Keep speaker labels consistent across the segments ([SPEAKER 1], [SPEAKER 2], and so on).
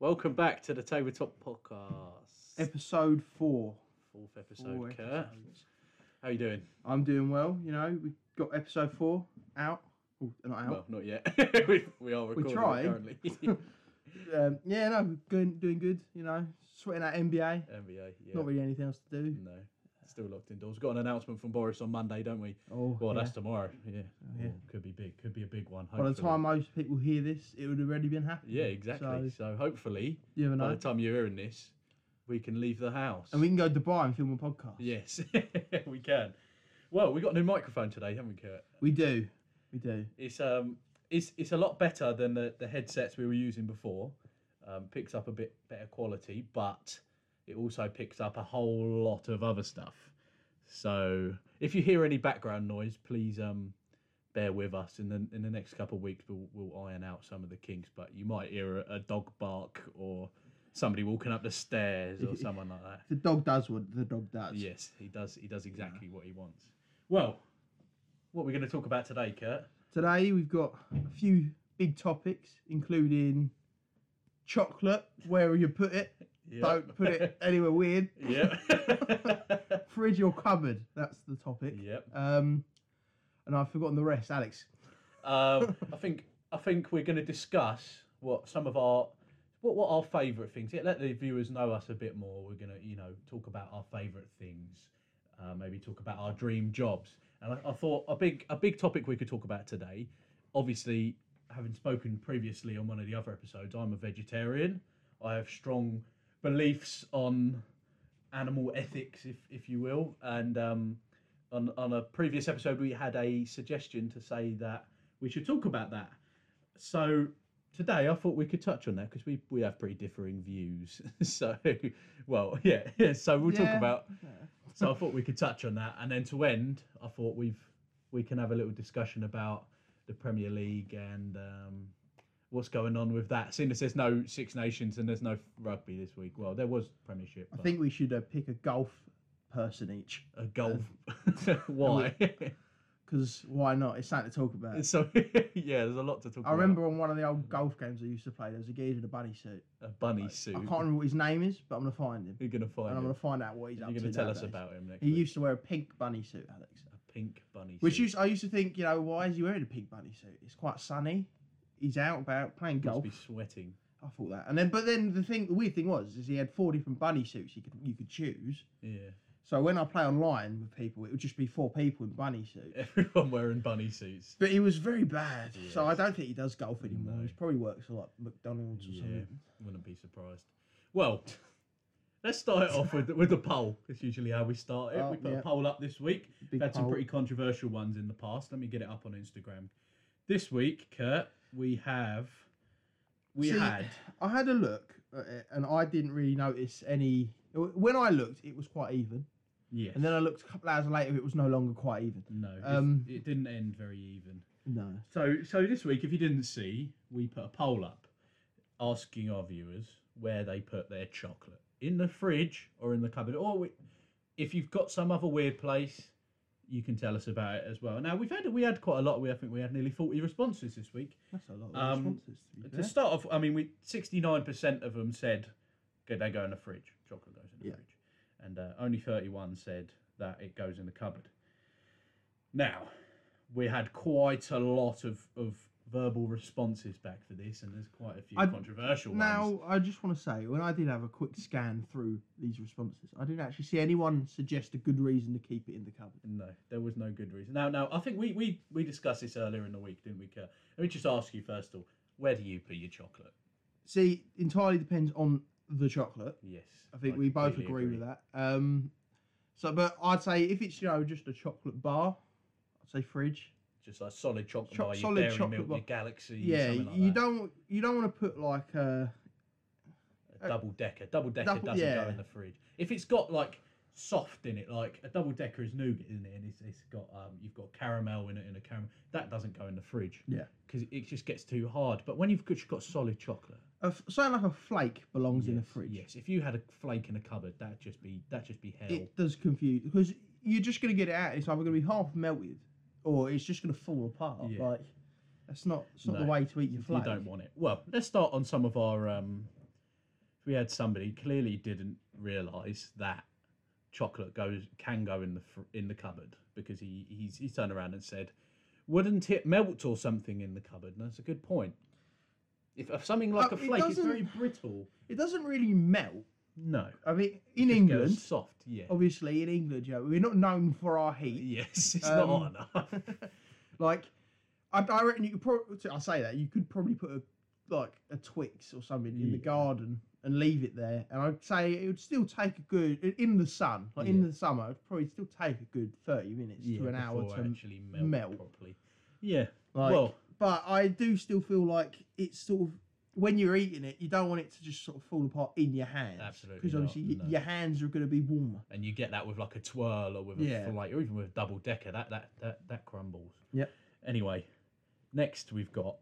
[SPEAKER 1] Welcome back to the Tabletop Podcast.
[SPEAKER 2] Episode four.
[SPEAKER 1] Fourth
[SPEAKER 2] Four
[SPEAKER 1] episode, Kurt.
[SPEAKER 2] episodes.
[SPEAKER 1] How you doing?
[SPEAKER 2] I'm doing well. You know, we got episode four out. Oh, not out.
[SPEAKER 1] Well, not yet. we, we are recording it
[SPEAKER 2] tried.
[SPEAKER 1] currently.
[SPEAKER 2] Um, yeah, no, we're good, doing good. You know, sweating out NBA.
[SPEAKER 1] NBA, yeah. Mm.
[SPEAKER 2] Not really anything else to do.
[SPEAKER 1] No, still locked indoors. Got an announcement from Boris on Monday, don't we?
[SPEAKER 2] Oh,
[SPEAKER 1] Well,
[SPEAKER 2] yeah.
[SPEAKER 1] that's tomorrow. Yeah.
[SPEAKER 2] yeah.
[SPEAKER 1] Ooh, could be big. Could be a big one.
[SPEAKER 2] by the
[SPEAKER 1] hopefully.
[SPEAKER 2] time most people hear this, it would have already been happening.
[SPEAKER 1] Yeah, exactly.
[SPEAKER 2] So-
[SPEAKER 1] So, hopefully,
[SPEAKER 2] You never
[SPEAKER 1] by the
[SPEAKER 2] know.
[SPEAKER 1] time you're hearing this, we can leave the house.
[SPEAKER 2] And we can go to Dubai and film a podcast.
[SPEAKER 1] Yes, we can. Well, we got a new microphone today, haven't we, Kurt?
[SPEAKER 2] We do. We do.
[SPEAKER 1] it's um it's it's a lot better than the, the headsets we were using before. Um, picks up a bit better quality, but it also picks up a whole lot of other stuff. So if you hear any background noise, please um bear with us. In the in the next couple of weeks, we'll, we'll iron out some of the kinks. But you might hear a, a dog bark or somebody walking up the stairs or someone like that.
[SPEAKER 2] The dog does what the dog does.
[SPEAKER 1] Yes, he does. He does exactly what he wants. Well, what we're going to talk about today, Kurt?
[SPEAKER 2] Today we've got a few big topics, including chocolate, where you put it. Don't put it anywhere weird.
[SPEAKER 1] Yep.
[SPEAKER 2] Fridge or cupboard, that's the topic.
[SPEAKER 1] yep.
[SPEAKER 2] Um, and I've forgotten the rest, Alex.
[SPEAKER 1] Um, I think I think we're going to discuss what some of our what what our favourite things. Yeah, let the viewers know us a bit more. We're going to you know talk about our favourite things. Uh, maybe talk about our dream jobs. And I, I thought a big a big topic we could talk about today. Obviously, having spoken previously on one of the other episodes, I'm a vegetarian. I have strong beliefs on animal ethics, if if you will. And um, on on a previous episode, we had a suggestion to say that we should talk about that. So today, I thought we could touch on that because we we have pretty differing views. so, well, yeah, yeah. So we'll talk
[SPEAKER 2] Yeah.
[SPEAKER 1] about. So I thought we could touch on that, and then to end, I thought we've we can have a little discussion about the Premier League and. Um, What's going on with that? Seeing as there's no Six Nations and there's no rugby this week. Well, there was Premiership.
[SPEAKER 2] I
[SPEAKER 1] but-
[SPEAKER 2] think we should uh, pick a golf person each,
[SPEAKER 1] a golf. Why?
[SPEAKER 2] because why not? It's something to talk about.
[SPEAKER 1] so yeah, there's a lot to talk.
[SPEAKER 2] I remember on one of the old golf games I used to play, there was a geezer in a bunny suit.
[SPEAKER 1] about. a bunny
[SPEAKER 2] I
[SPEAKER 1] suit.
[SPEAKER 2] can't remember what his name is, but I'm going to find him.
[SPEAKER 1] You're gonna
[SPEAKER 2] And
[SPEAKER 1] find.
[SPEAKER 2] I'm
[SPEAKER 1] him.
[SPEAKER 2] going to find out what he's
[SPEAKER 1] You're
[SPEAKER 2] up
[SPEAKER 1] gonna
[SPEAKER 2] to
[SPEAKER 1] tell us
[SPEAKER 2] nowadays.
[SPEAKER 1] about him next.
[SPEAKER 2] He
[SPEAKER 1] week.
[SPEAKER 2] used to wear a pink bunny suit, Alex.
[SPEAKER 1] a pink bunny.
[SPEAKER 2] Which
[SPEAKER 1] suit.
[SPEAKER 2] used, I used to think, you know, why is he wearing a pink bunny suit? It's quite sunny. He's out about playing
[SPEAKER 1] Must
[SPEAKER 2] golf.
[SPEAKER 1] be sweating.
[SPEAKER 2] I thought that, and then but then the thing, the weird thing was, is he had four different bunny suits you could you could choose.
[SPEAKER 1] Yeah,
[SPEAKER 2] So when I play online with people, it would just be four people in bunny suits.
[SPEAKER 1] everyone wearing bunny suits.
[SPEAKER 2] But he was very bad, so I
[SPEAKER 1] Yes.
[SPEAKER 2] don't think he does golf anymore.
[SPEAKER 1] No.
[SPEAKER 2] He probably works for like McDonald's or
[SPEAKER 1] Yeah,
[SPEAKER 2] something.
[SPEAKER 1] wouldn't be surprised. Well, let's start it off with with the poll. It's usually how we start it.
[SPEAKER 2] Oh,
[SPEAKER 1] we put
[SPEAKER 2] yeah.
[SPEAKER 1] a poll up this week.
[SPEAKER 2] Big
[SPEAKER 1] We've had some
[SPEAKER 2] pole.
[SPEAKER 1] pretty controversial ones in the past. Let me get it up on Instagram. This week, Kurt, we have we
[SPEAKER 2] See,
[SPEAKER 1] had
[SPEAKER 2] I had a look, at it, and I didn't really notice any. When I looked, it was quite even,
[SPEAKER 1] yes.
[SPEAKER 2] and then I looked a couple hours later, it was no longer quite even.
[SPEAKER 1] No, it's-
[SPEAKER 2] Um,
[SPEAKER 1] it didn't end very even.
[SPEAKER 2] No.
[SPEAKER 1] So, so this week, if you didn't see, we put a poll up asking our viewers where they put their chocolate in the fridge or in the cupboard, or we, if you've got some other weird place, you can tell us about it as well. Now we've had we had quite a lot. We I think we had nearly forty responses this week.
[SPEAKER 2] That's a lot of
[SPEAKER 1] Um,
[SPEAKER 2] responses. To be fair.
[SPEAKER 1] To start off, I mean, we sixty nine percent of them said "Good, they go in the fridge. Chocolate goes in the
[SPEAKER 2] Yeah.
[SPEAKER 1] fridge, and uh, only thirty one said that it goes in the cupboard. Now, we had quite a lot of of verbal responses back for this, and there's quite a few
[SPEAKER 2] I-
[SPEAKER 1] controversial ones.
[SPEAKER 2] Now, I just want to say, when I did have a quick scan through these responses, I didn't actually see anyone suggest a good reason to keep it in the cupboard.
[SPEAKER 1] No, there was no good reason. Now, now I think we we we discussed this earlier in the week, didn't we, Kerr? Let me just ask you first of all, where do you put your chocolate?
[SPEAKER 2] See, entirely depends on the chocolate.
[SPEAKER 1] Yes,
[SPEAKER 2] I think we both
[SPEAKER 1] completely
[SPEAKER 2] agree, with that. Um, so, but I'd say if it's you know just a chocolate bar, I'd say fridge.
[SPEAKER 1] Just like solid chocolate
[SPEAKER 2] Cho-
[SPEAKER 1] bar, your
[SPEAKER 2] solid
[SPEAKER 1] dairy
[SPEAKER 2] chocolate
[SPEAKER 1] milk,
[SPEAKER 2] bar.
[SPEAKER 1] your galaxy.
[SPEAKER 2] Yeah,
[SPEAKER 1] something like
[SPEAKER 2] you
[SPEAKER 1] that.
[SPEAKER 2] don't you don't want to put like a
[SPEAKER 1] A double decker. Double decker
[SPEAKER 2] Double-
[SPEAKER 1] doesn't go
[SPEAKER 2] yeah.
[SPEAKER 1] in the fridge. If it's got like soft in it, like a double decker is nougat, isn't it? And it's, it's got um, you've got caramel in it and a caramel that doesn't go in the fridge.
[SPEAKER 2] Yeah.
[SPEAKER 1] because it just gets too hard. But when you've just got solid chocolate,
[SPEAKER 2] a f- something like a flake belongs in the
[SPEAKER 1] yes,
[SPEAKER 2] fridge.
[SPEAKER 1] Yes, if you had a flake in a cupboard, that'd just be that just be hell.
[SPEAKER 2] It does confuse because you're just gonna get it out. It's either gonna be half melted or it's just gonna fall apart.
[SPEAKER 1] Yeah.
[SPEAKER 2] Like that's not that's not
[SPEAKER 1] No,
[SPEAKER 2] the way to eat your
[SPEAKER 1] you
[SPEAKER 2] flake.
[SPEAKER 1] don't want it. Well, let's start on some of our um, we had somebody clearly didn't realise that chocolate goes can go in the fr- in the cupboard because he he's, he turned around and said, "Wouldn't it melt or something in the cupboard?" And that's a good point. If, if something like
[SPEAKER 2] Oh,
[SPEAKER 1] a
[SPEAKER 2] it
[SPEAKER 1] flake is
[SPEAKER 2] doesn't-
[SPEAKER 1] very brittle,
[SPEAKER 2] It doesn't really melt.
[SPEAKER 1] no.
[SPEAKER 2] I mean,
[SPEAKER 1] Just
[SPEAKER 2] in
[SPEAKER 1] goes
[SPEAKER 2] England, oh,
[SPEAKER 1] soft, yeah.
[SPEAKER 2] obviously, in England, yeah, we're not known for our heat.
[SPEAKER 1] Yes, it's
[SPEAKER 2] Um,
[SPEAKER 1] not enough.
[SPEAKER 2] like, I, I reckon you could probably. I say that you could probably put a like a Twix or something in the
[SPEAKER 1] Yeah.
[SPEAKER 2] garden and leave it there, and I'd say it would still take a good i- in the sun, like in
[SPEAKER 1] Yeah.
[SPEAKER 2] the summer, it'd probably still take a good thirty minutes to an hour
[SPEAKER 1] before
[SPEAKER 2] to.
[SPEAKER 1] it actually melt,
[SPEAKER 2] melt.
[SPEAKER 1] properly. Yeah.
[SPEAKER 2] Like,
[SPEAKER 1] well,
[SPEAKER 2] but I do still feel like it's sort of when you're eating it, you don't want it to just sort of fall apart in your hands.
[SPEAKER 1] Absolutely
[SPEAKER 2] because
[SPEAKER 1] not,
[SPEAKER 2] obviously y-
[SPEAKER 1] no.
[SPEAKER 2] your hands are going to be warmer.
[SPEAKER 1] and you get that with like a twirl or with
[SPEAKER 2] Yeah.
[SPEAKER 1] a flake or even with a double decker that that that, that crumbles
[SPEAKER 2] Yep.
[SPEAKER 1] anyway next we've got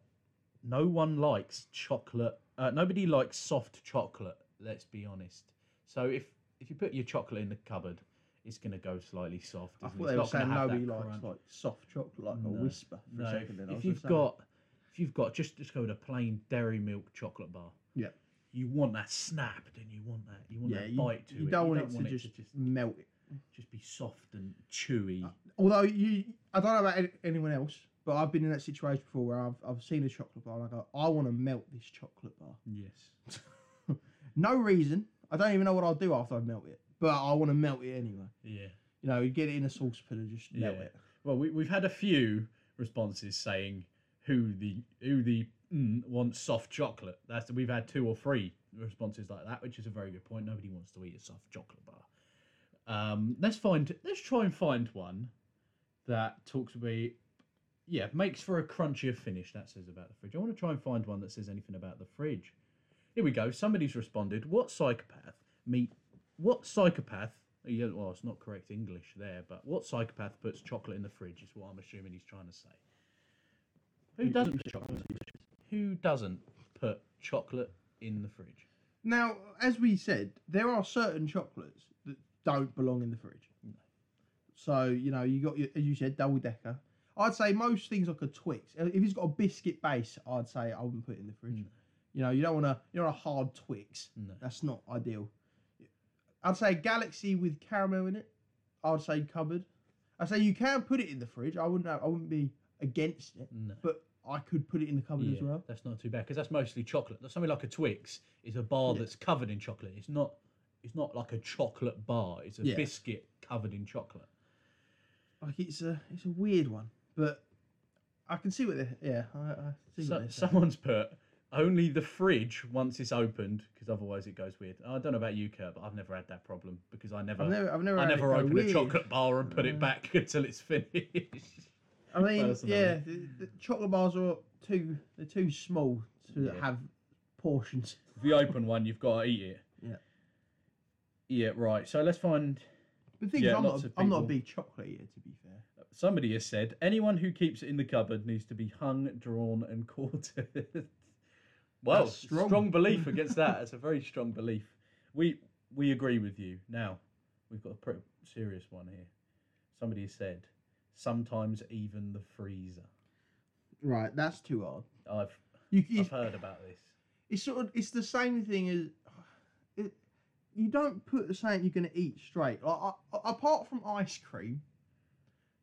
[SPEAKER 1] no one likes chocolate uh, nobody likes soft chocolate let's be honest so if if you put your chocolate in the cupboard it's going to go slightly soft
[SPEAKER 2] I
[SPEAKER 1] isn't
[SPEAKER 2] thought
[SPEAKER 1] it?
[SPEAKER 2] they were
[SPEAKER 1] It's not
[SPEAKER 2] saying
[SPEAKER 1] gonna have
[SPEAKER 2] nobody
[SPEAKER 1] that
[SPEAKER 2] likes
[SPEAKER 1] crunch.
[SPEAKER 2] like soft chocolate, like
[SPEAKER 1] No.
[SPEAKER 2] a whisper for
[SPEAKER 1] no
[SPEAKER 2] a
[SPEAKER 1] if,
[SPEAKER 2] second. then I
[SPEAKER 1] if
[SPEAKER 2] was
[SPEAKER 1] you've
[SPEAKER 2] just saying.
[SPEAKER 1] got if you've got just just go with a plain dairy milk chocolate bar
[SPEAKER 2] Yep.
[SPEAKER 1] you want that snap, and you want that you want
[SPEAKER 2] yeah,
[SPEAKER 1] that
[SPEAKER 2] you,
[SPEAKER 1] bite to
[SPEAKER 2] you
[SPEAKER 1] it.
[SPEAKER 2] don't
[SPEAKER 1] you
[SPEAKER 2] want
[SPEAKER 1] don't
[SPEAKER 2] it
[SPEAKER 1] want
[SPEAKER 2] to just,
[SPEAKER 1] just
[SPEAKER 2] melt it.
[SPEAKER 1] just be soft and chewy.
[SPEAKER 2] Although you, I don't know about any- anyone else, but I've been in that situation before where I've, I've seen a chocolate bar and I go, I want to melt this chocolate bar.
[SPEAKER 1] Yes.
[SPEAKER 2] No reason. I don't even know what I'll do after I melt it, but I want to melt it anyway.
[SPEAKER 1] Yeah.
[SPEAKER 2] You know, you get it in a saucepan and just melt
[SPEAKER 1] Yeah.
[SPEAKER 2] it.
[SPEAKER 1] Well, we, we've had a few responses saying who the who the mm, wants soft chocolate. That's we've had two or three responses like that, which is a very good point. Nobody wants to eat a soft chocolate bar. Um, let's find let's try and find one that talks about yeah makes for a crunchier finish. That says about the fridge. I want to try and find one that says anything about the fridge. Here we go. Somebody's responded. What psychopath meet? What psychopath? Yeah, well, it's not correct English there, but what psychopath puts chocolate in the fridge is what I'm assuming he's trying to say. Who doesn't put chocolate? In the fridge? Who doesn't put chocolate in the fridge?
[SPEAKER 2] Now, as we said, there are certain chocolates that don't belong in the fridge. So you know, you got your, as you said, double decker. I'd say most things like a Twix. Uh, If it's got a biscuit base, I'd say I wouldn't put it in the fridge.
[SPEAKER 1] No.
[SPEAKER 2] You know, you don't want to. You don't want a hard Twix.
[SPEAKER 1] No.
[SPEAKER 2] That's not ideal. I'd say Galaxy with caramel in it. I'd say cupboard. I'd say you can put it in the fridge. I wouldn't. I wouldn't be against it,
[SPEAKER 1] No.
[SPEAKER 2] but I could put it in the cupboard as
[SPEAKER 1] Yeah,
[SPEAKER 2] well.
[SPEAKER 1] That's not too bad because that's mostly chocolate. That's Something like a Twix is a bar
[SPEAKER 2] Yeah.
[SPEAKER 1] that's covered in chocolate. It's not. It's not like a chocolate bar. It's a
[SPEAKER 2] Yeah.
[SPEAKER 1] biscuit covered in chocolate.
[SPEAKER 2] Like it's a it's a weird one, but I can see what they yeah I, I see
[SPEAKER 1] So-
[SPEAKER 2] what they're saying.
[SPEAKER 1] someone's put only the fridge once it's opened because otherwise it goes weird. I don't know about you, Kurt, but I've never had that problem because I never,
[SPEAKER 2] I've never I've never
[SPEAKER 1] I
[SPEAKER 2] had it
[SPEAKER 1] never
[SPEAKER 2] go
[SPEAKER 1] open
[SPEAKER 2] weird.
[SPEAKER 1] a chocolate bar and put
[SPEAKER 2] Uh,
[SPEAKER 1] it back until it's finished.
[SPEAKER 2] I mean
[SPEAKER 1] personally.
[SPEAKER 2] yeah the, the chocolate bars are too they're too small to
[SPEAKER 1] Yeah.
[SPEAKER 2] have portions.
[SPEAKER 1] If you open one, you've got to eat it.
[SPEAKER 2] Yeah.
[SPEAKER 1] Yeah. Right. So let's find.
[SPEAKER 2] But the thing is,
[SPEAKER 1] Yeah,
[SPEAKER 2] I'm not
[SPEAKER 1] lots
[SPEAKER 2] a,
[SPEAKER 1] of
[SPEAKER 2] I'm not a
[SPEAKER 1] people-
[SPEAKER 2] big chocolate eater to be fair.
[SPEAKER 1] Somebody has said anyone who keeps it in the cupboard needs to be hung, drawn, and quartered. well,
[SPEAKER 2] That's strong.
[SPEAKER 1] strong. belief against that. It's a very strong belief. We we agree with you. Now, we've got a pretty serious one here. Somebody has said sometimes even the freezer.
[SPEAKER 2] Right, that's too hard.
[SPEAKER 1] I've
[SPEAKER 2] You, you
[SPEAKER 1] I've heard about this.
[SPEAKER 2] it's sort of it's the same thing as it, you don't put the same you're going to eat straight. Like, I, I- apart from ice cream,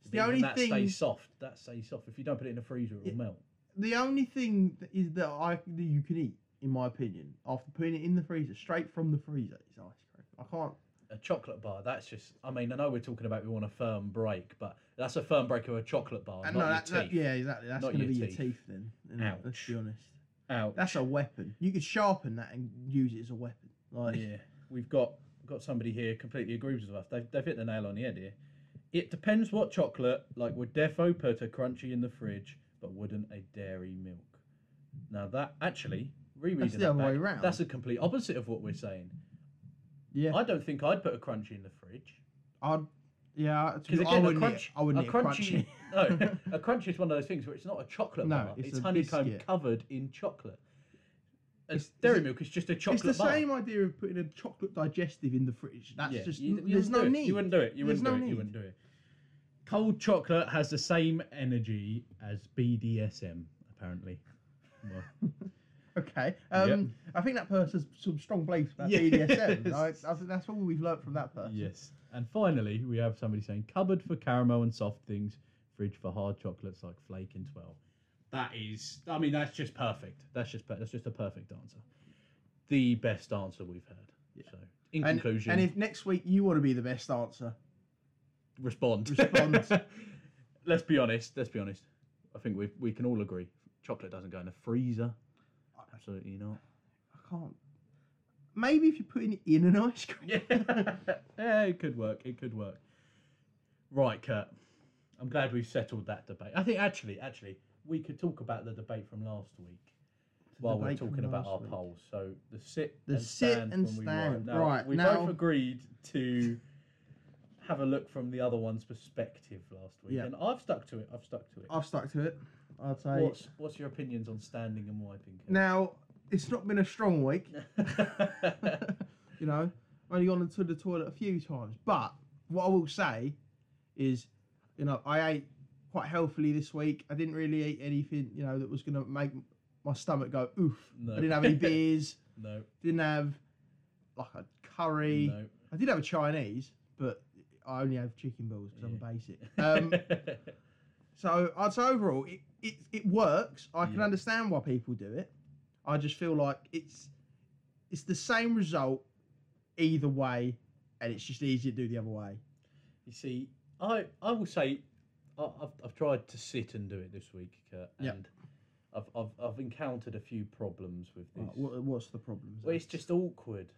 [SPEAKER 2] it's the
[SPEAKER 1] Even
[SPEAKER 2] only
[SPEAKER 1] that
[SPEAKER 2] thing
[SPEAKER 1] stays soft. That stays soft. If you don't put it in the freezer, it will
[SPEAKER 2] Yeah.
[SPEAKER 1] melt.
[SPEAKER 2] the only thing that is that I that you can eat, in my opinion, after putting it in the freezer, straight from the freezer, is ice cream. I can't.
[SPEAKER 1] a chocolate bar. That's just. I mean, I know we're talking about we want a firm break, but that's a firm break of a chocolate bar,
[SPEAKER 2] and
[SPEAKER 1] not
[SPEAKER 2] no,
[SPEAKER 1] your
[SPEAKER 2] that,
[SPEAKER 1] teeth.
[SPEAKER 2] that- yeah, exactly. That's
[SPEAKER 1] Not
[SPEAKER 2] going to
[SPEAKER 1] your
[SPEAKER 2] be
[SPEAKER 1] teeth.
[SPEAKER 2] your teeth then. isn't it? Let's be
[SPEAKER 1] Ouch.
[SPEAKER 2] honest.
[SPEAKER 1] Ouch.
[SPEAKER 2] That's a weapon. You could sharpen that and use it as a weapon. Like
[SPEAKER 1] Oh, yeah. We've got got somebody here completely agrees with us. They've, they've hit the nail on the head here. It depends what chocolate. Like would Defo put a crunchy in the fridge, but wouldn't a dairy milk? Now that actually rereading
[SPEAKER 2] That's the
[SPEAKER 1] that
[SPEAKER 2] other way
[SPEAKER 1] back,
[SPEAKER 2] round.
[SPEAKER 1] That's a complete opposite of what we're saying.
[SPEAKER 2] yeah,
[SPEAKER 1] I don't think I'd put a crunchy in the fridge.
[SPEAKER 2] I'd yeah. To
[SPEAKER 1] Because
[SPEAKER 2] be, I
[SPEAKER 1] again, a
[SPEAKER 2] wouldn't.
[SPEAKER 1] crunch,
[SPEAKER 2] eat, I wouldn't
[SPEAKER 1] a
[SPEAKER 2] eat
[SPEAKER 1] crunchy,
[SPEAKER 2] crunchy.
[SPEAKER 1] no, a crunchy is one of those things where it's not a chocolate
[SPEAKER 2] No,
[SPEAKER 1] bar;
[SPEAKER 2] it's
[SPEAKER 1] it's,
[SPEAKER 2] a
[SPEAKER 1] honeycomb
[SPEAKER 2] biscuit.
[SPEAKER 1] covered in chocolate. A
[SPEAKER 2] It's-
[SPEAKER 1] dairy
[SPEAKER 2] it's-
[SPEAKER 1] milk is just a
[SPEAKER 2] It's
[SPEAKER 1] chocolate
[SPEAKER 2] the
[SPEAKER 1] bar.
[SPEAKER 2] same idea of putting a chocolate digestive in the fridge. That's
[SPEAKER 1] Yeah,
[SPEAKER 2] just
[SPEAKER 1] you- you
[SPEAKER 2] there's
[SPEAKER 1] wouldn't
[SPEAKER 2] no
[SPEAKER 1] do it.
[SPEAKER 2] need.
[SPEAKER 1] You wouldn't do it. You
[SPEAKER 2] There's
[SPEAKER 1] wouldn't do
[SPEAKER 2] no
[SPEAKER 1] it.
[SPEAKER 2] need.
[SPEAKER 1] You wouldn't do it. Cold chocolate has the same energy as BDSM, apparently. Well,
[SPEAKER 2] Okay. Um, I think that person's some strong beliefs about
[SPEAKER 3] Yes.
[SPEAKER 2] BDSM. I, I think that's all we've learnt from that person.
[SPEAKER 1] Yes. And finally, we have somebody saying cupboard for caramel and soft things, fridge for hard chocolates like flake and twelve. That is, I mean, that's just perfect. That's just per- that's just a perfect answer. The best answer we've had. So, in
[SPEAKER 2] And,
[SPEAKER 1] conclusion,
[SPEAKER 2] and if next week you want to be the best answer,
[SPEAKER 1] respond.
[SPEAKER 2] Respond.
[SPEAKER 1] let's be honest. Let's be honest. I think we we can all agree. Chocolate doesn't go in the freezer. Absolutely not.
[SPEAKER 2] I can't. Maybe if you put it in an ice cream.
[SPEAKER 1] Yeah. yeah, it could work. It could work. Right, Kurt. I'm glad we've settled that debate. I think actually, actually, we could talk about the debate from last week while we're
[SPEAKER 2] debate from
[SPEAKER 1] talking about
[SPEAKER 2] last
[SPEAKER 1] our
[SPEAKER 2] week.
[SPEAKER 1] polls. So the sit,
[SPEAKER 2] The
[SPEAKER 1] and
[SPEAKER 2] sit
[SPEAKER 1] stand
[SPEAKER 2] and
[SPEAKER 1] when we
[SPEAKER 2] stand.
[SPEAKER 1] were- Now,
[SPEAKER 2] Right,
[SPEAKER 1] We
[SPEAKER 2] now-
[SPEAKER 1] both agreed to have a look from the other one's perspective last week,
[SPEAKER 2] Yeah.
[SPEAKER 1] and I've stuck to it. I've stuck to it.
[SPEAKER 2] I've stuck to it. I'd say.
[SPEAKER 1] What's What's your opinions on standing and wiping?
[SPEAKER 2] Now, it's not been a strong week.
[SPEAKER 1] Kurt?
[SPEAKER 2] you know, I've only gone to the toilet a few times. But what I will say is, you know, I ate quite healthily this week. I didn't really eat anything, you know, that was going to make my stomach go oof.
[SPEAKER 1] No.
[SPEAKER 2] I didn't have any beers.
[SPEAKER 1] no,
[SPEAKER 2] Didn't have like a curry.
[SPEAKER 1] no.
[SPEAKER 2] I did have a Chinese, but I only have chicken balls because I'm basic. Um,
[SPEAKER 1] Um,
[SPEAKER 2] so I'd say overall, it, it, it works. I can
[SPEAKER 1] Yeah.
[SPEAKER 2] understand why people do it. I just feel like it's it's the same result either way, and it's just easier to do the other way.
[SPEAKER 1] You see, I I will say, I, I've I've tried to sit and do it this week, Kurt,
[SPEAKER 2] Yep.
[SPEAKER 1] and I've, I've I've encountered a few problems with this.
[SPEAKER 2] Right, what, what's the problem?
[SPEAKER 1] well, it's just awkward.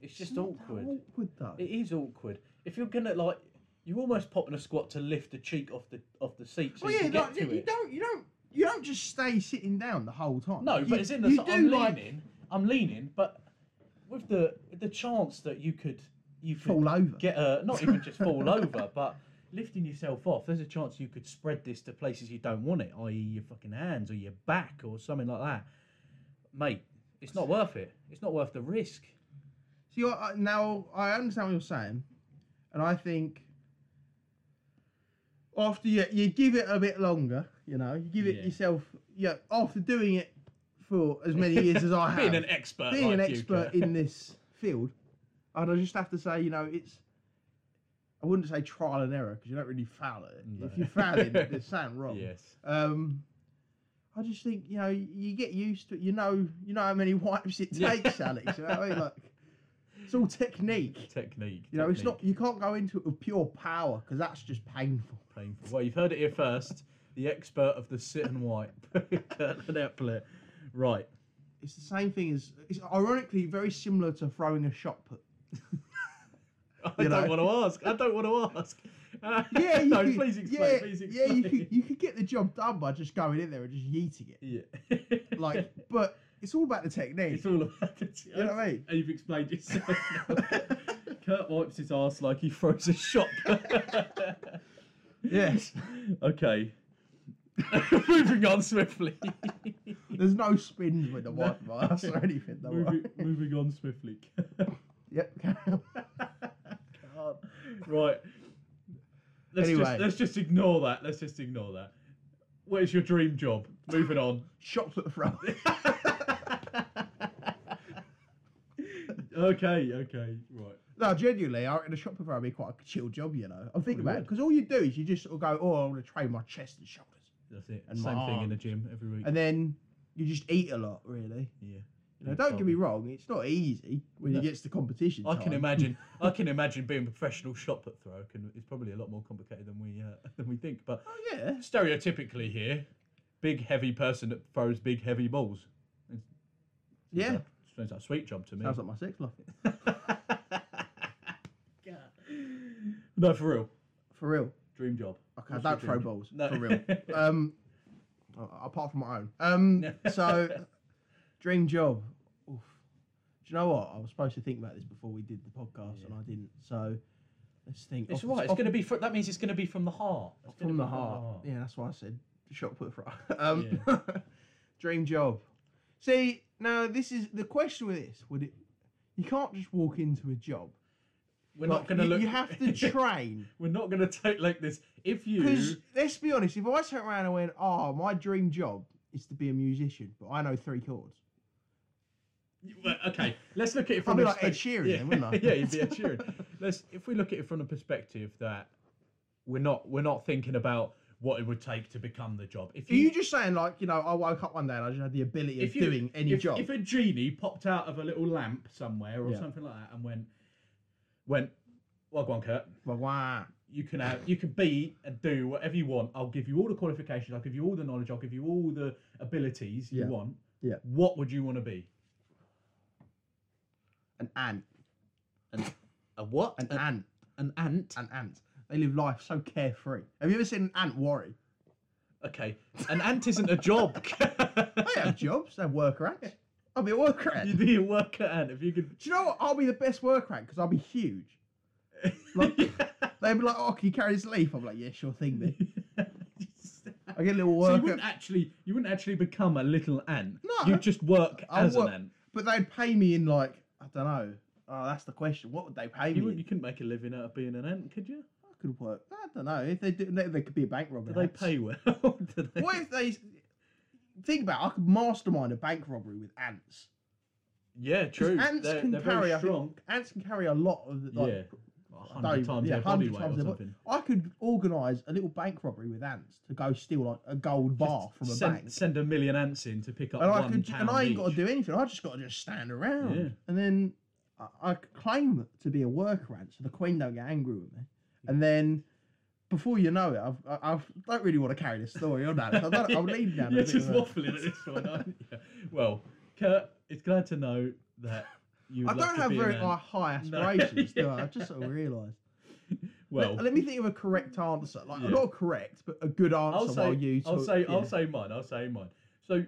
[SPEAKER 1] It's just
[SPEAKER 2] not that
[SPEAKER 1] awkward.
[SPEAKER 2] Awkward though.
[SPEAKER 1] It is awkward. If you're gonna like, you almost pop in a squat to lift the cheek off the off the seat so
[SPEAKER 2] well,
[SPEAKER 1] you
[SPEAKER 2] yeah,
[SPEAKER 1] can get
[SPEAKER 2] like,
[SPEAKER 1] to
[SPEAKER 2] you,
[SPEAKER 1] it.
[SPEAKER 2] don't you don't you don't just stay sitting down the whole time.
[SPEAKER 1] No,
[SPEAKER 2] You-
[SPEAKER 1] but it's in the.
[SPEAKER 2] you
[SPEAKER 1] so-
[SPEAKER 2] do
[SPEAKER 1] I'm
[SPEAKER 2] like
[SPEAKER 1] leaning. I'm leaning, but with the with the chance that you could you could
[SPEAKER 2] fall over.
[SPEAKER 1] get a not even just fall over, but lifting yourself off. There's a chance you could spread this to places you don't want it, i.e., your fucking hands or your back or something like that, mate. It's not worth it. It's not worth the risk.
[SPEAKER 2] So you're, uh, now I understand what you're saying, and I think after you, you give it a bit longer, you know, you give it
[SPEAKER 1] Yeah.
[SPEAKER 2] yourself. Yeah, after doing it for as many years as I have,
[SPEAKER 1] being an expert,
[SPEAKER 2] being an
[SPEAKER 1] like you,
[SPEAKER 2] expert
[SPEAKER 1] Kurt.
[SPEAKER 2] in this field, and I just have to say, you know, it's. I wouldn't say trial and error because you don't really foul at it.
[SPEAKER 1] No.
[SPEAKER 2] If you foul it, it's sound wrong.
[SPEAKER 1] yes,
[SPEAKER 2] Um, I just think you know you get used to it. You know you know how many wipes it
[SPEAKER 1] Yeah.
[SPEAKER 2] takes, Alex. You know what I mean? Like it's all technique.
[SPEAKER 1] technique.
[SPEAKER 2] You know, it's
[SPEAKER 1] technique.
[SPEAKER 2] not you can't go into it with pure power because that's just painful.
[SPEAKER 1] painful. Well, you've heard it here first. The expert of the sit and wipe, Kurt Eppley. Right.
[SPEAKER 2] It's the same thing as it's ironically very similar to throwing a shot put.
[SPEAKER 1] I
[SPEAKER 2] You
[SPEAKER 1] don't
[SPEAKER 2] know?
[SPEAKER 1] want to ask. I don't want to ask. Uh,
[SPEAKER 2] Yeah, you
[SPEAKER 1] no,
[SPEAKER 2] could-
[SPEAKER 1] please explain.
[SPEAKER 2] Yeah,
[SPEAKER 1] please explain.
[SPEAKER 2] yeah, you could, you could get the job done by just going in there and just yeeting it.
[SPEAKER 1] Yeah.
[SPEAKER 2] Like, but it's all about the technique.
[SPEAKER 1] it's all about it.
[SPEAKER 2] you know what I mean?
[SPEAKER 1] And you've explained yourself. now. Kurt wipes his ass like he throws a shot.
[SPEAKER 2] Yes.
[SPEAKER 1] okay. moving on swiftly.
[SPEAKER 2] There's no spins with the wipe no. or anything. Though.
[SPEAKER 1] moving, moving on swiftly.
[SPEAKER 2] Yep. carry on.
[SPEAKER 1] right. Let's
[SPEAKER 2] Anyway.
[SPEAKER 1] just let's just ignore that. Let's just ignore that. Where's your dream job? Moving on.
[SPEAKER 2] Shot put throw.
[SPEAKER 1] Okay, okay, right.
[SPEAKER 2] No, genuinely, I reckon a shop would be quite a chill job, you know. I'm thinking
[SPEAKER 1] Well, it
[SPEAKER 2] about it because all you do is you just sort of go, oh, I want to train my chest and shoulders,
[SPEAKER 1] That's it.
[SPEAKER 2] And my
[SPEAKER 1] Same thing in the gym every week.
[SPEAKER 2] and then you just eat a lot, really.
[SPEAKER 1] yeah.
[SPEAKER 2] You know, don't get me wrong, it's not easy when
[SPEAKER 1] No.
[SPEAKER 2] you get to competition.
[SPEAKER 1] I can
[SPEAKER 2] time.
[SPEAKER 1] imagine. I can imagine being a professional shot put thrower. Can, it's probably a lot more complicated than we uh, than we think. But
[SPEAKER 2] Oh yeah,
[SPEAKER 1] stereotypically here, big heavy person that throws big heavy balls.
[SPEAKER 2] yeah.
[SPEAKER 1] Sounds like- sounds like a sweet job to me.
[SPEAKER 2] Sounds like my sex life,
[SPEAKER 1] no, for real,
[SPEAKER 2] for real.
[SPEAKER 1] dream job.
[SPEAKER 2] Okay,
[SPEAKER 1] What's
[SPEAKER 2] I
[SPEAKER 1] your
[SPEAKER 2] don't throw
[SPEAKER 1] dream job?
[SPEAKER 2] balls,
[SPEAKER 1] No.
[SPEAKER 2] for real. Um, a- apart from my own. Um, so dream job. Oof. Do you know what? I was supposed to think about this before we did the podcast, and I didn't. So let's think.
[SPEAKER 1] It's
[SPEAKER 2] off-
[SPEAKER 1] right. It's
[SPEAKER 2] off-
[SPEAKER 1] going to be. fr- That means it's going to be from the heart. It's gonna
[SPEAKER 2] from the
[SPEAKER 1] be
[SPEAKER 2] heart. Yeah, that's why I said shot put for um, dream job. See, now this is the question with this. Would it? You can't just walk into a job.
[SPEAKER 1] We're not
[SPEAKER 2] Like,
[SPEAKER 1] going to
[SPEAKER 2] you,
[SPEAKER 1] look.
[SPEAKER 2] You have to train.
[SPEAKER 1] We're not going to take like this. If you
[SPEAKER 2] Because let's be honest, if I turned around and went, "Oh, "Ah, my dream job is to be a musician, but I know three chords.
[SPEAKER 1] Well, okay, let's look at it from
[SPEAKER 2] I'd be
[SPEAKER 1] the
[SPEAKER 2] like Ed
[SPEAKER 1] perspec-
[SPEAKER 2] Sheeran
[SPEAKER 1] Yeah,
[SPEAKER 2] then, wouldn't I?
[SPEAKER 1] yeah, you'd be Ed Sheeran. Let's, if we look at it from the perspective that we're not we're not thinking about what it would take to become the job. If
[SPEAKER 2] Are you just saying like you know I woke up one day and I didn't have the ability of doing any
[SPEAKER 1] if,
[SPEAKER 2] job?
[SPEAKER 1] If a genie popped out of a little lamp somewhere or
[SPEAKER 2] Yeah.
[SPEAKER 1] something like that and went went, well, go on, Kurt.
[SPEAKER 2] Well, wow.
[SPEAKER 1] You can have, you can be and do whatever you want. I'll give you all the qualifications. I'll give you all the knowledge. I'll give you all the abilities you
[SPEAKER 2] Yeah.
[SPEAKER 1] want.
[SPEAKER 2] Yeah.
[SPEAKER 1] What would you want to be?
[SPEAKER 2] An ant,
[SPEAKER 1] A what?
[SPEAKER 2] an ant,
[SPEAKER 1] an ant.
[SPEAKER 2] an ant. They live life so carefree. Have you ever seen an ant worry?
[SPEAKER 1] Okay, an ant isn't a job.
[SPEAKER 2] They have jobs. They're worker ants. I'll be a worker ant.
[SPEAKER 1] you do your work at ant if you could.
[SPEAKER 2] Do you know what? I'll be the best worker ant because I'll be huge. Like, they'll be like, "Oh, can you carry this leaf?" I'm like, "Yeah, sure thing, mate." I get a little
[SPEAKER 1] So you
[SPEAKER 2] worker,
[SPEAKER 1] wouldn't actually, you wouldn't actually become a little ant.
[SPEAKER 2] No.
[SPEAKER 1] you just work
[SPEAKER 2] I
[SPEAKER 1] as
[SPEAKER 2] work-
[SPEAKER 1] an ant.
[SPEAKER 2] but they'd pay me in like I don't know. Oh, that's the question. What would they pay me?
[SPEAKER 1] You, wouldn't-
[SPEAKER 2] in?
[SPEAKER 1] you couldn't make a living out of being an ant, could you?
[SPEAKER 2] I could work. I don't know if they do. They could be a bank robber.
[SPEAKER 1] Do they
[SPEAKER 2] ants.
[SPEAKER 1] pay well? Do they-
[SPEAKER 2] What if they think about? It, I could mastermind a bank robbery with ants.
[SPEAKER 1] Yeah, true.
[SPEAKER 2] Ants
[SPEAKER 1] they're
[SPEAKER 2] can
[SPEAKER 1] they're
[SPEAKER 2] carry.
[SPEAKER 1] very
[SPEAKER 2] I think-
[SPEAKER 1] strong.
[SPEAKER 2] ants can carry a lot of the- like,
[SPEAKER 1] yeah, a
[SPEAKER 2] I
[SPEAKER 1] hundred
[SPEAKER 2] don't-
[SPEAKER 1] times
[SPEAKER 2] yeah,
[SPEAKER 1] their body
[SPEAKER 2] 100
[SPEAKER 1] weight
[SPEAKER 2] times
[SPEAKER 1] or
[SPEAKER 2] their bo-
[SPEAKER 1] something.
[SPEAKER 2] I could organise a little bank robbery with ants to go steal like a gold bar from a
[SPEAKER 1] send,
[SPEAKER 2] bank.
[SPEAKER 1] send a million ants in to pick up
[SPEAKER 2] and I
[SPEAKER 1] one
[SPEAKER 2] could, ju- and I ain't got to
[SPEAKER 1] pound
[SPEAKER 2] do anything. I just got to just stand around,
[SPEAKER 1] Yeah.
[SPEAKER 2] and then I, I could claim to be a worker ant, so the queen don't get angry with me. And then before you know it, I've, I I've, don't really want to carry this story on that. So I don't, I'll leave now.
[SPEAKER 1] You're just waffling at this one. aren't you? Well, Kurt, it's glad to know that you. would
[SPEAKER 2] I
[SPEAKER 1] love
[SPEAKER 2] don't
[SPEAKER 1] to
[SPEAKER 2] have
[SPEAKER 1] be
[SPEAKER 2] very
[SPEAKER 1] an
[SPEAKER 2] high,
[SPEAKER 1] ant.
[SPEAKER 2] high
[SPEAKER 1] No.
[SPEAKER 2] aspirations, do I? I just sort of realised.
[SPEAKER 1] Well,
[SPEAKER 2] let, let me think of a correct answer. Like
[SPEAKER 1] Yeah.
[SPEAKER 2] not correct, but a good answer.
[SPEAKER 1] I'll
[SPEAKER 2] while
[SPEAKER 1] say,
[SPEAKER 2] you
[SPEAKER 1] I'll
[SPEAKER 2] talk-
[SPEAKER 1] say,
[SPEAKER 2] yeah.
[SPEAKER 1] I'll say mine. I'll say mine. So, it,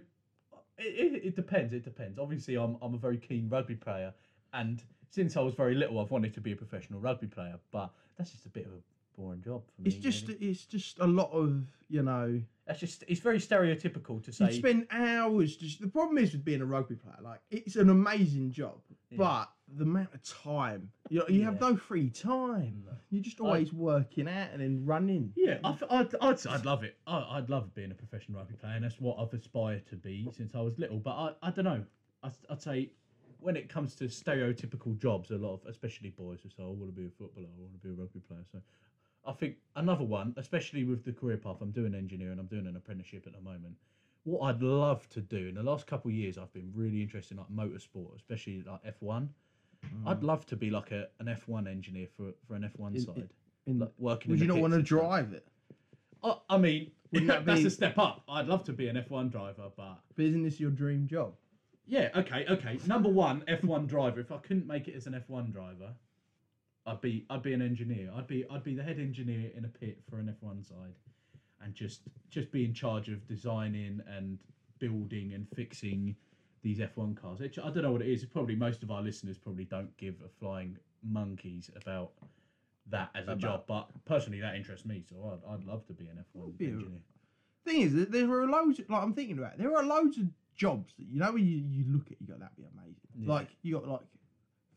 [SPEAKER 1] it, it depends. It depends. Obviously, I'm I'm a very keen rugby player, and since I was very little, I've wanted to be a professional rugby player. But that's just a bit of a boring job for me.
[SPEAKER 2] It's just,
[SPEAKER 1] really.
[SPEAKER 2] it's just a lot of you know.
[SPEAKER 1] that's just it's very stereotypical to
[SPEAKER 2] You
[SPEAKER 1] say.
[SPEAKER 2] spend hours just. The problem is with being a rugby player. Like it's an amazing job,
[SPEAKER 1] Yeah.
[SPEAKER 2] but the amount of time you, you have
[SPEAKER 1] Yeah.
[SPEAKER 2] no free time.
[SPEAKER 1] No.
[SPEAKER 2] You're just always working out and then running.
[SPEAKER 1] yeah, I, would I'd, I'd love it. I, I'd love being a professional rugby player, and that's what I've aspired to be since I was little. But I, I don't know. I, I'd say when it comes to stereotypical jobs, a lot of especially boys will say, "I want to be a footballer. I want to be a rugby player." So I think another one, especially with the career path, I'm doing engineering, I'm doing an apprenticeship at the moment. What I'd love to do in the last couple of years, I've been really interested in like motorsport, especially like F1. I'd love to be like a, an F1 engineer for, for an F1
[SPEAKER 2] Mm. In-
[SPEAKER 1] side,
[SPEAKER 2] in-
[SPEAKER 1] like working.
[SPEAKER 2] Would
[SPEAKER 1] in
[SPEAKER 2] you
[SPEAKER 1] the pits
[SPEAKER 2] not want to
[SPEAKER 1] and stuff.
[SPEAKER 2] drive it?
[SPEAKER 1] Oh, I mean,
[SPEAKER 2] Wouldn't that
[SPEAKER 1] that's
[SPEAKER 2] be-
[SPEAKER 1] a step up. I'd love to be an F1 driver, but
[SPEAKER 2] But isn't this your dream job?
[SPEAKER 1] yeah, okay, okay. Number one, F1 driver. If I couldn't make it as an F1 driver, I'd be I'd be an engineer. I'd be I'd be the head engineer in a pit for an F1 side, and just just be in charge of designing and building and fixing these F1 cars. Which I don't know what it is. Probably most of our listeners probably don't give a flying monkeys about that as a
[SPEAKER 2] About-
[SPEAKER 1] job, but personally that interests me. So I'd, I'd love to be an F1
[SPEAKER 2] That'd be a-
[SPEAKER 1] engineer.
[SPEAKER 2] Thing is, that there are loads. Like I'm thinking about, it, there are loads of jobs that you know when you, you look at, you go, that'd be amazing.
[SPEAKER 1] Yeah.
[SPEAKER 2] Like you got like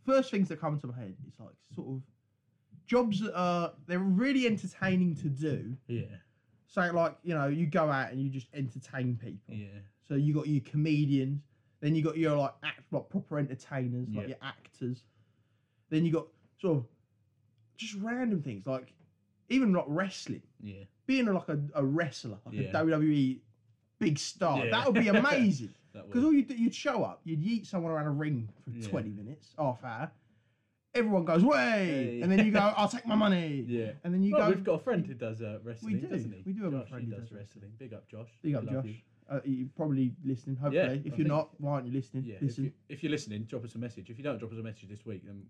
[SPEAKER 2] first things that come to my head is like sort of jobs that are they're really entertaining to do.
[SPEAKER 1] Yeah.
[SPEAKER 2] So like you know you go out and you just entertain people.
[SPEAKER 1] Yeah,
[SPEAKER 2] So you got your comedians, then you got your like act like proper entertainers, like
[SPEAKER 1] Yeah.
[SPEAKER 2] your actors. Then you got sort of just random things like even like wrestling,
[SPEAKER 1] yeah.
[SPEAKER 2] being like a, a wrestler, like
[SPEAKER 1] Yeah.
[SPEAKER 2] a WWE big star.
[SPEAKER 1] Yeah.
[SPEAKER 2] That would be amazing.
[SPEAKER 1] That
[SPEAKER 2] Because all you do, you'd show up, you'd yeet someone around a ring for
[SPEAKER 1] Yeah.
[SPEAKER 2] twenty minutes, half hour. Everyone goes way,
[SPEAKER 1] Hey.
[SPEAKER 2] and then you go, "I'll take my money,"
[SPEAKER 1] yeah.
[SPEAKER 2] and then you
[SPEAKER 1] well,
[SPEAKER 2] go.
[SPEAKER 1] we've got a friend who does uh, wrestling,
[SPEAKER 2] do.
[SPEAKER 1] doesn't he?
[SPEAKER 2] We do have a
[SPEAKER 1] Josh,
[SPEAKER 2] friend
[SPEAKER 1] he
[SPEAKER 2] who
[SPEAKER 1] does
[SPEAKER 2] does
[SPEAKER 1] wrestling. Big up, Josh.
[SPEAKER 2] Big
[SPEAKER 1] We
[SPEAKER 2] up,
[SPEAKER 1] love
[SPEAKER 2] Josh.
[SPEAKER 1] you.
[SPEAKER 2] Uh, you're probably listening, hopefully.
[SPEAKER 1] I
[SPEAKER 2] if you're
[SPEAKER 1] think-
[SPEAKER 2] not, why aren't you listening?
[SPEAKER 1] Yeah. If,
[SPEAKER 2] Listen.
[SPEAKER 1] you, if you're listening, drop us a message. If you don't drop us a message this week, then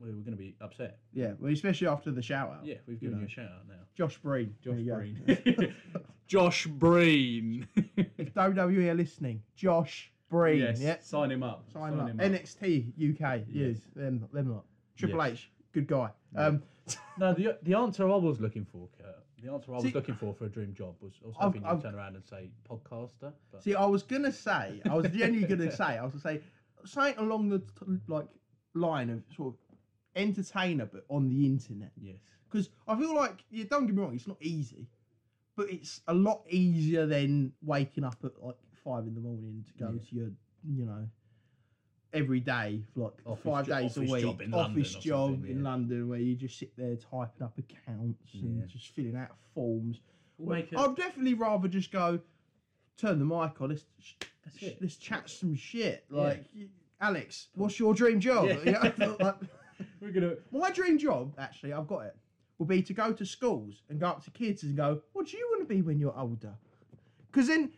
[SPEAKER 1] we're, we're going to be upset.
[SPEAKER 2] Yeah, well, especially after the shout out.
[SPEAKER 1] Yeah, we've
[SPEAKER 2] You
[SPEAKER 1] given you,
[SPEAKER 2] know.
[SPEAKER 1] a shout out now.
[SPEAKER 2] Josh Breen.
[SPEAKER 1] Josh
[SPEAKER 2] Oh, there you go.
[SPEAKER 1] Breen. Josh Breen.
[SPEAKER 2] If WWE are listening, Josh Breen.
[SPEAKER 1] yes.
[SPEAKER 2] Yeah.
[SPEAKER 1] Sign him up.
[SPEAKER 2] Sign him up. NXT UK. Yes. Them, them lot. Triple
[SPEAKER 1] Yes.
[SPEAKER 2] H. Good guy. Um,
[SPEAKER 1] No, the, the answer I was looking for, Kurt, the answer I was
[SPEAKER 2] See-
[SPEAKER 1] looking for for a dream job was I was
[SPEAKER 2] I've-
[SPEAKER 1] hoping
[SPEAKER 2] I've-
[SPEAKER 1] you'd turn around and say podcaster. But
[SPEAKER 2] see, I was gonna say, I was genuinely gonna say, I was gonna say something along the t- like line of sort of entertainer, but on the internet.
[SPEAKER 1] yes.
[SPEAKER 2] Because I feel like, yeah, don't get me wrong, it's not easy, but it's a lot easier than waking up at like five in the morning to go
[SPEAKER 1] Yeah.
[SPEAKER 2] to your, you know, every day for like
[SPEAKER 1] Office
[SPEAKER 2] five
[SPEAKER 1] jo-
[SPEAKER 2] days a
[SPEAKER 1] office
[SPEAKER 2] week,
[SPEAKER 1] job in London
[SPEAKER 2] office
[SPEAKER 1] or
[SPEAKER 2] job
[SPEAKER 1] something,
[SPEAKER 2] in
[SPEAKER 1] yeah.
[SPEAKER 2] London where you just sit there typing up accounts
[SPEAKER 1] Yeah.
[SPEAKER 2] and just filling out forms.
[SPEAKER 1] We'll make it.
[SPEAKER 2] I'd definitely rather just go turn the mic on. Let's sh-
[SPEAKER 1] That's
[SPEAKER 2] sh-
[SPEAKER 1] it.
[SPEAKER 2] let's chat some shit.
[SPEAKER 1] Yeah.
[SPEAKER 2] Like y- Alex, what's your dream job?
[SPEAKER 1] Yeah.
[SPEAKER 2] You know, like,
[SPEAKER 1] We're gonna.
[SPEAKER 2] my dream job, actually, I've got it, will be to go to schools and go up to kids and go, "What do you want to be when you're older?" Because then.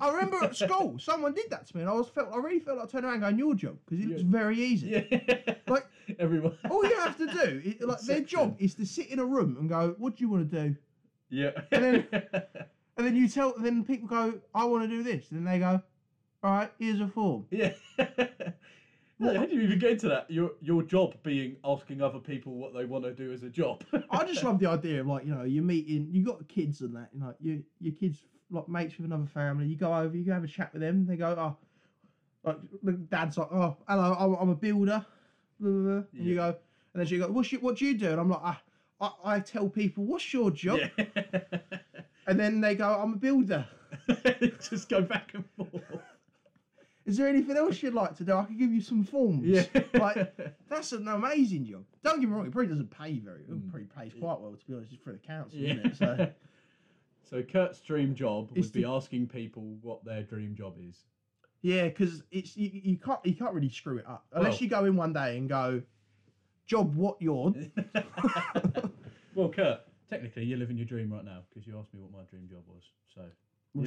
[SPEAKER 2] I remember at school, someone did that to me, and I was felt I really felt like turning around and going, "Your job," because it
[SPEAKER 1] Yeah.
[SPEAKER 2] looks very easy.
[SPEAKER 1] Yeah.
[SPEAKER 2] Like-
[SPEAKER 1] everyone.
[SPEAKER 2] All you have to do, is, like their
[SPEAKER 1] Section.
[SPEAKER 2] job, is to sit in a room and go, "What do you want to do?"
[SPEAKER 1] Yeah.
[SPEAKER 2] And And then you tell, then people go, I want to do this. And then they go, all right, here's a form.
[SPEAKER 1] yeah. No, How do you even get into that? Your your job being asking other people what they want to do as a job.
[SPEAKER 2] I just love the idea of like, you know, you're meeting, you got kids and that, you know, you, your kids, like mates with another family, you go over, you go have a chat with them. They go, oh, like, the dad's like, oh, hello, I'm, I'm a builder. Blah, blah, blah. And you go, and then she goes, What's your, what do you do? And I'm like, ah, I, I tell people, what's your job?
[SPEAKER 1] Yeah.
[SPEAKER 2] And then they go, I'm a builder.
[SPEAKER 1] Just go back and forth.
[SPEAKER 2] Is there anything else you'd like to do? I could give you some forms.
[SPEAKER 1] Yeah.
[SPEAKER 2] Like, That's an amazing job. Don't get me wrong, it probably doesn't pay very well.
[SPEAKER 1] Mm.
[SPEAKER 2] It probably pays quite well, to be honest, it's for the council,
[SPEAKER 1] yeah.
[SPEAKER 2] isn't it? So,
[SPEAKER 1] So Kurt's dream job would
[SPEAKER 2] It's
[SPEAKER 1] be
[SPEAKER 2] eh? the-
[SPEAKER 1] asking people what their dream job is.
[SPEAKER 2] yeah, because it's you, you can't you can't really screw it up unless
[SPEAKER 1] Well-
[SPEAKER 2] you go in one day and go, job what you're.
[SPEAKER 1] well, Kurt, technically you're living your dream right now because you asked me what my dream job was. So
[SPEAKER 2] Well,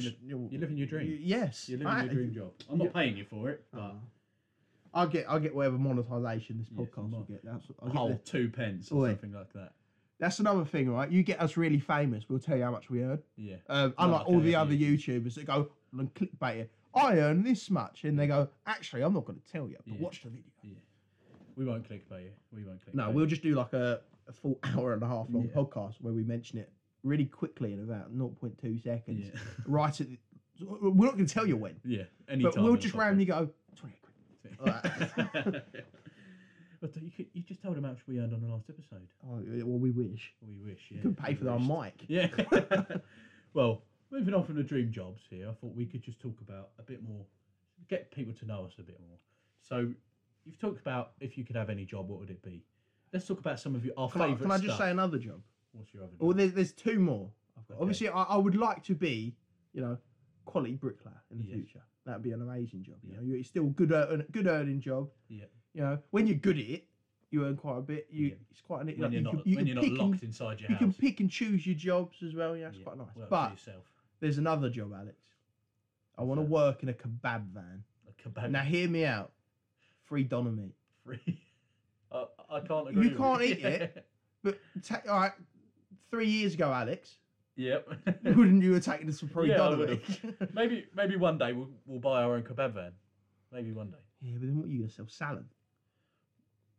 [SPEAKER 1] li-
[SPEAKER 2] sh- you're-
[SPEAKER 1] you're living your dream.
[SPEAKER 2] you- Yes,
[SPEAKER 1] you're living
[SPEAKER 2] I-
[SPEAKER 1] your dream job. I'm not
[SPEAKER 2] yeah.
[SPEAKER 1] paying you for it, but
[SPEAKER 2] Oh. I'll get I'll get whatever monetisation this
[SPEAKER 1] Yeah,
[SPEAKER 2] podcast will
[SPEAKER 1] mon-
[SPEAKER 2] get. That's
[SPEAKER 1] a
[SPEAKER 2] I'll get
[SPEAKER 1] whole
[SPEAKER 2] the-
[SPEAKER 1] two pence or
[SPEAKER 2] Oi.
[SPEAKER 1] something like that.
[SPEAKER 2] that's another thing, right? You get us really famous, we'll tell you how much we earn.
[SPEAKER 1] Yeah.
[SPEAKER 2] Um,
[SPEAKER 1] No,
[SPEAKER 2] unlike
[SPEAKER 1] okay,
[SPEAKER 2] all the
[SPEAKER 1] yeah,
[SPEAKER 2] other
[SPEAKER 1] yeah.
[SPEAKER 2] YouTubers that go and clickbait it, I earn this much, and they go, actually, I'm not going to tell you, but
[SPEAKER 1] Yeah.
[SPEAKER 2] watch the video.
[SPEAKER 1] We won't clickbait you. We won't clickbait.
[SPEAKER 2] No,
[SPEAKER 1] you.
[SPEAKER 2] we'll just do like a, a full hour and a half long
[SPEAKER 1] Yeah.
[SPEAKER 2] podcast where we mention it really quickly in about 0.2 seconds.
[SPEAKER 1] Yeah.
[SPEAKER 2] Right at the, we're not going to tell you when,
[SPEAKER 1] yeah. Any
[SPEAKER 2] but
[SPEAKER 1] time
[SPEAKER 2] we'll
[SPEAKER 1] in the
[SPEAKER 2] just
[SPEAKER 1] podcast.
[SPEAKER 2] randomly go 20 quid. Alright.
[SPEAKER 1] but you, could, you just told him how much we earned on the last episode.
[SPEAKER 2] Oh, yeah, well, we wish.
[SPEAKER 1] We wish. Yeah.
[SPEAKER 2] You can pay
[SPEAKER 1] we
[SPEAKER 2] for our
[SPEAKER 1] wished.
[SPEAKER 2] mic.
[SPEAKER 1] Yeah. well, moving on from the dream jobs here, I thought we could just talk about a bit more, get people to know us a bit more. So, you've talked about if you could have any job, what would it be? Let's talk about some of your our
[SPEAKER 2] Can I,
[SPEAKER 1] favourite
[SPEAKER 2] can I just
[SPEAKER 1] stuff.
[SPEAKER 2] say another job?
[SPEAKER 1] What's your other?
[SPEAKER 2] Well,
[SPEAKER 1] job?
[SPEAKER 2] there's, there's two more. I've got.
[SPEAKER 1] Okay.
[SPEAKER 2] Obviously, I, I would like to be, you know, quality bricklayer in the
[SPEAKER 1] Yes.
[SPEAKER 2] future. That'd be an amazing job. You
[SPEAKER 1] Yeah.
[SPEAKER 2] know, you- it's still good, earn, good earning job.
[SPEAKER 1] Yeah.
[SPEAKER 2] You know, when you're good at it, you earn quite a bit. You,
[SPEAKER 1] Yeah.
[SPEAKER 2] it's quite an.
[SPEAKER 1] when
[SPEAKER 2] like,
[SPEAKER 1] you're
[SPEAKER 2] you
[SPEAKER 1] not
[SPEAKER 2] can- you
[SPEAKER 1] when
[SPEAKER 2] can
[SPEAKER 1] you're not
[SPEAKER 2] pick and-
[SPEAKER 1] locked inside your
[SPEAKER 2] You
[SPEAKER 1] house.
[SPEAKER 2] can pick and choose your jobs as well. Yeah, it's
[SPEAKER 1] Yeah,
[SPEAKER 2] quite nice.
[SPEAKER 1] work for
[SPEAKER 2] But
[SPEAKER 1] yourself.
[SPEAKER 2] there's another job, Alex. I
[SPEAKER 1] What's
[SPEAKER 2] want to
[SPEAKER 1] that?
[SPEAKER 2] work in a kebab van.
[SPEAKER 1] A kebab
[SPEAKER 2] Now, hear me out. Free doner meat.
[SPEAKER 1] free. I, I can't
[SPEAKER 2] You
[SPEAKER 1] agree. with
[SPEAKER 2] can't eat it. But ta- all right, three years ago, Alex,
[SPEAKER 1] Yep.
[SPEAKER 2] wouldn't you have taken us for free
[SPEAKER 1] Yeah, I
[SPEAKER 2] doner meat?
[SPEAKER 1] would've. maybe maybe one day we'll, we'll buy our own kebab van. Maybe one day.
[SPEAKER 2] Yeah, but then what are you gonna sell? Salad.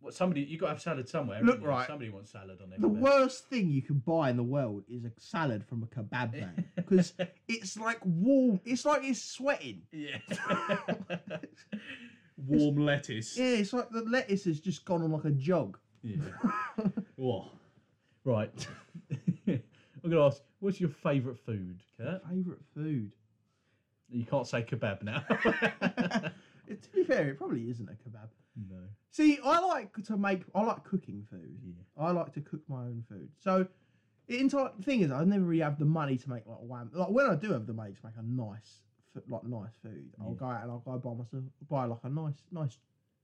[SPEAKER 1] What somebody you got to have salad somewhere.
[SPEAKER 2] Look,
[SPEAKER 1] haven't you?
[SPEAKER 2] right.
[SPEAKER 1] Somebody wants salad on their
[SPEAKER 2] The
[SPEAKER 1] kebab.
[SPEAKER 2] worst thing you can buy in the world is a salad from a kebab van because it's like warm. It's like it's sweating.
[SPEAKER 1] Yeah. Warm lettuce.
[SPEAKER 2] Yeah, it's like the lettuce has just gone on like a jog.
[SPEAKER 1] Yeah. Whoa. Right. I'm gonna ask, what's your favourite food, Kurt?
[SPEAKER 2] Favorite food.
[SPEAKER 1] You can't say kebab now.
[SPEAKER 2] It- to be fair, it probably isn't a kebab.
[SPEAKER 1] no.
[SPEAKER 2] See, I like to make. I like cooking food.
[SPEAKER 1] Yeah.
[SPEAKER 2] I like to cook my own food. So, the entire thing is, I never really have the money to make like one. Like when I do have the money to make a nice, fo- like nice food, I'll
[SPEAKER 1] Yeah.
[SPEAKER 2] go out and I'll go buy myself buy like a nice, nice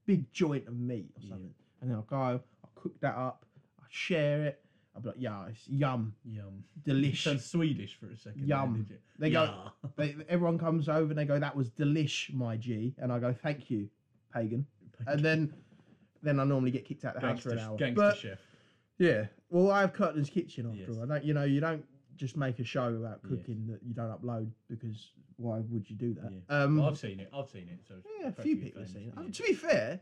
[SPEAKER 2] big joint of meat or
[SPEAKER 1] Yeah.
[SPEAKER 2] something, and then I'll go, I'll cook that up, I share it. I'll be like, yeah, it's yum,
[SPEAKER 1] Yum. You
[SPEAKER 2] delish.
[SPEAKER 1] sound Swedish for a second. there,
[SPEAKER 2] Yum.
[SPEAKER 1] did you?
[SPEAKER 2] They go,
[SPEAKER 1] yeah.
[SPEAKER 2] They, everyone comes over and they go, that was delish, my G, and I go, thank you, pagan, and then. Then I normally get kicked out of the house for
[SPEAKER 1] gangster,
[SPEAKER 2] an hour.
[SPEAKER 1] gangster
[SPEAKER 2] But-
[SPEAKER 1] chef.
[SPEAKER 2] Yeah. Well, I have Curtin's Kitchen after
[SPEAKER 1] Yes.
[SPEAKER 2] all. I don't, you know, you don't just make a show about
[SPEAKER 1] Yes.
[SPEAKER 2] cooking that you don't upload because why would you do that? Um,
[SPEAKER 1] Well, I've seen it. I've seen it. So it's
[SPEAKER 2] yeah, a
[SPEAKER 1] perfectly
[SPEAKER 2] few people have
[SPEAKER 1] famous,
[SPEAKER 2] seen it.
[SPEAKER 1] yeah.
[SPEAKER 2] Um, to be fair,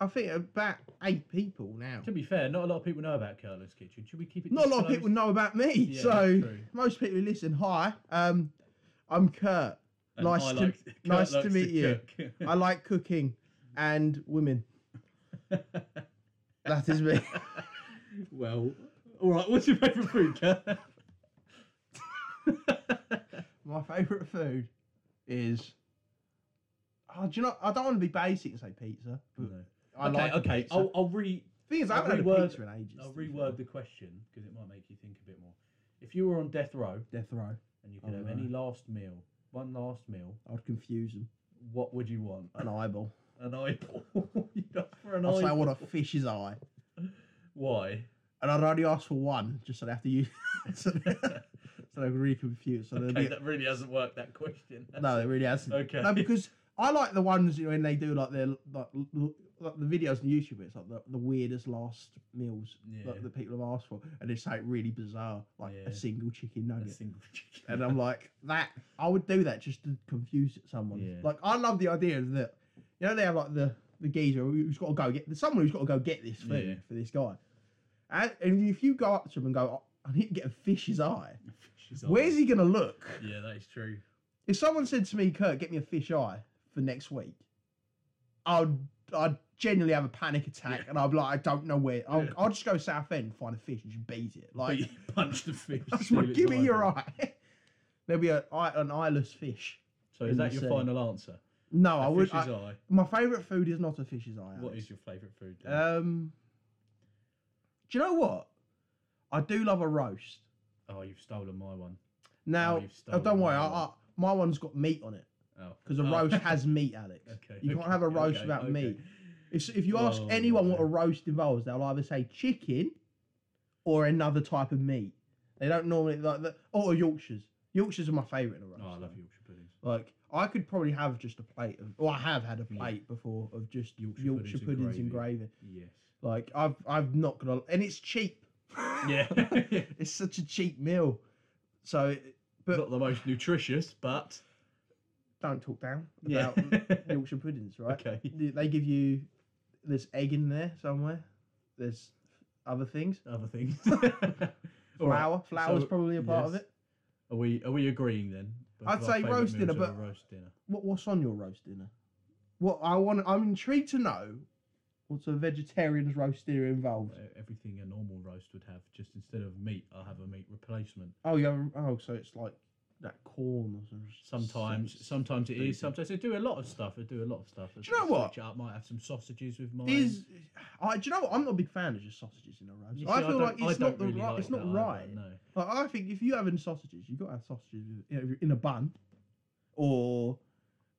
[SPEAKER 2] I think about eight people now.
[SPEAKER 1] To be fair, not a lot of people know about Curler's Kitchen. Should we keep it?
[SPEAKER 2] Not a lot of
[SPEAKER 1] disclosed?
[SPEAKER 2] people know about me,
[SPEAKER 1] Yeah,
[SPEAKER 2] so
[SPEAKER 1] true.
[SPEAKER 2] most people who listen, hi, um, I'm Kurt.
[SPEAKER 1] And
[SPEAKER 2] nice
[SPEAKER 1] I
[SPEAKER 2] to-
[SPEAKER 1] like- Kurt
[SPEAKER 2] nice to
[SPEAKER 1] likes
[SPEAKER 2] meet you.
[SPEAKER 1] cook.
[SPEAKER 2] I like cooking and women. that is me.
[SPEAKER 1] well, all right. What's your favourite food, Kurt?
[SPEAKER 2] My favourite food is oh, do you know? I don't want to be basic and say pizza. But
[SPEAKER 1] No.
[SPEAKER 2] I
[SPEAKER 1] okay,
[SPEAKER 2] like
[SPEAKER 1] okay. Oh,
[SPEAKER 2] Pizza.
[SPEAKER 1] I'll, I'll re
[SPEAKER 2] Thing is, I
[SPEAKER 1] I'll
[SPEAKER 2] haven't had a
[SPEAKER 1] reword-
[SPEAKER 2] pizza in ages.
[SPEAKER 1] I'll
[SPEAKER 2] to be
[SPEAKER 1] reword
[SPEAKER 2] fair.
[SPEAKER 1] the question because it might make you think a bit more. If you were on death row
[SPEAKER 2] death row.
[SPEAKER 1] and you could have
[SPEAKER 2] Oh, no.
[SPEAKER 1] any last meal, one last meal,
[SPEAKER 2] I'd confuse them.
[SPEAKER 1] what would you want?
[SPEAKER 2] An eyeball.
[SPEAKER 1] An eyeball. You'd ask for an
[SPEAKER 2] I'd say I
[SPEAKER 1] eyeball.
[SPEAKER 2] want a fish's eye,
[SPEAKER 1] Why?
[SPEAKER 2] and I'd only ask for one, just so they have to use. so they so they really confused. So they'd
[SPEAKER 1] Okay,
[SPEAKER 2] be,
[SPEAKER 1] that really hasn't worked. That question.
[SPEAKER 2] no, it really hasn't.
[SPEAKER 1] Okay.
[SPEAKER 2] No, because I like the ones you know, when they do like their like, l- l- like the videos on YouTube. It's like the, the weirdest last meals
[SPEAKER 1] Yeah.
[SPEAKER 2] that, that people have asked for, and it's like really bizarre, like
[SPEAKER 1] Yeah.
[SPEAKER 2] a single chicken
[SPEAKER 1] A
[SPEAKER 2] nugget.
[SPEAKER 1] single chicken.
[SPEAKER 2] and um, I'm like that. I would do that just to confuse someone.
[SPEAKER 1] Yeah.
[SPEAKER 2] Like I love the idea of that. You know they have like the the geezer who's got to go get there's someone who's got to go get this food
[SPEAKER 1] Yeah.
[SPEAKER 2] for this guy, and, and if you go up to him and go, "Oh, I need to get a fish's eye.
[SPEAKER 1] She's
[SPEAKER 2] Where's
[SPEAKER 1] on.
[SPEAKER 2] he gonna look?
[SPEAKER 1] Yeah, that is true.
[SPEAKER 2] If someone said to me, Kurt, get me a fish eye for next week, I'd I'd genuinely have a panic attack and I'd be like, I don't know where. I'll,
[SPEAKER 1] Yeah.
[SPEAKER 2] I'll just go south end, find a fish, and just beat it.
[SPEAKER 1] But
[SPEAKER 2] Like,
[SPEAKER 1] you punch the fish.
[SPEAKER 2] that's
[SPEAKER 1] steal
[SPEAKER 2] my-
[SPEAKER 1] its
[SPEAKER 2] give me your
[SPEAKER 1] eyeball.
[SPEAKER 2] eye. There'll be a, eye- an eyeless fish.
[SPEAKER 1] So is
[SPEAKER 2] in
[SPEAKER 1] that
[SPEAKER 2] the
[SPEAKER 1] your
[SPEAKER 2] sea.
[SPEAKER 1] final answer?
[SPEAKER 2] No, Oh, I
[SPEAKER 1] A
[SPEAKER 2] would.
[SPEAKER 1] fish's
[SPEAKER 2] I-
[SPEAKER 1] eye.
[SPEAKER 2] my favourite food is not a fish's eye.
[SPEAKER 1] What
[SPEAKER 2] Alex.
[SPEAKER 1] is your favourite food? then?
[SPEAKER 2] Um, do you know what? I do love a roast.
[SPEAKER 1] oh, you've stolen my one.
[SPEAKER 2] Now,
[SPEAKER 1] you've
[SPEAKER 2] oh,
[SPEAKER 1] stolen
[SPEAKER 2] don't worry, I,
[SPEAKER 1] my
[SPEAKER 2] I, my one's got meat on it
[SPEAKER 1] Oh,
[SPEAKER 2] because a
[SPEAKER 1] Oh.
[SPEAKER 2] roast has meat, Alex.
[SPEAKER 1] Okay.
[SPEAKER 2] You
[SPEAKER 1] okay,
[SPEAKER 2] can't have a roast
[SPEAKER 1] okay,
[SPEAKER 2] without
[SPEAKER 1] okay. Oh,
[SPEAKER 2] meat. If, if you ask
[SPEAKER 1] Whoa,
[SPEAKER 2] anyone what a
[SPEAKER 1] no.
[SPEAKER 2] roast involves, they'll either say chicken or another type of meat. They don't normally like the or Yorkshires. Yorkshires are my favourite in a roast.
[SPEAKER 1] Oh, I love
[SPEAKER 2] though.
[SPEAKER 1] Yorkshire puddings.
[SPEAKER 2] Like I could probably have just a plate of, or I have had a
[SPEAKER 1] Yeah.
[SPEAKER 2] plate before of just Yorkshire,
[SPEAKER 1] Yorkshire
[SPEAKER 2] puddings, and gravy.
[SPEAKER 1] Yes.
[SPEAKER 2] Like I've I've not gonna, and it's cheap.
[SPEAKER 1] Yeah.
[SPEAKER 2] it's such a cheap meal. So But-
[SPEAKER 1] Not the most nutritious, but
[SPEAKER 2] don't talk down
[SPEAKER 1] yeah.
[SPEAKER 2] about Yorkshire puddings, right?
[SPEAKER 1] okay.
[SPEAKER 2] They they give you there's egg in there somewhere. There's other things.
[SPEAKER 1] Other things. All right.
[SPEAKER 2] Flour, flour's
[SPEAKER 1] so-
[SPEAKER 2] probably a part of
[SPEAKER 1] yes.
[SPEAKER 2] it.
[SPEAKER 1] Are we are we agreeing then? Both
[SPEAKER 2] I'd
[SPEAKER 1] of our
[SPEAKER 2] say
[SPEAKER 1] favourite
[SPEAKER 2] roast dinner,
[SPEAKER 1] meals are a
[SPEAKER 2] but-
[SPEAKER 1] roast dinner.
[SPEAKER 2] What what's on your roast dinner? What I want, I'm intrigued to know. What's a vegetarian's roast dinner involved?
[SPEAKER 1] E- Everything a normal roast would have, just instead of meat, I'll have a meat replacement.
[SPEAKER 2] Oh, yeah. Oh, so it's like that corn or something.
[SPEAKER 1] Sometimes, sometimes it is. Sometimes they do a lot of stuff. They do a lot of stuff.
[SPEAKER 2] Do you know what?
[SPEAKER 1] Switch it up. Might have some sausages with mine.
[SPEAKER 2] Is I do you know what? I'm not a big fan of just sausages in a roast.
[SPEAKER 1] You see,
[SPEAKER 2] I feel
[SPEAKER 1] don't-
[SPEAKER 2] like
[SPEAKER 1] I
[SPEAKER 2] it's not
[SPEAKER 1] don't
[SPEAKER 2] the
[SPEAKER 1] really
[SPEAKER 2] right.
[SPEAKER 1] like
[SPEAKER 2] it's not
[SPEAKER 1] that either,
[SPEAKER 2] right.
[SPEAKER 1] No.
[SPEAKER 2] Like, I think if you having sausages, you have got to have sausages in a- in a bun, or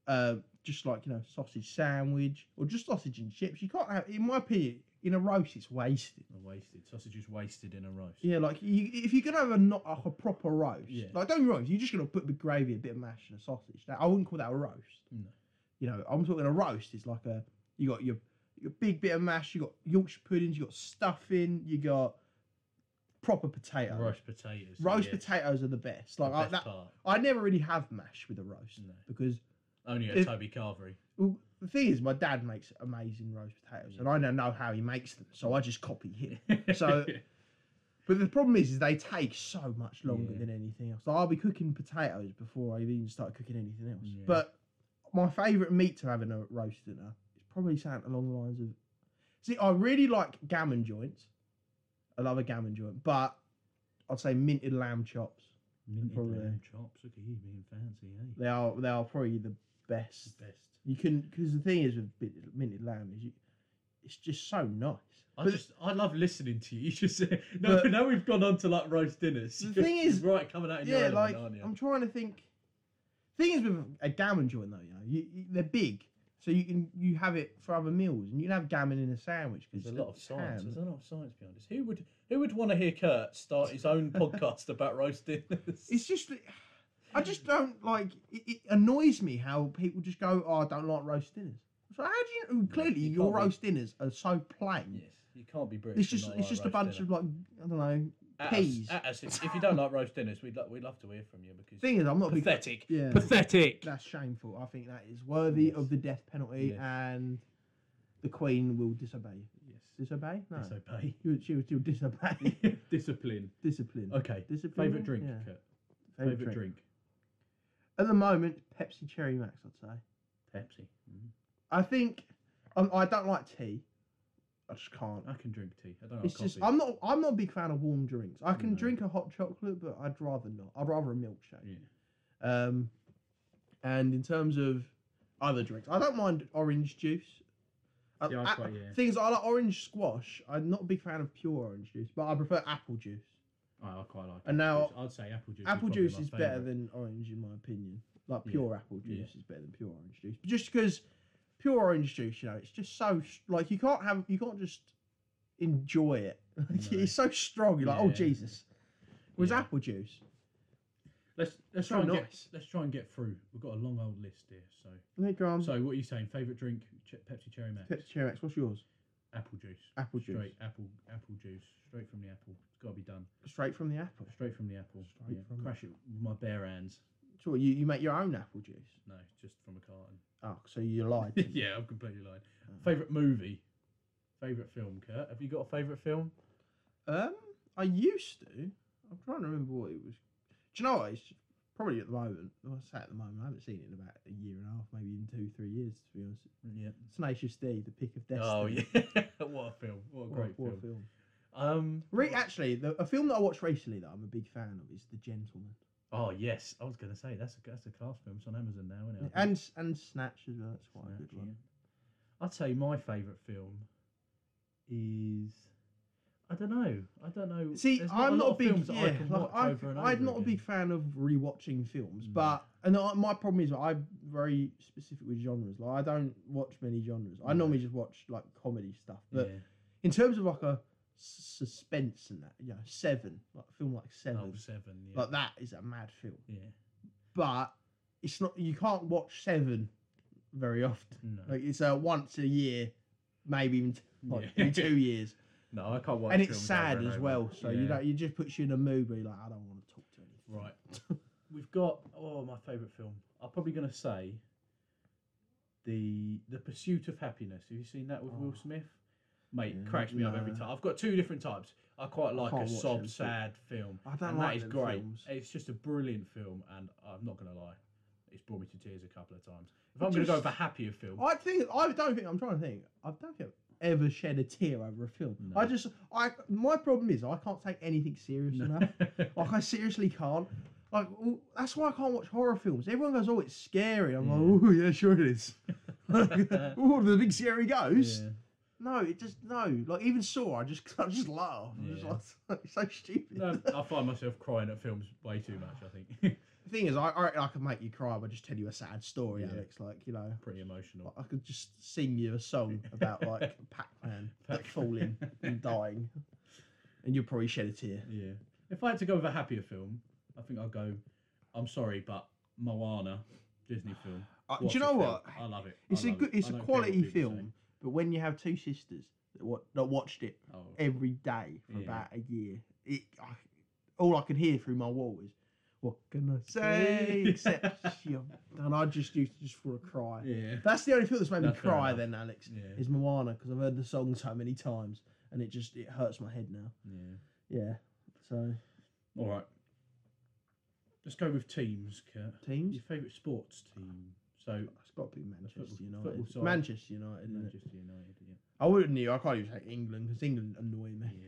[SPEAKER 2] uh, just like you know sausage sandwich, or just sausage and chips. You can't have, in my opinion, in a roast it's wasted.
[SPEAKER 1] A wasted sausage is wasted in a roast.
[SPEAKER 2] Yeah, like you, if you're gonna have a not like a proper roast,
[SPEAKER 1] Yeah.
[SPEAKER 2] like don't get me wrong, if you're just gonna put a bit gravy, a bit of mash, and a sausage. That I wouldn't call that a roast.
[SPEAKER 1] No.
[SPEAKER 2] You know, I'm talking a roast is like a you got your your big bit of mash, you got Yorkshire puddings, you got stuffing, you got proper potato.
[SPEAKER 1] Roast potatoes.
[SPEAKER 2] Roast
[SPEAKER 1] yeah,
[SPEAKER 2] potatoes are the best. Like
[SPEAKER 1] the
[SPEAKER 2] I,
[SPEAKER 1] best
[SPEAKER 2] that,
[SPEAKER 1] part.
[SPEAKER 2] I never really have mash with a roast
[SPEAKER 1] No.
[SPEAKER 2] because
[SPEAKER 1] Only at
[SPEAKER 2] if-
[SPEAKER 1] Toby Carvery.
[SPEAKER 2] well, the thing is, my dad makes amazing roast potatoes,
[SPEAKER 1] Yeah.
[SPEAKER 2] and I don't know how he makes them, so I just copy him. So- But the problem is, is they take so much longer
[SPEAKER 1] Yeah.
[SPEAKER 2] than anything else. Like, I'll be cooking potatoes before I even start cooking anything else.
[SPEAKER 1] Yeah.
[SPEAKER 2] But my favourite meat to have in a roast dinner is probably something along the lines of. See, I really like gammon joints. I love a gammon joint, but I'd say minted lamb chops.
[SPEAKER 1] Minted
[SPEAKER 2] Probably.
[SPEAKER 1] lamb chops. Look at you being fancy, eh?
[SPEAKER 2] They are they are probably the best.
[SPEAKER 1] It's the best.
[SPEAKER 2] You can because the thing is with bit- minted lamb is you, it's just so nice.
[SPEAKER 1] I
[SPEAKER 2] But
[SPEAKER 1] just, I love listening to you. You just say, no,
[SPEAKER 2] But-
[SPEAKER 1] now we've gone on to like roast dinners.
[SPEAKER 2] The thing
[SPEAKER 1] You're
[SPEAKER 2] is-
[SPEAKER 1] right, coming out in your
[SPEAKER 2] yeah,
[SPEAKER 1] element,
[SPEAKER 2] like
[SPEAKER 1] aren't you?
[SPEAKER 2] I'm trying to think. Thing is with a gammon joint though, you know, you, you- they're big, so you can you have it for other meals, and you can have gammon in a sandwich because
[SPEAKER 1] There's a lot of science. There's a lot of science behind this. Who would, who would want to hear Kurt start his own podcast about roast dinners?
[SPEAKER 2] It's just, that- I just don't like. It, it annoys me how people just go, "Oh, I don't like roast dinners." So how do you? Clearly,
[SPEAKER 1] you
[SPEAKER 2] your
[SPEAKER 1] can't be-
[SPEAKER 2] roast dinners are so plain.
[SPEAKER 1] yes, you can't be British.
[SPEAKER 2] It's just it's just a bunch of like I don't know. peas.
[SPEAKER 1] if, if you don't like roast dinners, we'd lo- we'd love to hear from you because
[SPEAKER 2] Thing is, I'm not a big
[SPEAKER 1] pathetic,
[SPEAKER 2] Yeah.
[SPEAKER 1] pathetic.
[SPEAKER 2] That's shameful. I think that is worthy
[SPEAKER 1] Yes.
[SPEAKER 2] of the death penalty,
[SPEAKER 1] Yes.
[SPEAKER 2] and the Queen will disobey. you.
[SPEAKER 1] Yes,
[SPEAKER 2] Disobey? No.
[SPEAKER 1] disobey.
[SPEAKER 2] She would- she would still disobey.
[SPEAKER 1] Discipline.
[SPEAKER 2] Discipline.
[SPEAKER 1] Okay.
[SPEAKER 2] Discipline.
[SPEAKER 1] Favorite drink,
[SPEAKER 2] Mm-hmm. Yeah.
[SPEAKER 1] Kurt.
[SPEAKER 2] Favourite
[SPEAKER 1] Favorite
[SPEAKER 2] drink.
[SPEAKER 1] drink.
[SPEAKER 2] At the moment, Pepsi Cherry Max, I'd say.
[SPEAKER 1] Pepsi. Mm-hmm.
[SPEAKER 2] I think um, I don't like tea. I just can't.
[SPEAKER 1] I can drink tea. I don't like
[SPEAKER 2] It's
[SPEAKER 1] Ah, coffee.
[SPEAKER 2] just I'm not I'm not a big fan of warm drinks. I can
[SPEAKER 1] No.
[SPEAKER 2] drink a hot chocolate, but I'd rather not. I'd rather a milkshake.
[SPEAKER 1] Yeah.
[SPEAKER 2] Um, and in terms of other drinks. I don't mind orange juice. Uh,
[SPEAKER 3] Yeah, I
[SPEAKER 2] a-
[SPEAKER 3] quite- yeah.
[SPEAKER 2] Things I like orange squash. I'm not a big fan of pure orange juice, but I prefer apple juice.
[SPEAKER 3] I, I quite like.
[SPEAKER 2] And now-
[SPEAKER 3] apple juice. I'd say apple juice.
[SPEAKER 2] apple
[SPEAKER 3] probably
[SPEAKER 2] juice
[SPEAKER 3] my
[SPEAKER 2] is better
[SPEAKER 3] favourite.
[SPEAKER 2] than orange, in my opinion. Like
[SPEAKER 1] Yeah.
[SPEAKER 2] pure apple
[SPEAKER 1] Yeah.
[SPEAKER 2] juice is better than pure orange juice, but just because pure orange juice, you know, it's just so s- like you can't have you can't just enjoy it. Like,
[SPEAKER 3] No.
[SPEAKER 2] It's so strong. You're like, oh
[SPEAKER 1] Yeah.
[SPEAKER 2] Jesus. Whereas
[SPEAKER 1] Yeah.
[SPEAKER 2] apple juice,
[SPEAKER 1] Let's let's
[SPEAKER 2] So
[SPEAKER 1] try and
[SPEAKER 2] nice.
[SPEAKER 1] get let's try and get through. We've got a long old list here. So
[SPEAKER 2] there you go. um,
[SPEAKER 1] so what are you saying? Favorite drink? Ch- Pepsi Cherry Max.
[SPEAKER 2] Pepsi Cherry X, what's yours?
[SPEAKER 1] Apple juice.
[SPEAKER 2] Apple juice.
[SPEAKER 1] Straight apple apple juice. Straight from the apple. It's got to be done.
[SPEAKER 2] Straight from the apple.
[SPEAKER 1] Straight from the apple.
[SPEAKER 2] Straight from the
[SPEAKER 1] Crash it with my bare hands.
[SPEAKER 2] Sure, you, you make your own apple juice.
[SPEAKER 1] No, just from a carton.
[SPEAKER 2] Oh, so you lied. didn't you?
[SPEAKER 1] yeah, I'm completely lying.
[SPEAKER 2] Oh.
[SPEAKER 1] Favorite movie? Favorite film, Kurt? Have you got a favorite film?
[SPEAKER 2] Um, I used to. I'm trying to remember what it was. Do you know what? It's probably at the moment. Well, I say at the moment. I haven't seen it in about a year and a half, maybe even two, three years. To be honest,
[SPEAKER 1] Yeah.
[SPEAKER 2] Tenacious D, The Pick of Destiny.
[SPEAKER 1] Oh yeah. what a film. What a
[SPEAKER 2] What a-
[SPEAKER 1] great
[SPEAKER 2] what a
[SPEAKER 1] film. Um.
[SPEAKER 2] Re- actually, the, a film that I watched recently that I'm a big fan of is The Gentleman
[SPEAKER 1] Oh yes, I was gonna say that's a that's a class film. It's on Amazon now, isn't it? I think.
[SPEAKER 2] and and Snatch as well. That's quite a good
[SPEAKER 1] Snatch,
[SPEAKER 2] one.
[SPEAKER 1] yeah. I'd say my favourite film is I don't know. I don't know.
[SPEAKER 2] See,
[SPEAKER 1] There's lot
[SPEAKER 2] I'm not a
[SPEAKER 1] of
[SPEAKER 2] big
[SPEAKER 1] films that I
[SPEAKER 2] yeah,
[SPEAKER 1] can
[SPEAKER 2] like,
[SPEAKER 1] watch
[SPEAKER 2] I-
[SPEAKER 1] over and over
[SPEAKER 2] I'm not a
[SPEAKER 1] again. Mm.
[SPEAKER 2] big fan of rewatching films,
[SPEAKER 1] No.
[SPEAKER 2] but and I, my problem is I'm very specific with genres. Like I don't watch many genres. I
[SPEAKER 1] No.
[SPEAKER 2] normally just watch like comedy stuff. But
[SPEAKER 1] Yeah.
[SPEAKER 2] in terms of like a s- suspense and that, you know, Seven, like a film like Seven,
[SPEAKER 1] Oh, seven. Yeah.
[SPEAKER 2] like that is a mad film.
[SPEAKER 1] yeah.
[SPEAKER 2] But it's not you can't watch Seven very often.
[SPEAKER 1] No.
[SPEAKER 2] Like it's a once a year, maybe even t- like
[SPEAKER 1] Yeah.
[SPEAKER 2] every two years
[SPEAKER 1] no, I can't watch.
[SPEAKER 2] and it's
[SPEAKER 1] films
[SPEAKER 2] sad
[SPEAKER 1] over and
[SPEAKER 2] as
[SPEAKER 1] over.
[SPEAKER 2] well. So you
[SPEAKER 1] Yeah.
[SPEAKER 2] know, you just puts you in a mood where you're like, I don't want to talk to anything.
[SPEAKER 1] Right. We've got oh my favourite film. I'm probably gonna say the The Pursuit of Happiness. Have you seen that with Will
[SPEAKER 2] Oh.
[SPEAKER 1] Smith? Mate,
[SPEAKER 2] Yeah,
[SPEAKER 1] cracks me up every
[SPEAKER 2] no.
[SPEAKER 1] time. I've got two different types. I quite like
[SPEAKER 2] can't
[SPEAKER 1] a
[SPEAKER 2] watch them,
[SPEAKER 1] sob
[SPEAKER 2] too.
[SPEAKER 1] sad film.
[SPEAKER 2] I don't
[SPEAKER 1] and
[SPEAKER 2] like
[SPEAKER 1] that is
[SPEAKER 2] them
[SPEAKER 1] great.
[SPEAKER 2] films.
[SPEAKER 1] It's just a brilliant film and I'm not gonna lie, it's brought me to tears a couple of times. If I'm gonna go
[SPEAKER 2] Just-
[SPEAKER 1] for happier film,
[SPEAKER 2] I think I don't think I'm trying to think. I don't think I've ever shed a tear over a film.
[SPEAKER 1] No.
[SPEAKER 2] I just I my problem is I can't take anything serious
[SPEAKER 1] No.
[SPEAKER 2] enough. Like eh? I seriously can't. Like well, that's why I can't watch horror films. Everyone goes, "Oh, it's scary." I'm like, "Oh, yeah, sure it is." oh, the big scary ghost.
[SPEAKER 1] Yeah.
[SPEAKER 2] No, it just no. Like even Saw, I just I just laugh. I'm
[SPEAKER 1] Yeah.
[SPEAKER 2] just like, it's so stupid.
[SPEAKER 1] No, I find myself crying at films way too much, I think.
[SPEAKER 2] The thing is, I I, reckon I could make you cry by just telling you a sad story,
[SPEAKER 1] Yeah.
[SPEAKER 2] Alex. Like you know,
[SPEAKER 1] Pretty emotional.
[SPEAKER 2] like, I could just sing you a song about like Pac-Man
[SPEAKER 1] Pac-
[SPEAKER 2] falling and dying, and you'll probably shed a tear.
[SPEAKER 1] Yeah. If I had to go with a happier film, I think I'll go. I'm sorry, but Moana, Disney film.
[SPEAKER 2] Uh, do
[SPEAKER 1] What
[SPEAKER 2] you
[SPEAKER 1] a
[SPEAKER 2] know
[SPEAKER 1] film.
[SPEAKER 2] what?
[SPEAKER 1] I love it. I
[SPEAKER 2] It's a
[SPEAKER 1] love
[SPEAKER 2] good,
[SPEAKER 1] it.
[SPEAKER 2] it's
[SPEAKER 1] I
[SPEAKER 2] a
[SPEAKER 1] don't care what
[SPEAKER 2] quality
[SPEAKER 1] people
[SPEAKER 2] film, but when you have two sisters that, wa- that watched it
[SPEAKER 1] say. Oh,
[SPEAKER 2] every day for
[SPEAKER 1] Yeah.
[SPEAKER 2] about a year, it I, all I could hear through my wall was, "What can I say?"
[SPEAKER 1] Say.
[SPEAKER 2] Except, you and I just used to just want to cry.
[SPEAKER 1] yeah.
[SPEAKER 2] That's the only film that's made
[SPEAKER 1] No,
[SPEAKER 2] me
[SPEAKER 1] fair
[SPEAKER 2] cry.
[SPEAKER 1] enough.
[SPEAKER 2] Then Alex
[SPEAKER 1] Yeah.
[SPEAKER 2] is Moana because I've heard the song so many times and it just it hurts my head now.
[SPEAKER 1] Yeah.
[SPEAKER 2] Yeah. So
[SPEAKER 1] All right. Let's go with teams, Kurt.
[SPEAKER 2] teams,
[SPEAKER 1] Your favourite sports team? So
[SPEAKER 2] it's got to be Manchester
[SPEAKER 1] football-
[SPEAKER 2] United.
[SPEAKER 1] football side.
[SPEAKER 2] Manchester United. Isn't it?
[SPEAKER 1] Manchester United. Yeah.
[SPEAKER 2] I wouldn't. You. I can't even say England because England annoy me.
[SPEAKER 1] yeah.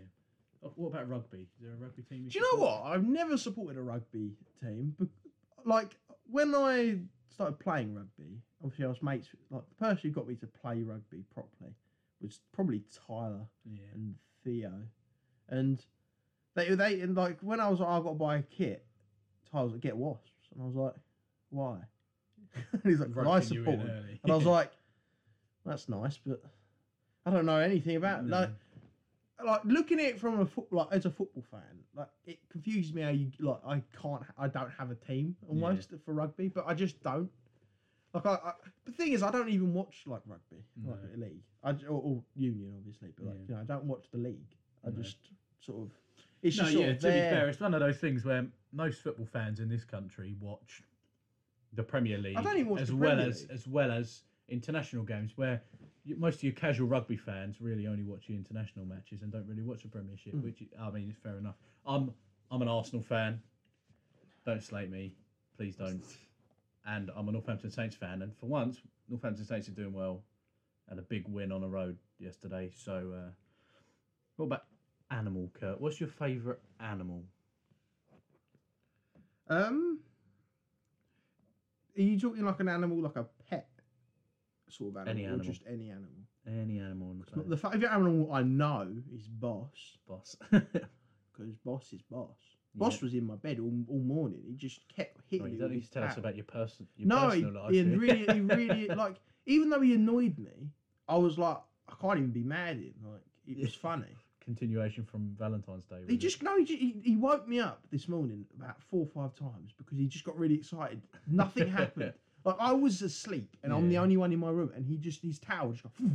[SPEAKER 1] Oh, what about rugby? Is there a rugby team?
[SPEAKER 2] Do you know
[SPEAKER 1] support?
[SPEAKER 2] what? I've never supported a rugby team, but like when I started playing rugby, obviously I was mates. with- Like the person who got me to play rugby properly was probably Tyler.
[SPEAKER 1] Yeah.
[SPEAKER 2] and Theo, and they they and like when I was like, I got to buy a kit, Tyler was like, get wasps, and I was like, why? and he's like, "Well, I
[SPEAKER 1] Roping you in eh?"
[SPEAKER 2] support, 'em."
[SPEAKER 1] early.
[SPEAKER 2] and I was like, that's nice, but I don't know anything about it.
[SPEAKER 1] No.
[SPEAKER 2] like like looking at it from a foot like as a football fan, like it confuses me how you like I can't I don't have a team almost for rugby, but I just don't. Like I, I the thing is I don't even watch like rugby, like
[SPEAKER 1] No.
[SPEAKER 2] the league, I j or, or union obviously, but like
[SPEAKER 1] Yeah.
[SPEAKER 2] you know I don't watch the league. I
[SPEAKER 1] No.
[SPEAKER 2] just sort of it's
[SPEAKER 1] No,
[SPEAKER 2] just sort
[SPEAKER 1] yeah.
[SPEAKER 2] of
[SPEAKER 1] To be
[SPEAKER 2] there.
[SPEAKER 1] fair, it's one of those things where most football fans in this country watch the Premier League
[SPEAKER 2] I don't even watch
[SPEAKER 1] as
[SPEAKER 2] the
[SPEAKER 1] well
[SPEAKER 2] Premier
[SPEAKER 1] as
[SPEAKER 2] League.
[SPEAKER 1] as well as international games, where you, most of your casual rugby fans really only watch the international matches and don't really watch the Premiership.
[SPEAKER 2] Mm.
[SPEAKER 1] Which I mean is fair enough. I'm I'm an Arsenal fan. Don't slate me, please don't. And I'm a Northampton Saints fan, and for once, Northampton Saints are doing well. Had a big win on the road yesterday. So, uh, what about animal, Kurt? What's your favourite animal?
[SPEAKER 2] Um, are you talking like an animal, like a pet sort of
[SPEAKER 1] Any
[SPEAKER 2] animal, or
[SPEAKER 1] animal.
[SPEAKER 2] just any animal.
[SPEAKER 1] Any animal on the planet.
[SPEAKER 2] The favorite animal I know is boss
[SPEAKER 1] boss.
[SPEAKER 2] because boss is boss. Boss was in my bed all, all morning. He just kept hitting
[SPEAKER 1] Right,
[SPEAKER 2] me
[SPEAKER 1] you don't
[SPEAKER 2] with
[SPEAKER 1] need
[SPEAKER 2] his
[SPEAKER 1] to tell us
[SPEAKER 2] towel.
[SPEAKER 1] about your, person, your
[SPEAKER 2] Ah. no, he,
[SPEAKER 1] personal life.
[SPEAKER 2] he
[SPEAKER 1] do you?
[SPEAKER 2] really, he really like. Even though he annoyed me, I was like, I can't even be mad at him. Like it
[SPEAKER 1] Yeah.
[SPEAKER 2] was funny.
[SPEAKER 1] Continuation from Valentine's Day. was
[SPEAKER 2] He
[SPEAKER 1] it?
[SPEAKER 2] just no, he, ju- he, he woke me up this morning about four or five times because he just got really excited. Nothing happened. Like I was asleep and I'm the
[SPEAKER 1] Yeah.
[SPEAKER 2] only one in my room, and he just his towel just got,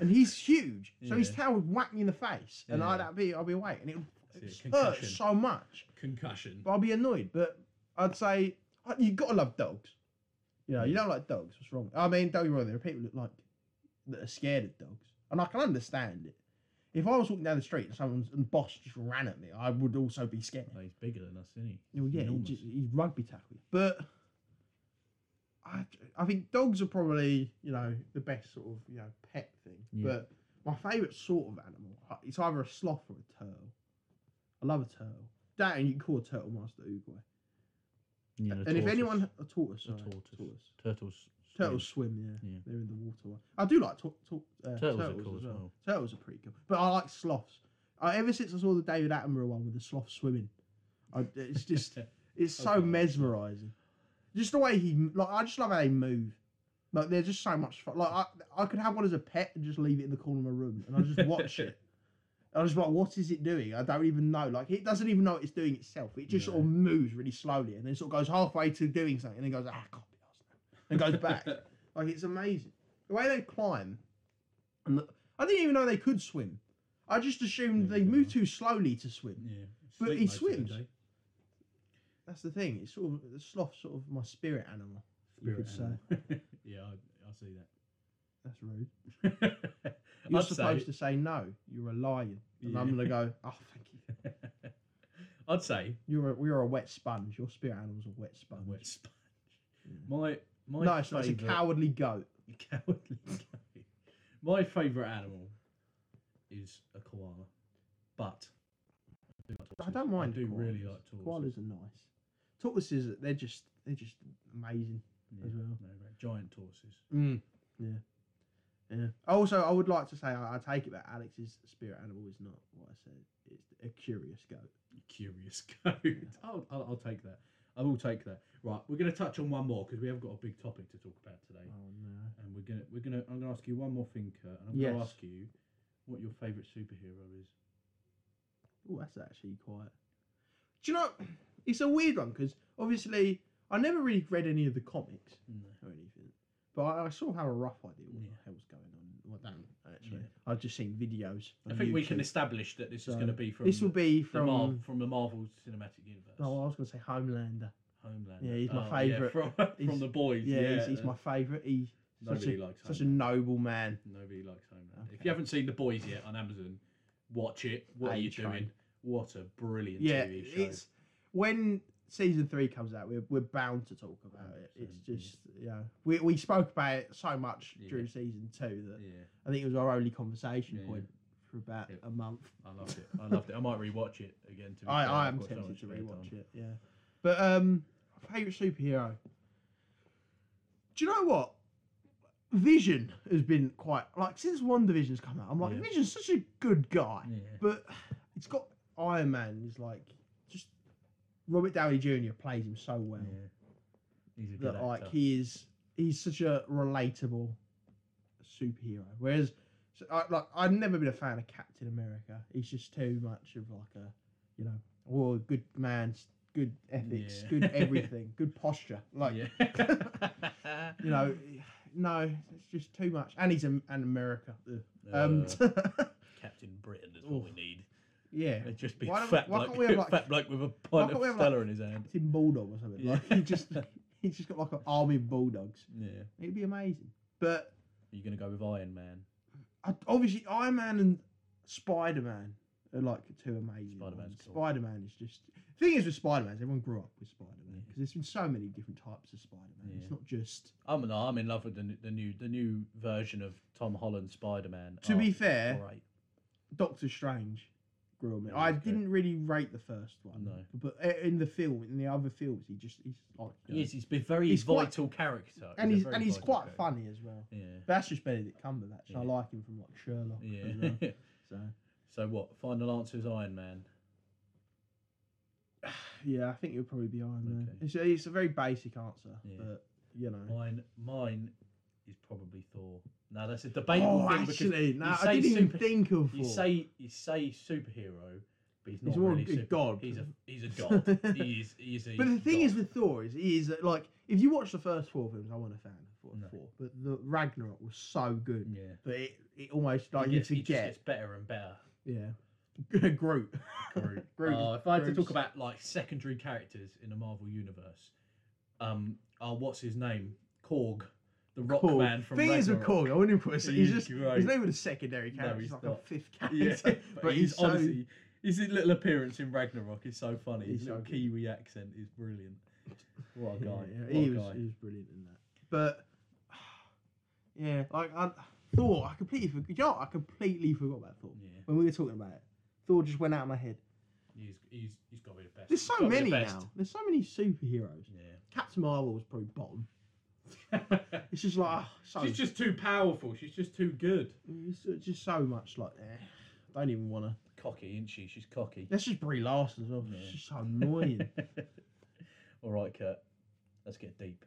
[SPEAKER 2] and he's huge, so his
[SPEAKER 1] Yeah.
[SPEAKER 2] towel would whack me in the face, and I'd
[SPEAKER 1] Yeah.
[SPEAKER 2] I'd be I'd be awake, and it,
[SPEAKER 3] That's
[SPEAKER 2] it
[SPEAKER 3] it,
[SPEAKER 2] hurt
[SPEAKER 3] concussion.
[SPEAKER 2] so much.
[SPEAKER 3] Concussion.
[SPEAKER 2] But I'd be annoyed. But I'd say uh, you gotta love dogs. You know, you
[SPEAKER 1] Yeah.
[SPEAKER 2] don't like dogs. What's wrong? I mean, don't get me wrong. There are people that like that are scared of dogs, and I can understand it. If I was walking down the street and someone's and boss just ran at me, I would also be scared.
[SPEAKER 1] Oh, he's bigger than us, isn't he?
[SPEAKER 2] Well, yeah, he
[SPEAKER 1] Enormous.
[SPEAKER 2] just, he's rugby tackle. But I, I think dogs are probably you know the best sort of you know pet thing.
[SPEAKER 1] Yeah.
[SPEAKER 2] But my favourite sort of animal, uh, it's either a sloth or a turtle. I love a turtle. That and you can call a turtle master Uguay.
[SPEAKER 1] Yeah,
[SPEAKER 2] and
[SPEAKER 1] the
[SPEAKER 2] if
[SPEAKER 1] tortoise.
[SPEAKER 2] anyone a tortoise,
[SPEAKER 1] A
[SPEAKER 2] sorry,
[SPEAKER 1] tortoise.
[SPEAKER 2] tortoise.
[SPEAKER 1] turtles,
[SPEAKER 2] Turtles swim, yeah.
[SPEAKER 1] Yeah.
[SPEAKER 2] They're in the water. one. I do like tor- tor- uh, turtles,
[SPEAKER 1] Turtles are cool
[SPEAKER 2] as
[SPEAKER 1] as
[SPEAKER 2] well.
[SPEAKER 1] well.
[SPEAKER 2] Turtles are pretty cool, but I like sloths. I, ever since I saw the David Attenborough one with the sloth swimming, I, it's just it's so
[SPEAKER 3] Okay.
[SPEAKER 2] mesmerizing. Just the way he like, I just love how they move. Like they're just so much fun. Like I, I could have one as a pet and just leave it in the corner of my room and I just watch it. I was like, what is it doing? I don't even know. Like it doesn't even know what it's doing itself. It just
[SPEAKER 1] Yeah.
[SPEAKER 2] sort of moves really slowly and then sort of goes halfway to doing something and then goes ah, can't be arsed now," and goes back. Like it's amazing the way they climb. And the, I didn't even know they could swim. I just assumed
[SPEAKER 3] Yeah,
[SPEAKER 2] they
[SPEAKER 3] you
[SPEAKER 2] move
[SPEAKER 3] know.
[SPEAKER 2] too slowly to swim.
[SPEAKER 3] Yeah.
[SPEAKER 2] But
[SPEAKER 3] Sleep
[SPEAKER 2] he
[SPEAKER 3] most of the
[SPEAKER 2] swims.
[SPEAKER 3] day.
[SPEAKER 2] That's the thing. It's sort of the sloth, sort of my spirit animal. You could
[SPEAKER 3] Spirit
[SPEAKER 2] say.
[SPEAKER 3] animal. yeah, I, I see that.
[SPEAKER 2] That's rude. You're
[SPEAKER 1] I'd
[SPEAKER 2] supposed
[SPEAKER 1] say,
[SPEAKER 2] to say no. You're a lion. And
[SPEAKER 3] Yeah.
[SPEAKER 2] I'm gonna go. Oh, thank you.
[SPEAKER 1] I'd say,
[SPEAKER 2] You're a, you're a wet sponge. Your spirit animal's a wet
[SPEAKER 1] a
[SPEAKER 2] sponge.
[SPEAKER 1] wet sponge.
[SPEAKER 2] Yeah.
[SPEAKER 1] My my
[SPEAKER 2] Mm. no, it's, not, it's a
[SPEAKER 1] favourite-
[SPEAKER 2] cowardly goat.
[SPEAKER 1] cowardly guy. My favourite animal is a koala, but I do, like
[SPEAKER 2] I
[SPEAKER 1] tortoises.
[SPEAKER 2] don't mind.
[SPEAKER 1] I do really
[SPEAKER 2] koalas.
[SPEAKER 1] like tortoises.
[SPEAKER 2] Koalas are nice. Tortoises, they're just they're just amazing.
[SPEAKER 1] Yeah,
[SPEAKER 2] as well.
[SPEAKER 1] no, they're giant tortoises.
[SPEAKER 2] Mm. Yeah. Yeah. Also, I would like to say I, I take it that Alex's spirit animal is not what I said. It's a curious goat.
[SPEAKER 1] Curious goat. I'll, I'll, I'll take that. I will take that. Right, we're going to touch on one more because we have got a big topic to talk about today,
[SPEAKER 2] Oh no.
[SPEAKER 1] and we're going to we're going to I'm going to ask you one more thing, Kurt, and I'm going
[SPEAKER 2] Yes.
[SPEAKER 1] to ask you what your favourite superhero is.
[SPEAKER 2] Oh, that's actually quite. Do you know? It's a weird one because obviously I never really read any of the comics or anything, but I, I sort of have a rough idea what
[SPEAKER 1] Yeah.
[SPEAKER 2] the hell's going on. Well, I don't actually.
[SPEAKER 1] Yeah.
[SPEAKER 2] I've just seen videos.
[SPEAKER 1] I
[SPEAKER 2] on
[SPEAKER 1] think we
[SPEAKER 2] YouTube.
[SPEAKER 1] can establish that this
[SPEAKER 2] So,
[SPEAKER 1] is going to be from
[SPEAKER 2] This will be
[SPEAKER 1] the Mar-
[SPEAKER 2] from.
[SPEAKER 1] from the Marvel Cinematic Universe.
[SPEAKER 2] Oh, I was going to say Homelander.
[SPEAKER 1] Homeland.
[SPEAKER 2] Yeah, he's my
[SPEAKER 1] Oh, yeah,
[SPEAKER 2] favourite.
[SPEAKER 1] from,
[SPEAKER 2] He's-
[SPEAKER 1] from the boys.
[SPEAKER 2] Yeah,
[SPEAKER 1] Yeah,
[SPEAKER 2] he's, he's my favourite. He's such
[SPEAKER 1] nobody
[SPEAKER 2] a,
[SPEAKER 1] likes
[SPEAKER 2] such a
[SPEAKER 1] Homeland.
[SPEAKER 2] noble man.
[SPEAKER 1] Nobody likes Homeland. If
[SPEAKER 2] Okay.
[SPEAKER 1] you haven't seen the boys yet on Amazon, watch it. What
[SPEAKER 2] Ah,
[SPEAKER 1] are
[SPEAKER 2] you
[SPEAKER 1] you
[SPEAKER 2] try.
[SPEAKER 1] doing? What a brilliant
[SPEAKER 2] yeah,
[SPEAKER 1] TV show.
[SPEAKER 2] it's when season three comes out, we're, we're bound to talk about it. It's
[SPEAKER 1] 100%, yeah.
[SPEAKER 2] just yeah, we we spoke about it so much
[SPEAKER 1] Yeah.
[SPEAKER 2] during season two that
[SPEAKER 1] yeah,
[SPEAKER 2] I think it was our only conversation
[SPEAKER 1] Yeah,
[SPEAKER 2] point for about
[SPEAKER 1] Yeah.
[SPEAKER 2] a month.
[SPEAKER 1] I loved it. I loved it. I might rewatch it again. To be
[SPEAKER 2] I,
[SPEAKER 1] fair.
[SPEAKER 2] I
[SPEAKER 1] I've
[SPEAKER 2] am
[SPEAKER 1] got so
[SPEAKER 2] tempted
[SPEAKER 1] much
[SPEAKER 2] to
[SPEAKER 1] spare
[SPEAKER 2] rewatch
[SPEAKER 1] time.
[SPEAKER 2] it. Yeah, but um, favorite superhero. Do you know what? Vision has been quite like since One Division's come out. I'm like,
[SPEAKER 1] Yeah.
[SPEAKER 2] Vision's such a good guy.
[SPEAKER 1] Yeah.
[SPEAKER 2] But it's got Iron Man is like just Robert Downey Jr. plays him so well
[SPEAKER 1] yeah. He's a good
[SPEAKER 2] that
[SPEAKER 1] actor.
[SPEAKER 2] like he is he's such a relatable superhero. Whereas so I, like I've never been a fan of Captain America. He's just too much of like a you know well good man, good ethics,
[SPEAKER 1] Yeah.
[SPEAKER 2] good everything, good posture. Like
[SPEAKER 1] yeah.
[SPEAKER 2] you know no, it's just too much. And he's an an America. Ugh. Um,
[SPEAKER 1] Uh, Captain Britain is what we
[SPEAKER 2] Oof.
[SPEAKER 1] need.
[SPEAKER 2] yeah.
[SPEAKER 1] It'd just be
[SPEAKER 2] Why don't we-
[SPEAKER 1] fat,
[SPEAKER 2] why
[SPEAKER 1] bloke,
[SPEAKER 2] can't we have, like-
[SPEAKER 1] fat bloke with a pint
[SPEAKER 2] can't
[SPEAKER 1] of
[SPEAKER 2] we have, like,
[SPEAKER 1] Stella in his hand.
[SPEAKER 2] Captain Bulldog or something.
[SPEAKER 1] Yeah.
[SPEAKER 2] Like he just he's just got like an army of bulldogs.
[SPEAKER 1] Yeah. Are
[SPEAKER 2] It'd be amazing. But
[SPEAKER 1] you going to go with Iron Man?
[SPEAKER 2] I, obviously, Iron Man and Spider Man are like two amazing.
[SPEAKER 1] Spider-Man's cool.
[SPEAKER 2] Spider Man is just. Thing is with Spider Man, everyone grew up with Spider Man
[SPEAKER 1] Yeah.
[SPEAKER 2] because there's been so many different types of Spider Man.
[SPEAKER 1] Yeah.
[SPEAKER 2] It's not just.
[SPEAKER 1] I'm no, I'm in love with the, n- the new the new version of Tom Holland Spider Man.
[SPEAKER 2] To be fair,
[SPEAKER 1] Oh, right.
[SPEAKER 2] Doctor Strange grill me.
[SPEAKER 1] Yeah,
[SPEAKER 2] I
[SPEAKER 1] it's good.
[SPEAKER 2] didn't really rate the first one,
[SPEAKER 1] No.
[SPEAKER 2] but uh, in the film, in the other films, he just he's like,
[SPEAKER 1] He is, he's been very
[SPEAKER 2] He's quite-
[SPEAKER 1] vital character.
[SPEAKER 2] and
[SPEAKER 1] a
[SPEAKER 2] he's
[SPEAKER 1] very
[SPEAKER 2] and he's
[SPEAKER 1] vital
[SPEAKER 2] quite
[SPEAKER 1] character.
[SPEAKER 2] funny as well.
[SPEAKER 1] Yeah.
[SPEAKER 2] But that's just Benedict Cumberbatch. and I
[SPEAKER 1] Yeah.
[SPEAKER 2] like him from like Sherlock. As well,
[SPEAKER 1] Yeah.
[SPEAKER 2] so
[SPEAKER 1] so what? Final answer is Iron Man.
[SPEAKER 2] yeah, I think it'll probably be Iron Man.
[SPEAKER 1] Okay.
[SPEAKER 2] It's, a, it's a very basic answer,
[SPEAKER 1] Yeah.
[SPEAKER 2] but you know.
[SPEAKER 1] Mine, mine is probably Thor. Now that's a debatable
[SPEAKER 2] oh,
[SPEAKER 1] thing because
[SPEAKER 2] actually, no, I
[SPEAKER 1] say
[SPEAKER 2] didn't even
[SPEAKER 1] super-
[SPEAKER 2] think of
[SPEAKER 1] you
[SPEAKER 2] Thor.
[SPEAKER 1] say you say superhero, but he's not
[SPEAKER 2] He's more
[SPEAKER 1] really
[SPEAKER 2] a
[SPEAKER 1] super-
[SPEAKER 2] god.
[SPEAKER 1] He's a he's a god. he is he is a.
[SPEAKER 2] But the thing is
[SPEAKER 1] god.
[SPEAKER 2] with Thor is he is uh, like if you watch the first four films, I wasn't a fan of Thor,
[SPEAKER 1] No.
[SPEAKER 2] Thor, but the Ragnarok was so good,
[SPEAKER 1] yeah,
[SPEAKER 2] but it, it almost like
[SPEAKER 1] he
[SPEAKER 2] you
[SPEAKER 1] gets, he just
[SPEAKER 2] forget,
[SPEAKER 1] gets better and better.
[SPEAKER 2] yeah, Groot.
[SPEAKER 1] Groot.
[SPEAKER 2] Groot
[SPEAKER 1] Uh,
[SPEAKER 2] is-
[SPEAKER 1] if I had to
[SPEAKER 2] Groot's-
[SPEAKER 1] talk about like secondary characters in the Marvel universe, um, uh, what's his name? Korg, the Rock
[SPEAKER 2] Korg.
[SPEAKER 1] Man from.
[SPEAKER 2] thing is with
[SPEAKER 1] Ragnarok.
[SPEAKER 2] Korg, I wouldn't put it. He's
[SPEAKER 1] He's
[SPEAKER 2] just
[SPEAKER 1] great.
[SPEAKER 2] he's not even a secondary
[SPEAKER 1] No,
[SPEAKER 2] character. he's
[SPEAKER 1] he's
[SPEAKER 2] like a
[SPEAKER 1] not.
[SPEAKER 2] fifth
[SPEAKER 1] Yeah,
[SPEAKER 2] character.
[SPEAKER 1] but, he's,
[SPEAKER 2] so-
[SPEAKER 1] honestly his little appearance in Ragnarok is so funny.
[SPEAKER 2] He's
[SPEAKER 1] his little
[SPEAKER 2] so good.
[SPEAKER 1] Kiwi accent is brilliant. What a
[SPEAKER 2] yeah,
[SPEAKER 1] guy!
[SPEAKER 2] yeah,
[SPEAKER 1] what
[SPEAKER 2] he
[SPEAKER 1] a
[SPEAKER 2] was
[SPEAKER 1] guy.
[SPEAKER 2] he was brilliant in that. But yeah, like I Thor, I completely forgot. You know, what? I completely forgot about Thor
[SPEAKER 1] Yeah,
[SPEAKER 2] when we were talking about it. Thor just went out of my head.
[SPEAKER 1] he's he's he's got to be the best.
[SPEAKER 2] There's
[SPEAKER 1] He's
[SPEAKER 2] so
[SPEAKER 1] gotta be the
[SPEAKER 2] many
[SPEAKER 1] best.
[SPEAKER 2] now. There's so many superheroes. Captain Marvel was probably bottom.
[SPEAKER 1] Yeah.
[SPEAKER 2] It's just like oh, so,
[SPEAKER 1] She's just too powerful. She's just too good.
[SPEAKER 2] it's it's just so much like eh, don't even want to.
[SPEAKER 1] Cocky, isn't she? She's cocky.
[SPEAKER 2] That's just Brie Larson as well.
[SPEAKER 1] Yeah.
[SPEAKER 2] She's just so annoying.
[SPEAKER 1] All right, Kurt. Let's get deep.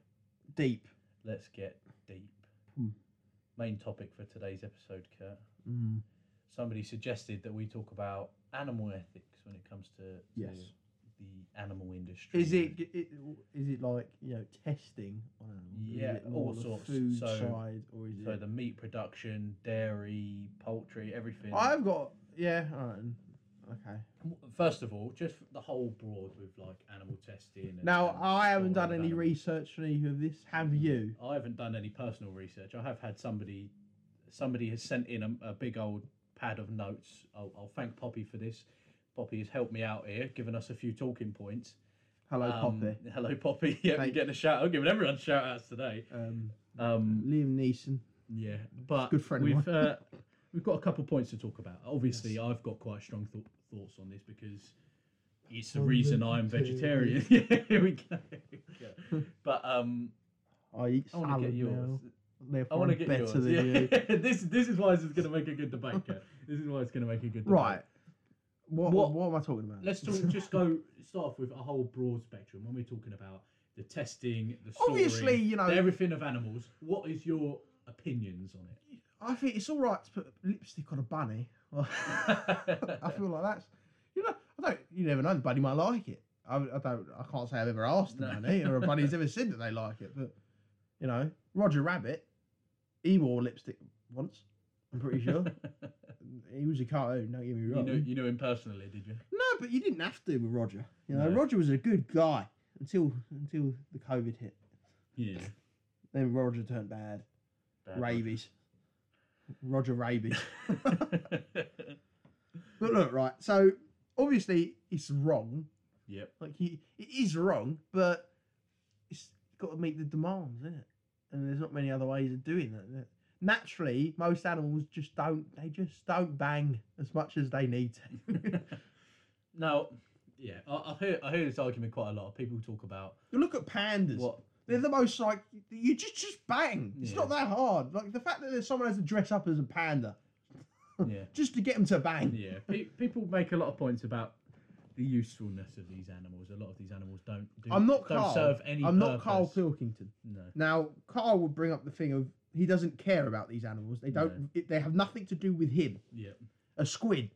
[SPEAKER 2] Deep.
[SPEAKER 1] Let's get deep.
[SPEAKER 2] Hmm.
[SPEAKER 1] Main topic for today's episode, Kurt.
[SPEAKER 2] Mm.
[SPEAKER 1] Somebody suggested that we talk about animal ethics when it comes to, to
[SPEAKER 2] Yes.
[SPEAKER 1] the animal industry.
[SPEAKER 2] Is it, it is it like you know testing on animals? Is
[SPEAKER 1] Yeah,
[SPEAKER 2] it more
[SPEAKER 1] all
[SPEAKER 2] the
[SPEAKER 1] sorts.
[SPEAKER 2] Food
[SPEAKER 1] So-
[SPEAKER 2] side or is
[SPEAKER 1] so
[SPEAKER 2] it?
[SPEAKER 1] the meat production, dairy, poultry, everything?
[SPEAKER 2] I've got yeah. All right. Okay.
[SPEAKER 1] First of all, just the whole broad with like animal testing. And
[SPEAKER 2] Now
[SPEAKER 1] and
[SPEAKER 2] I haven't done
[SPEAKER 1] scoring of
[SPEAKER 2] any
[SPEAKER 1] animals.
[SPEAKER 2] research on any of this. Have you?
[SPEAKER 1] I haven't done any personal research. I have had somebody, somebody has sent in a, a big old pad of notes. I'll, I'll thank Poppy for this. Poppy has helped me out here, given us a few talking points.
[SPEAKER 2] Hello,
[SPEAKER 1] Um,
[SPEAKER 2] Poppy.
[SPEAKER 1] Hello, Poppy. Yeah, we're
[SPEAKER 2] Thank-
[SPEAKER 1] getting a shout out. Giving everyone shout outs today.
[SPEAKER 2] Um,
[SPEAKER 1] Um,
[SPEAKER 2] Liam Neeson.
[SPEAKER 1] yeah, but
[SPEAKER 2] Good friend of
[SPEAKER 1] we've
[SPEAKER 2] mine.
[SPEAKER 1] uh, we've got a couple points to talk about. Obviously,
[SPEAKER 2] Yes.
[SPEAKER 1] I've got quite strong thou- thoughts on this because it's the
[SPEAKER 2] I'm
[SPEAKER 1] reason I'm
[SPEAKER 2] vegetarian.
[SPEAKER 1] vegetarian. yeah, here we go. but um,
[SPEAKER 2] I eat
[SPEAKER 1] I
[SPEAKER 2] salad
[SPEAKER 1] want to get yours.
[SPEAKER 2] now. Therefore,
[SPEAKER 1] I want to
[SPEAKER 2] I'm
[SPEAKER 1] get
[SPEAKER 2] better
[SPEAKER 1] yours.
[SPEAKER 2] than
[SPEAKER 1] yeah.
[SPEAKER 2] you.
[SPEAKER 1] this this is why this is going to make a good debate. Kev. This is why it's going to make a good debate.
[SPEAKER 2] Right. What, what
[SPEAKER 1] What-
[SPEAKER 2] am I talking about?
[SPEAKER 1] Let's talk, just go start off with a whole broad spectrum when we're talking about the testing, the
[SPEAKER 2] Obviously,
[SPEAKER 1] sorting,
[SPEAKER 2] you know-
[SPEAKER 1] the everything of animals. What is your opinions on it?
[SPEAKER 2] I think it's all right to put lipstick on a bunny. I feel like that's you know I don't you never know the bunny might like it. I, I don't I can't say I've ever asked a
[SPEAKER 1] No.
[SPEAKER 2] bunny or a bunny's ever said that they like it, but you know Roger Rabbit, he wore lipstick once. I'm pretty sure he was a cartoon. Don't get me
[SPEAKER 1] you
[SPEAKER 2] wrong.
[SPEAKER 1] knew you knew him personally, did you?
[SPEAKER 2] No, but you didn't have to with Roger. You know
[SPEAKER 1] No.
[SPEAKER 2] Roger was a good guy until until the COVID hit.
[SPEAKER 1] Yeah.
[SPEAKER 2] Then Roger turned bad.
[SPEAKER 1] Bad
[SPEAKER 2] rabies. Roger rabies.
[SPEAKER 1] one.
[SPEAKER 2] But look, right. So obviously it's wrong.
[SPEAKER 1] yep.
[SPEAKER 2] Like he, it is wrong, but it's got to meet the demands, isn't it? And there's not many other ways of doing that. is it? Naturally, most animals just don't. They just don't bang as much as they need to.
[SPEAKER 1] Now, yeah, I, I hear I hear this argument quite a lot. People talk about
[SPEAKER 2] you look at pandas.
[SPEAKER 1] what
[SPEAKER 2] They're the most like you just just bang. It's
[SPEAKER 1] Yeah.
[SPEAKER 2] not that hard. Like the fact that there's someone has to dress up as a panda
[SPEAKER 1] yeah.
[SPEAKER 2] just to get them to bang.
[SPEAKER 1] yeah, pe- people make a lot of points about the usefulness of these animals. A lot of these animals don't. Do,
[SPEAKER 2] I'm not
[SPEAKER 1] don't
[SPEAKER 2] Carl.
[SPEAKER 1] serve any.
[SPEAKER 2] I'm not Carl
[SPEAKER 1] purpose.
[SPEAKER 2] Pilkington.
[SPEAKER 1] No.
[SPEAKER 2] Now, Carl would bring up the thing of he doesn't care about these animals. They don't. It, they have nothing to do with him.
[SPEAKER 1] Yep.
[SPEAKER 2] A squid,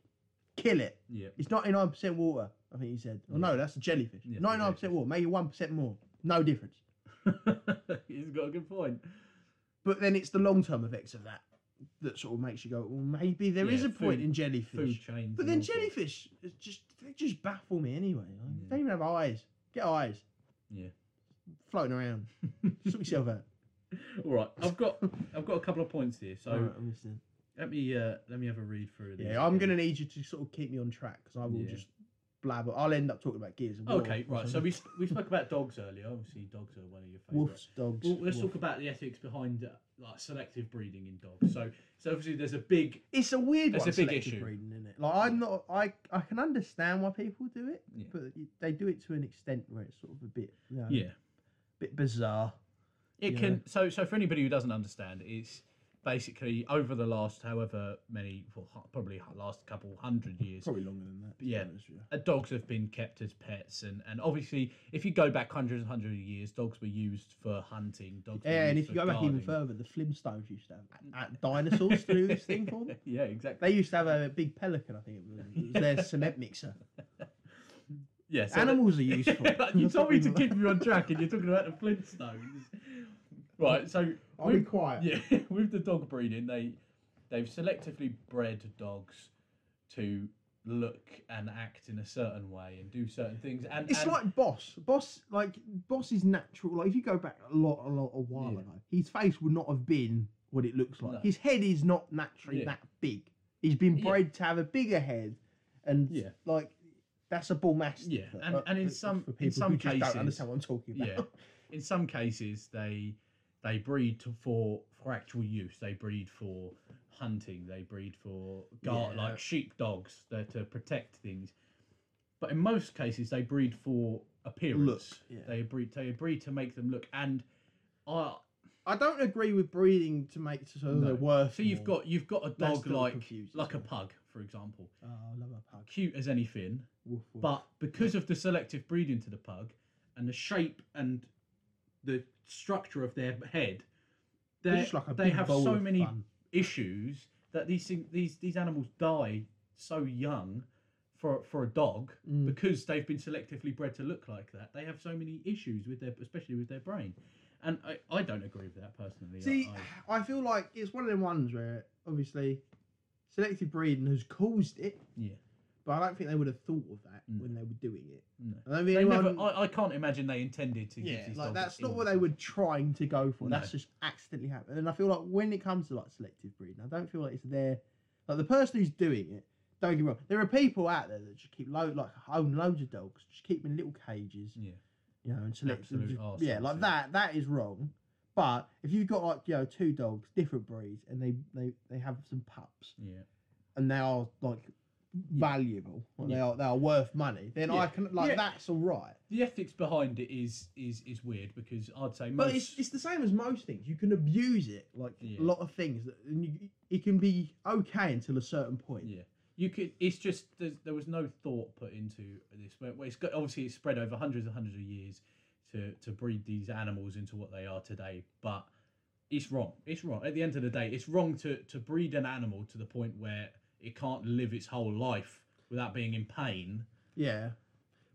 [SPEAKER 2] kill it.
[SPEAKER 1] Yep.
[SPEAKER 2] It's ninety nine percent water. I think he said. Oh no, that's a jellyfish.
[SPEAKER 1] Yeah,
[SPEAKER 2] Ninety nine percent
[SPEAKER 1] jellyfish.
[SPEAKER 2] water. Maybe one percent more. No difference.
[SPEAKER 1] He's got a good point.
[SPEAKER 2] But then it's the long term effects of that that sort of makes you go, well, maybe there is
[SPEAKER 1] Yeah,
[SPEAKER 2] a
[SPEAKER 1] food-
[SPEAKER 2] point in
[SPEAKER 1] Food
[SPEAKER 2] jellyfish.
[SPEAKER 1] chains.
[SPEAKER 2] But
[SPEAKER 1] and
[SPEAKER 2] then
[SPEAKER 1] all sorts.
[SPEAKER 2] jellyfish is just they just baffle me anyway. Like,
[SPEAKER 1] Yeah.
[SPEAKER 2] They don't even have eyes. Get eyes.
[SPEAKER 1] Yeah.
[SPEAKER 2] Floating around. Sort yourself out.
[SPEAKER 1] All right, I've got I've got a couple of points here. So
[SPEAKER 2] All right, I'm listening.
[SPEAKER 1] let me uh, let me have a read through these.
[SPEAKER 2] Yeah, I'm
[SPEAKER 1] again.
[SPEAKER 2] gonna need you to sort of keep me on track because I will
[SPEAKER 1] Yeah.
[SPEAKER 2] just blabber. I'll end up talking about gears. And
[SPEAKER 1] Okay, right. So we sp- we spoke about dogs earlier. Obviously, dogs are one of your favourites.
[SPEAKER 2] wolves, dogs.
[SPEAKER 1] Well, let's
[SPEAKER 2] wolf.
[SPEAKER 1] talk about the ethics behind uh, like selective breeding in dogs. So, so obviously there's a big
[SPEAKER 2] It's a weird
[SPEAKER 1] That's
[SPEAKER 2] one.
[SPEAKER 1] a big
[SPEAKER 2] selective
[SPEAKER 1] issue.
[SPEAKER 2] breeding, isn't it? Like I'm not. I I can understand why people do it,
[SPEAKER 1] Yeah.
[SPEAKER 2] but y- they do it to an extent where it's sort of a bit, you know,
[SPEAKER 1] Yeah.
[SPEAKER 2] bit bizarre.
[SPEAKER 1] It
[SPEAKER 2] Yeah.
[SPEAKER 1] can so so for anybody who doesn't understand, it's basically over the last however many well, hu- probably hu- last couple hundred years.
[SPEAKER 3] Probably longer than that.
[SPEAKER 1] Yeah. uh, Dogs have been kept as pets, and, and obviously, if you go back hundreds and hundreds of years, dogs were used for hunting. Dogs, were
[SPEAKER 2] Yeah, and
[SPEAKER 1] used
[SPEAKER 2] if you
[SPEAKER 1] for
[SPEAKER 2] go back even
[SPEAKER 1] guarding.
[SPEAKER 2] further, the Flintstones used to have uh, dinosaurs to do this thing for them.
[SPEAKER 1] yeah, exactly.
[SPEAKER 2] They used to have a big pelican, I think it was. It was their cement mixer.
[SPEAKER 1] Yeah, so that-
[SPEAKER 2] Animals are useful.
[SPEAKER 1] you told me to keep you on track, and you're talking about the Flintstones. Right, so
[SPEAKER 2] I'll be
[SPEAKER 1] with-
[SPEAKER 2] quiet.
[SPEAKER 1] yeah, with the dog breeding, they they've selectively bred dogs to look and act in a certain way and do certain things. And
[SPEAKER 2] It's
[SPEAKER 1] and-
[SPEAKER 2] like Boss. Boss, like Boss, is natural. Like if you go back a lot, a lot, a while
[SPEAKER 1] Yeah.
[SPEAKER 2] ago, his face would not have been what it looks like.
[SPEAKER 1] No.
[SPEAKER 2] His head is not naturally
[SPEAKER 1] Yeah.
[SPEAKER 2] that big. He's been
[SPEAKER 1] Yeah.
[SPEAKER 2] bred to have a bigger head, and
[SPEAKER 1] Yeah,
[SPEAKER 2] like that's a bull mastiff.
[SPEAKER 1] Yeah,
[SPEAKER 2] for-
[SPEAKER 1] and-
[SPEAKER 2] uh,
[SPEAKER 1] and in
[SPEAKER 2] for-
[SPEAKER 1] some-
[SPEAKER 2] for
[SPEAKER 1] in
[SPEAKER 2] people
[SPEAKER 1] some
[SPEAKER 2] who just
[SPEAKER 1] cases-
[SPEAKER 2] don't understand what I'm talking about.
[SPEAKER 1] yeah. In some cases, they they breed to, for for actual use. They breed for hunting. They breed for guard
[SPEAKER 2] Yeah.
[SPEAKER 1] like sheep dogs they're to protect things. But in most cases, they breed for appearance.
[SPEAKER 2] yeah.
[SPEAKER 1] They breed. They breed to make them look and. uh, I
[SPEAKER 2] I don't agree with breeding to make so
[SPEAKER 1] No.
[SPEAKER 2] they're worth.
[SPEAKER 1] so you've
[SPEAKER 2] more.
[SPEAKER 1] got you've got a
[SPEAKER 2] That's
[SPEAKER 1] dog
[SPEAKER 2] still
[SPEAKER 1] like
[SPEAKER 2] confusing.
[SPEAKER 1] like a pug, for example,
[SPEAKER 2] Oh, I love a pug.
[SPEAKER 1] cute as anything,
[SPEAKER 2] Woof, woof.
[SPEAKER 1] but because of the selective breeding to the pug and the shape and the structure of their head,
[SPEAKER 2] They're
[SPEAKER 1] they
[SPEAKER 2] just like a
[SPEAKER 1] they
[SPEAKER 2] big
[SPEAKER 1] have
[SPEAKER 2] bowl
[SPEAKER 1] so
[SPEAKER 2] of
[SPEAKER 1] many
[SPEAKER 2] fun.
[SPEAKER 1] issues that these thing, these these animals die so young for for a dog
[SPEAKER 2] Mm.
[SPEAKER 1] because they've been selectively bred to look like that. They have so many issues with their especially with their brain, and I, I don't agree with that personally. I-
[SPEAKER 2] See,
[SPEAKER 1] I-
[SPEAKER 2] I feel like it's one of them ones where obviously selective breeding has caused it,
[SPEAKER 1] yeah,
[SPEAKER 2] but I don't think they would have thought of that
[SPEAKER 1] No.
[SPEAKER 2] when they were doing it.
[SPEAKER 1] no.
[SPEAKER 2] I don't think
[SPEAKER 1] They
[SPEAKER 2] anyone,
[SPEAKER 1] never, I, I can't imagine they intended to. give
[SPEAKER 2] yeah,
[SPEAKER 1] these
[SPEAKER 2] like
[SPEAKER 1] dogs
[SPEAKER 2] that's not
[SPEAKER 1] ill
[SPEAKER 2] what they were trying to go for.
[SPEAKER 1] No.
[SPEAKER 2] That's just accidentally happened. And I feel like when it comes to like selective breeding, I don't feel like it's their like the person who's doing it. Don't get me wrong. There are people out there that just keep load like own loads of dogs, just keep them in little cages.
[SPEAKER 1] Yeah.
[SPEAKER 2] you know, and select them
[SPEAKER 1] Absolute
[SPEAKER 2] just-
[SPEAKER 1] arseholes,
[SPEAKER 2] yeah,
[SPEAKER 1] yeah.
[SPEAKER 2] like that. That is wrong. But if you've got like you know two dogs, different breeds, and they they they have some pups,
[SPEAKER 1] Yeah.
[SPEAKER 2] and they are like valuable, and they are they are worth money, then
[SPEAKER 1] Yeah.
[SPEAKER 2] I can like
[SPEAKER 1] Yeah.
[SPEAKER 2] that's all right.
[SPEAKER 1] The ethics behind it is is is weird because I'd say most.
[SPEAKER 2] But it's it's the same as most things. You can abuse it, like
[SPEAKER 1] Yeah.
[SPEAKER 2] a lot of things. That, and you, it can be okay until a certain point.
[SPEAKER 1] yeah. You could. It's just there's, there was no thought put into this. Well, it's got obviously it's spread over hundreds and hundreds of years to to breed these animals into what they are today, but. It's wrong. It's wrong. At the end of the day, it's wrong to, to breed an animal to the point where it can't live its whole life without being in pain
[SPEAKER 2] Yeah.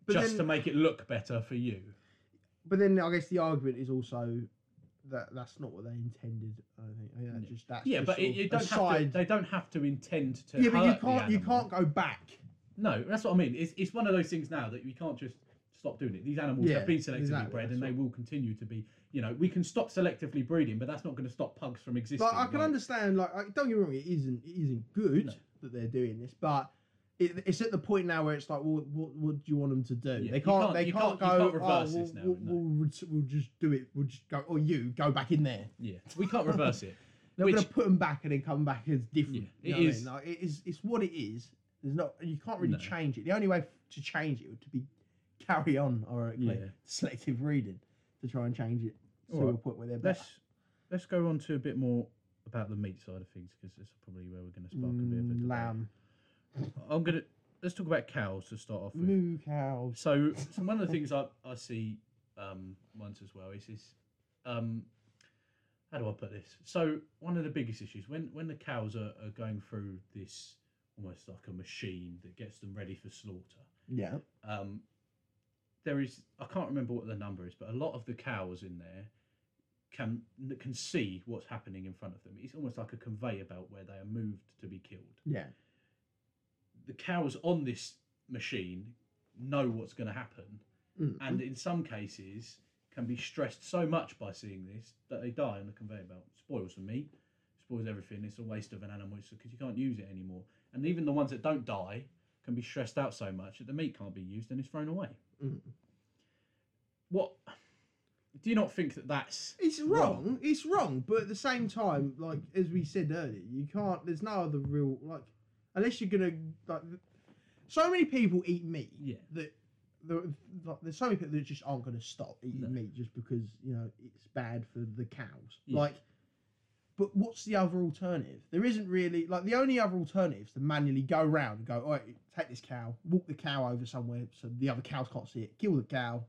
[SPEAKER 2] But
[SPEAKER 1] just
[SPEAKER 2] then,
[SPEAKER 1] to make it look better for you.
[SPEAKER 2] but then I guess the argument is also that that's not what they intended. I think, I think that's just that's
[SPEAKER 1] Yeah,
[SPEAKER 2] just
[SPEAKER 1] but
[SPEAKER 2] sort
[SPEAKER 1] it,
[SPEAKER 2] of
[SPEAKER 1] you
[SPEAKER 2] a
[SPEAKER 1] don't have to,
[SPEAKER 2] side-
[SPEAKER 1] they don't have to intend to.
[SPEAKER 2] yeah, but you
[SPEAKER 1] hurt the
[SPEAKER 2] can't you
[SPEAKER 1] animal.
[SPEAKER 2] can't go back.
[SPEAKER 1] No, that's what I mean. It's, it's one of those things now that we can't just stop doing it. These animals
[SPEAKER 2] Yeah,
[SPEAKER 1] have been selectively
[SPEAKER 2] exactly,
[SPEAKER 1] bred
[SPEAKER 2] that's
[SPEAKER 1] and they
[SPEAKER 2] what-
[SPEAKER 1] will continue to be. You know, we can stop selectively breeding, but that's not going to stop pugs from existing.
[SPEAKER 2] Like I can
[SPEAKER 1] like-
[SPEAKER 2] understand. Like I- don't get me wrong, it isn't it isn't good
[SPEAKER 1] No.
[SPEAKER 2] that they're doing this, but. It, it's at the point now where it's like, well, what, what do you want them to do?
[SPEAKER 1] Yeah,
[SPEAKER 2] they
[SPEAKER 1] you
[SPEAKER 2] can't.
[SPEAKER 1] can't-
[SPEAKER 2] They
[SPEAKER 1] you
[SPEAKER 2] can't,
[SPEAKER 1] can't- you
[SPEAKER 2] go.
[SPEAKER 1] can't reverse
[SPEAKER 2] oh, we'll,
[SPEAKER 1] this now,
[SPEAKER 2] we'll,
[SPEAKER 1] no."
[SPEAKER 2] we'll, we'll just do it. We'll just go. Or you go back in there.
[SPEAKER 1] Yeah, we can't reverse it.
[SPEAKER 2] They're
[SPEAKER 1] Which-
[SPEAKER 2] going to put them back and then come back as different.
[SPEAKER 1] Yeah, it
[SPEAKER 2] you know what I
[SPEAKER 1] is-
[SPEAKER 2] mean? Like, it is. It's what it is. There's not. You can't really
[SPEAKER 1] No.
[SPEAKER 2] change it. The only way f- to change it would to be carry on, ironically,
[SPEAKER 1] Yeah.
[SPEAKER 2] selective reading to try and change it to
[SPEAKER 1] Alright.
[SPEAKER 2] a point where they're better.
[SPEAKER 1] Let's let's go on to a bit more about the meat side of things because that's probably where we're going to spark a bit of a
[SPEAKER 2] Mm,
[SPEAKER 1] debate.
[SPEAKER 2] lamb,
[SPEAKER 1] I'm gonna let's talk about cows to start off with.
[SPEAKER 2] moo cows.
[SPEAKER 1] So, so one of the things I, I see um, once as well is this. Um, how do I put this? So one of the biggest issues when when the cows are, are going through this almost like a machine that gets them ready for slaughter.
[SPEAKER 2] Yeah.
[SPEAKER 1] Um, there is I can't remember what the number is, but a lot of the cows in there can can see what's happening in front of them. It's almost like a conveyor belt where they are moved to be killed
[SPEAKER 2] Yeah.
[SPEAKER 1] the cows on this machine know what's going to happen
[SPEAKER 2] Mm.
[SPEAKER 1] and in some cases can be stressed so much by seeing this that they die on the conveyor belt spoils the meat spoils everything it's a waste of an animal because you can't use it anymore and even the ones that don't die can be stressed out so much that the meat can't be used and it's thrown away
[SPEAKER 2] Mm.
[SPEAKER 1] what do you not think that that's
[SPEAKER 2] It's wrong.
[SPEAKER 1] Wrong.
[SPEAKER 2] It's wrong. But at the same time, like as we said earlier, you can't. There's no other real like. unless you're gonna like. So many people eat meat
[SPEAKER 4] Yeah.
[SPEAKER 2] that there, like, there's so many people that just aren't gonna stop eating
[SPEAKER 4] No.
[SPEAKER 2] meat just because you know it's bad for the cows.
[SPEAKER 4] Yeah.
[SPEAKER 2] Like, but what's the other alternative? There isn't really like the only other alternative is to manually go round and go, all right, take this cow, walk the cow over somewhere so the other cows can't see it, kill the cow.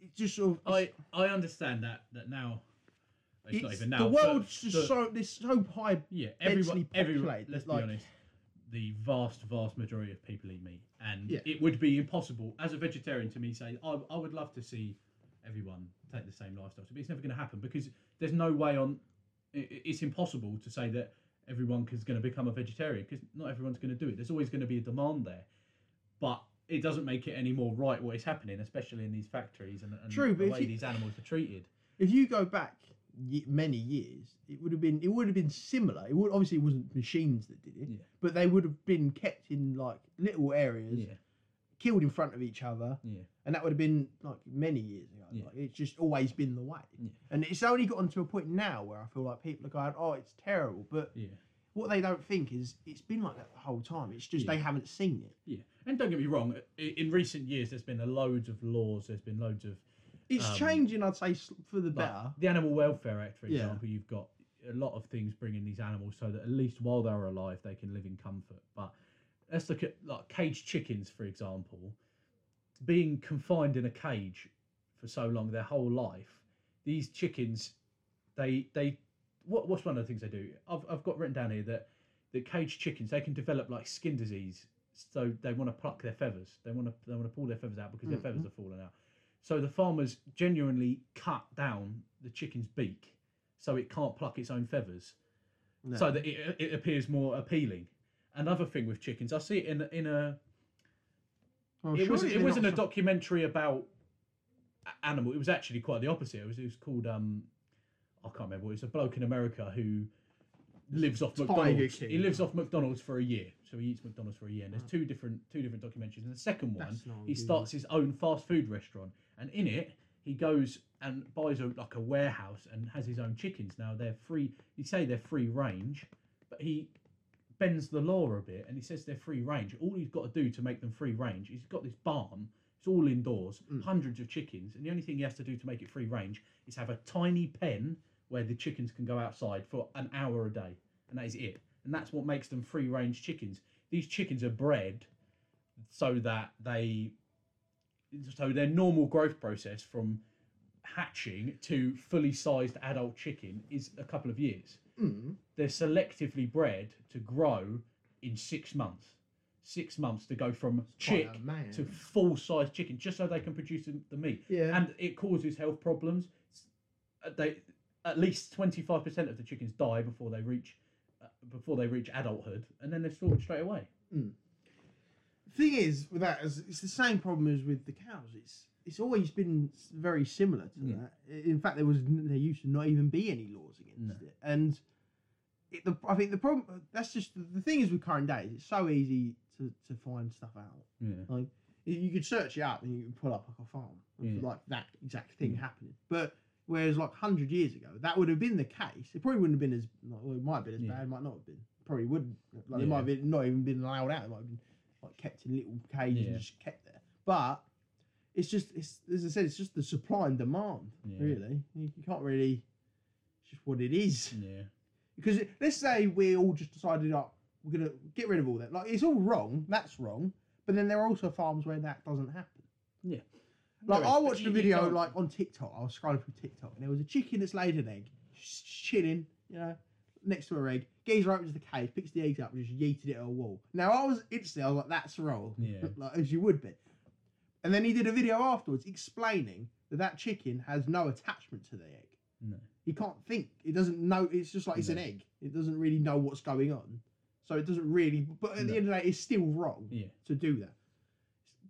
[SPEAKER 2] It's just sort of
[SPEAKER 1] I I understand that that now. It's, not
[SPEAKER 2] it's-
[SPEAKER 1] even now.
[SPEAKER 2] the
[SPEAKER 1] but
[SPEAKER 2] world's just
[SPEAKER 1] the-
[SPEAKER 2] so this so high
[SPEAKER 1] yeah.
[SPEAKER 2] densely
[SPEAKER 1] Everyone, everyone.
[SPEAKER 2] populated,
[SPEAKER 1] Let's
[SPEAKER 2] like-
[SPEAKER 1] be honest. The vast, vast majority of people eat meat, and
[SPEAKER 2] Yeah.
[SPEAKER 1] it would be impossible as a vegetarian to me say I, I would love to see everyone take the same lifestyle, but it's never going to happen because there's no way on. i- i it's impossible to say that everyone is going to become a vegetarian because not everyone's going to do it. There's always going to be a demand there, but it doesn't make it any more right what is happening, especially in these factories and, and
[SPEAKER 2] True, but
[SPEAKER 1] the
[SPEAKER 2] if
[SPEAKER 1] way
[SPEAKER 2] you-
[SPEAKER 1] these animals are treated.
[SPEAKER 2] if you go back ye- many years, it would have been it would have been similar. It would obviously it wasn't machines that did it,
[SPEAKER 4] Yeah.
[SPEAKER 2] but they would have been kept in like little areas,
[SPEAKER 4] Yeah.
[SPEAKER 2] killed in front of each other,
[SPEAKER 4] Yeah.
[SPEAKER 2] and that would have been like many years ago.
[SPEAKER 4] Yeah.
[SPEAKER 2] Like, it's just always been the way,
[SPEAKER 4] Yeah.
[SPEAKER 2] and it's only gotten to a point now where I feel like people are going, "Oh, it's terrible," but
[SPEAKER 1] Yeah.
[SPEAKER 2] what they don't think is it's been like that the whole time. It's just
[SPEAKER 1] Yeah.
[SPEAKER 2] they haven't seen it.
[SPEAKER 1] Yeah, and don't get me wrong. i- In recent years, there's been a loads of laws. There's been loads of
[SPEAKER 2] It's
[SPEAKER 1] Um,
[SPEAKER 2] changing, I'd say, s- for the
[SPEAKER 1] like,
[SPEAKER 2] better.
[SPEAKER 1] the Animal Welfare Act, for
[SPEAKER 2] Yeah.
[SPEAKER 1] example. You've got a lot of things bringing these animals so that at least while they're alive, they can live in comfort. But let's look at like caged chickens, for example. Being confined in a cage for so long, their whole life, these chickens, they they what what's one of the things they do? I've I've got written down here that the caged chickens they can develop like skin disease, so they want to pluck their feathers. They want to they want to pull their feathers out because their feathers are falling out. So the farmers genuinely cut down the chicken's beak so it can't pluck its own feathers
[SPEAKER 2] No.
[SPEAKER 1] so that it, it appears more appealing. Another thing with chickens, I see it in in a
[SPEAKER 2] Well,
[SPEAKER 1] it was
[SPEAKER 2] surely
[SPEAKER 1] it
[SPEAKER 2] they're
[SPEAKER 1] wasn't a
[SPEAKER 2] not so-
[SPEAKER 1] documentary about a- animal. It was actually quite the opposite. It was it was called um I can't remember. It was a bloke in America who lives off
[SPEAKER 2] Tiger
[SPEAKER 1] McDonald's.
[SPEAKER 2] King. Ah.
[SPEAKER 1] He lives off McDonald's for a year, so he eats McDonald's for a year. And there's two different two different documentaries. And the second one,
[SPEAKER 2] That's not
[SPEAKER 1] he
[SPEAKER 2] good.
[SPEAKER 1] starts his own fast food restaurant, and in it he goes and buys a like a warehouse and has his own chickens. Now they're free. You say they're free range, but he bends the law a bit and he says they're free range. All he's got to do to make them free range is he's got this barn, it's all indoors, hundreds of chickens, and the only thing he has to do to make it free range is have a tiny pen where the chickens can go outside for an hour a day. And that is it. And that's what makes them free range chickens. These chickens are bred so that they so their normal growth process from hatching to fully sized adult chicken is a couple of years
[SPEAKER 2] Mm.
[SPEAKER 1] they're selectively bred to grow in six months. Six months to go from
[SPEAKER 2] quite
[SPEAKER 1] chick
[SPEAKER 2] a man.
[SPEAKER 1] to full sized chicken, just so they can produce the the meat.
[SPEAKER 2] Yeah.
[SPEAKER 1] And it causes health problems. S- uh, They at least twenty five percent of the chickens die before they reach uh, before they reach adulthood, and then they're slaughtered straight away.
[SPEAKER 2] thing is with that is it's the same problem as with the cows. It's it's always been s- very similar to
[SPEAKER 4] Yeah.
[SPEAKER 2] that. I- In fact, there was n- there used to not even be any laws against it, and it, the, I think the problem that's just the thing is with current days. It's so easy to, to find stuff out.
[SPEAKER 1] Yeah.
[SPEAKER 2] Like you- you could search it up and you can pull up like a farm of,
[SPEAKER 1] Yeah.
[SPEAKER 2] like that exact
[SPEAKER 1] Mm.
[SPEAKER 2] thing happening, but. Whereas, like hundred years ago, that would have been the case. It probably wouldn't have been as like, well, it might have been as
[SPEAKER 1] Yeah.
[SPEAKER 2] bad. It might not have been. Probably wouldn't. Like it
[SPEAKER 1] Yeah.
[SPEAKER 2] might have been, not even been allowed out. It might have been like kept in little cages
[SPEAKER 1] Yeah.
[SPEAKER 2] and just kept there. But it's just it's as I said, it's just the supply and demand.
[SPEAKER 1] Yeah.
[SPEAKER 2] Really, you, you can't really. It's just what it is.
[SPEAKER 1] Yeah.
[SPEAKER 2] Because it, let's say we all just decided up we're gonna get rid of all that. Like it's all wrong. That's wrong. But then there are also farms where that doesn't happen.
[SPEAKER 1] Yeah.
[SPEAKER 2] Like
[SPEAKER 1] No,
[SPEAKER 2] I
[SPEAKER 1] but
[SPEAKER 2] watched
[SPEAKER 1] you-
[SPEAKER 2] a
[SPEAKER 1] you
[SPEAKER 2] video
[SPEAKER 1] can't-
[SPEAKER 2] like on TikTok. I was scrolling through TikTok and there was a chicken that's laid an egg, just chilling, you know, next to her egg. Geezer opens the cage, picks the eggs up, and just yeeted it at a wall. Now I was instantly I was like, "That's wrong,"
[SPEAKER 1] Yeah.
[SPEAKER 2] like as you would be. And then he did a video afterwards explaining that that chicken has no attachment to the egg.
[SPEAKER 1] No.
[SPEAKER 2] He can't think. It doesn't know. It's just like it's an
[SPEAKER 1] No.
[SPEAKER 2] egg. It doesn't really know what's going on. So it doesn't really. But at
[SPEAKER 1] No.
[SPEAKER 2] the end of the day, it's still wrong
[SPEAKER 1] Yeah.
[SPEAKER 2] to do that.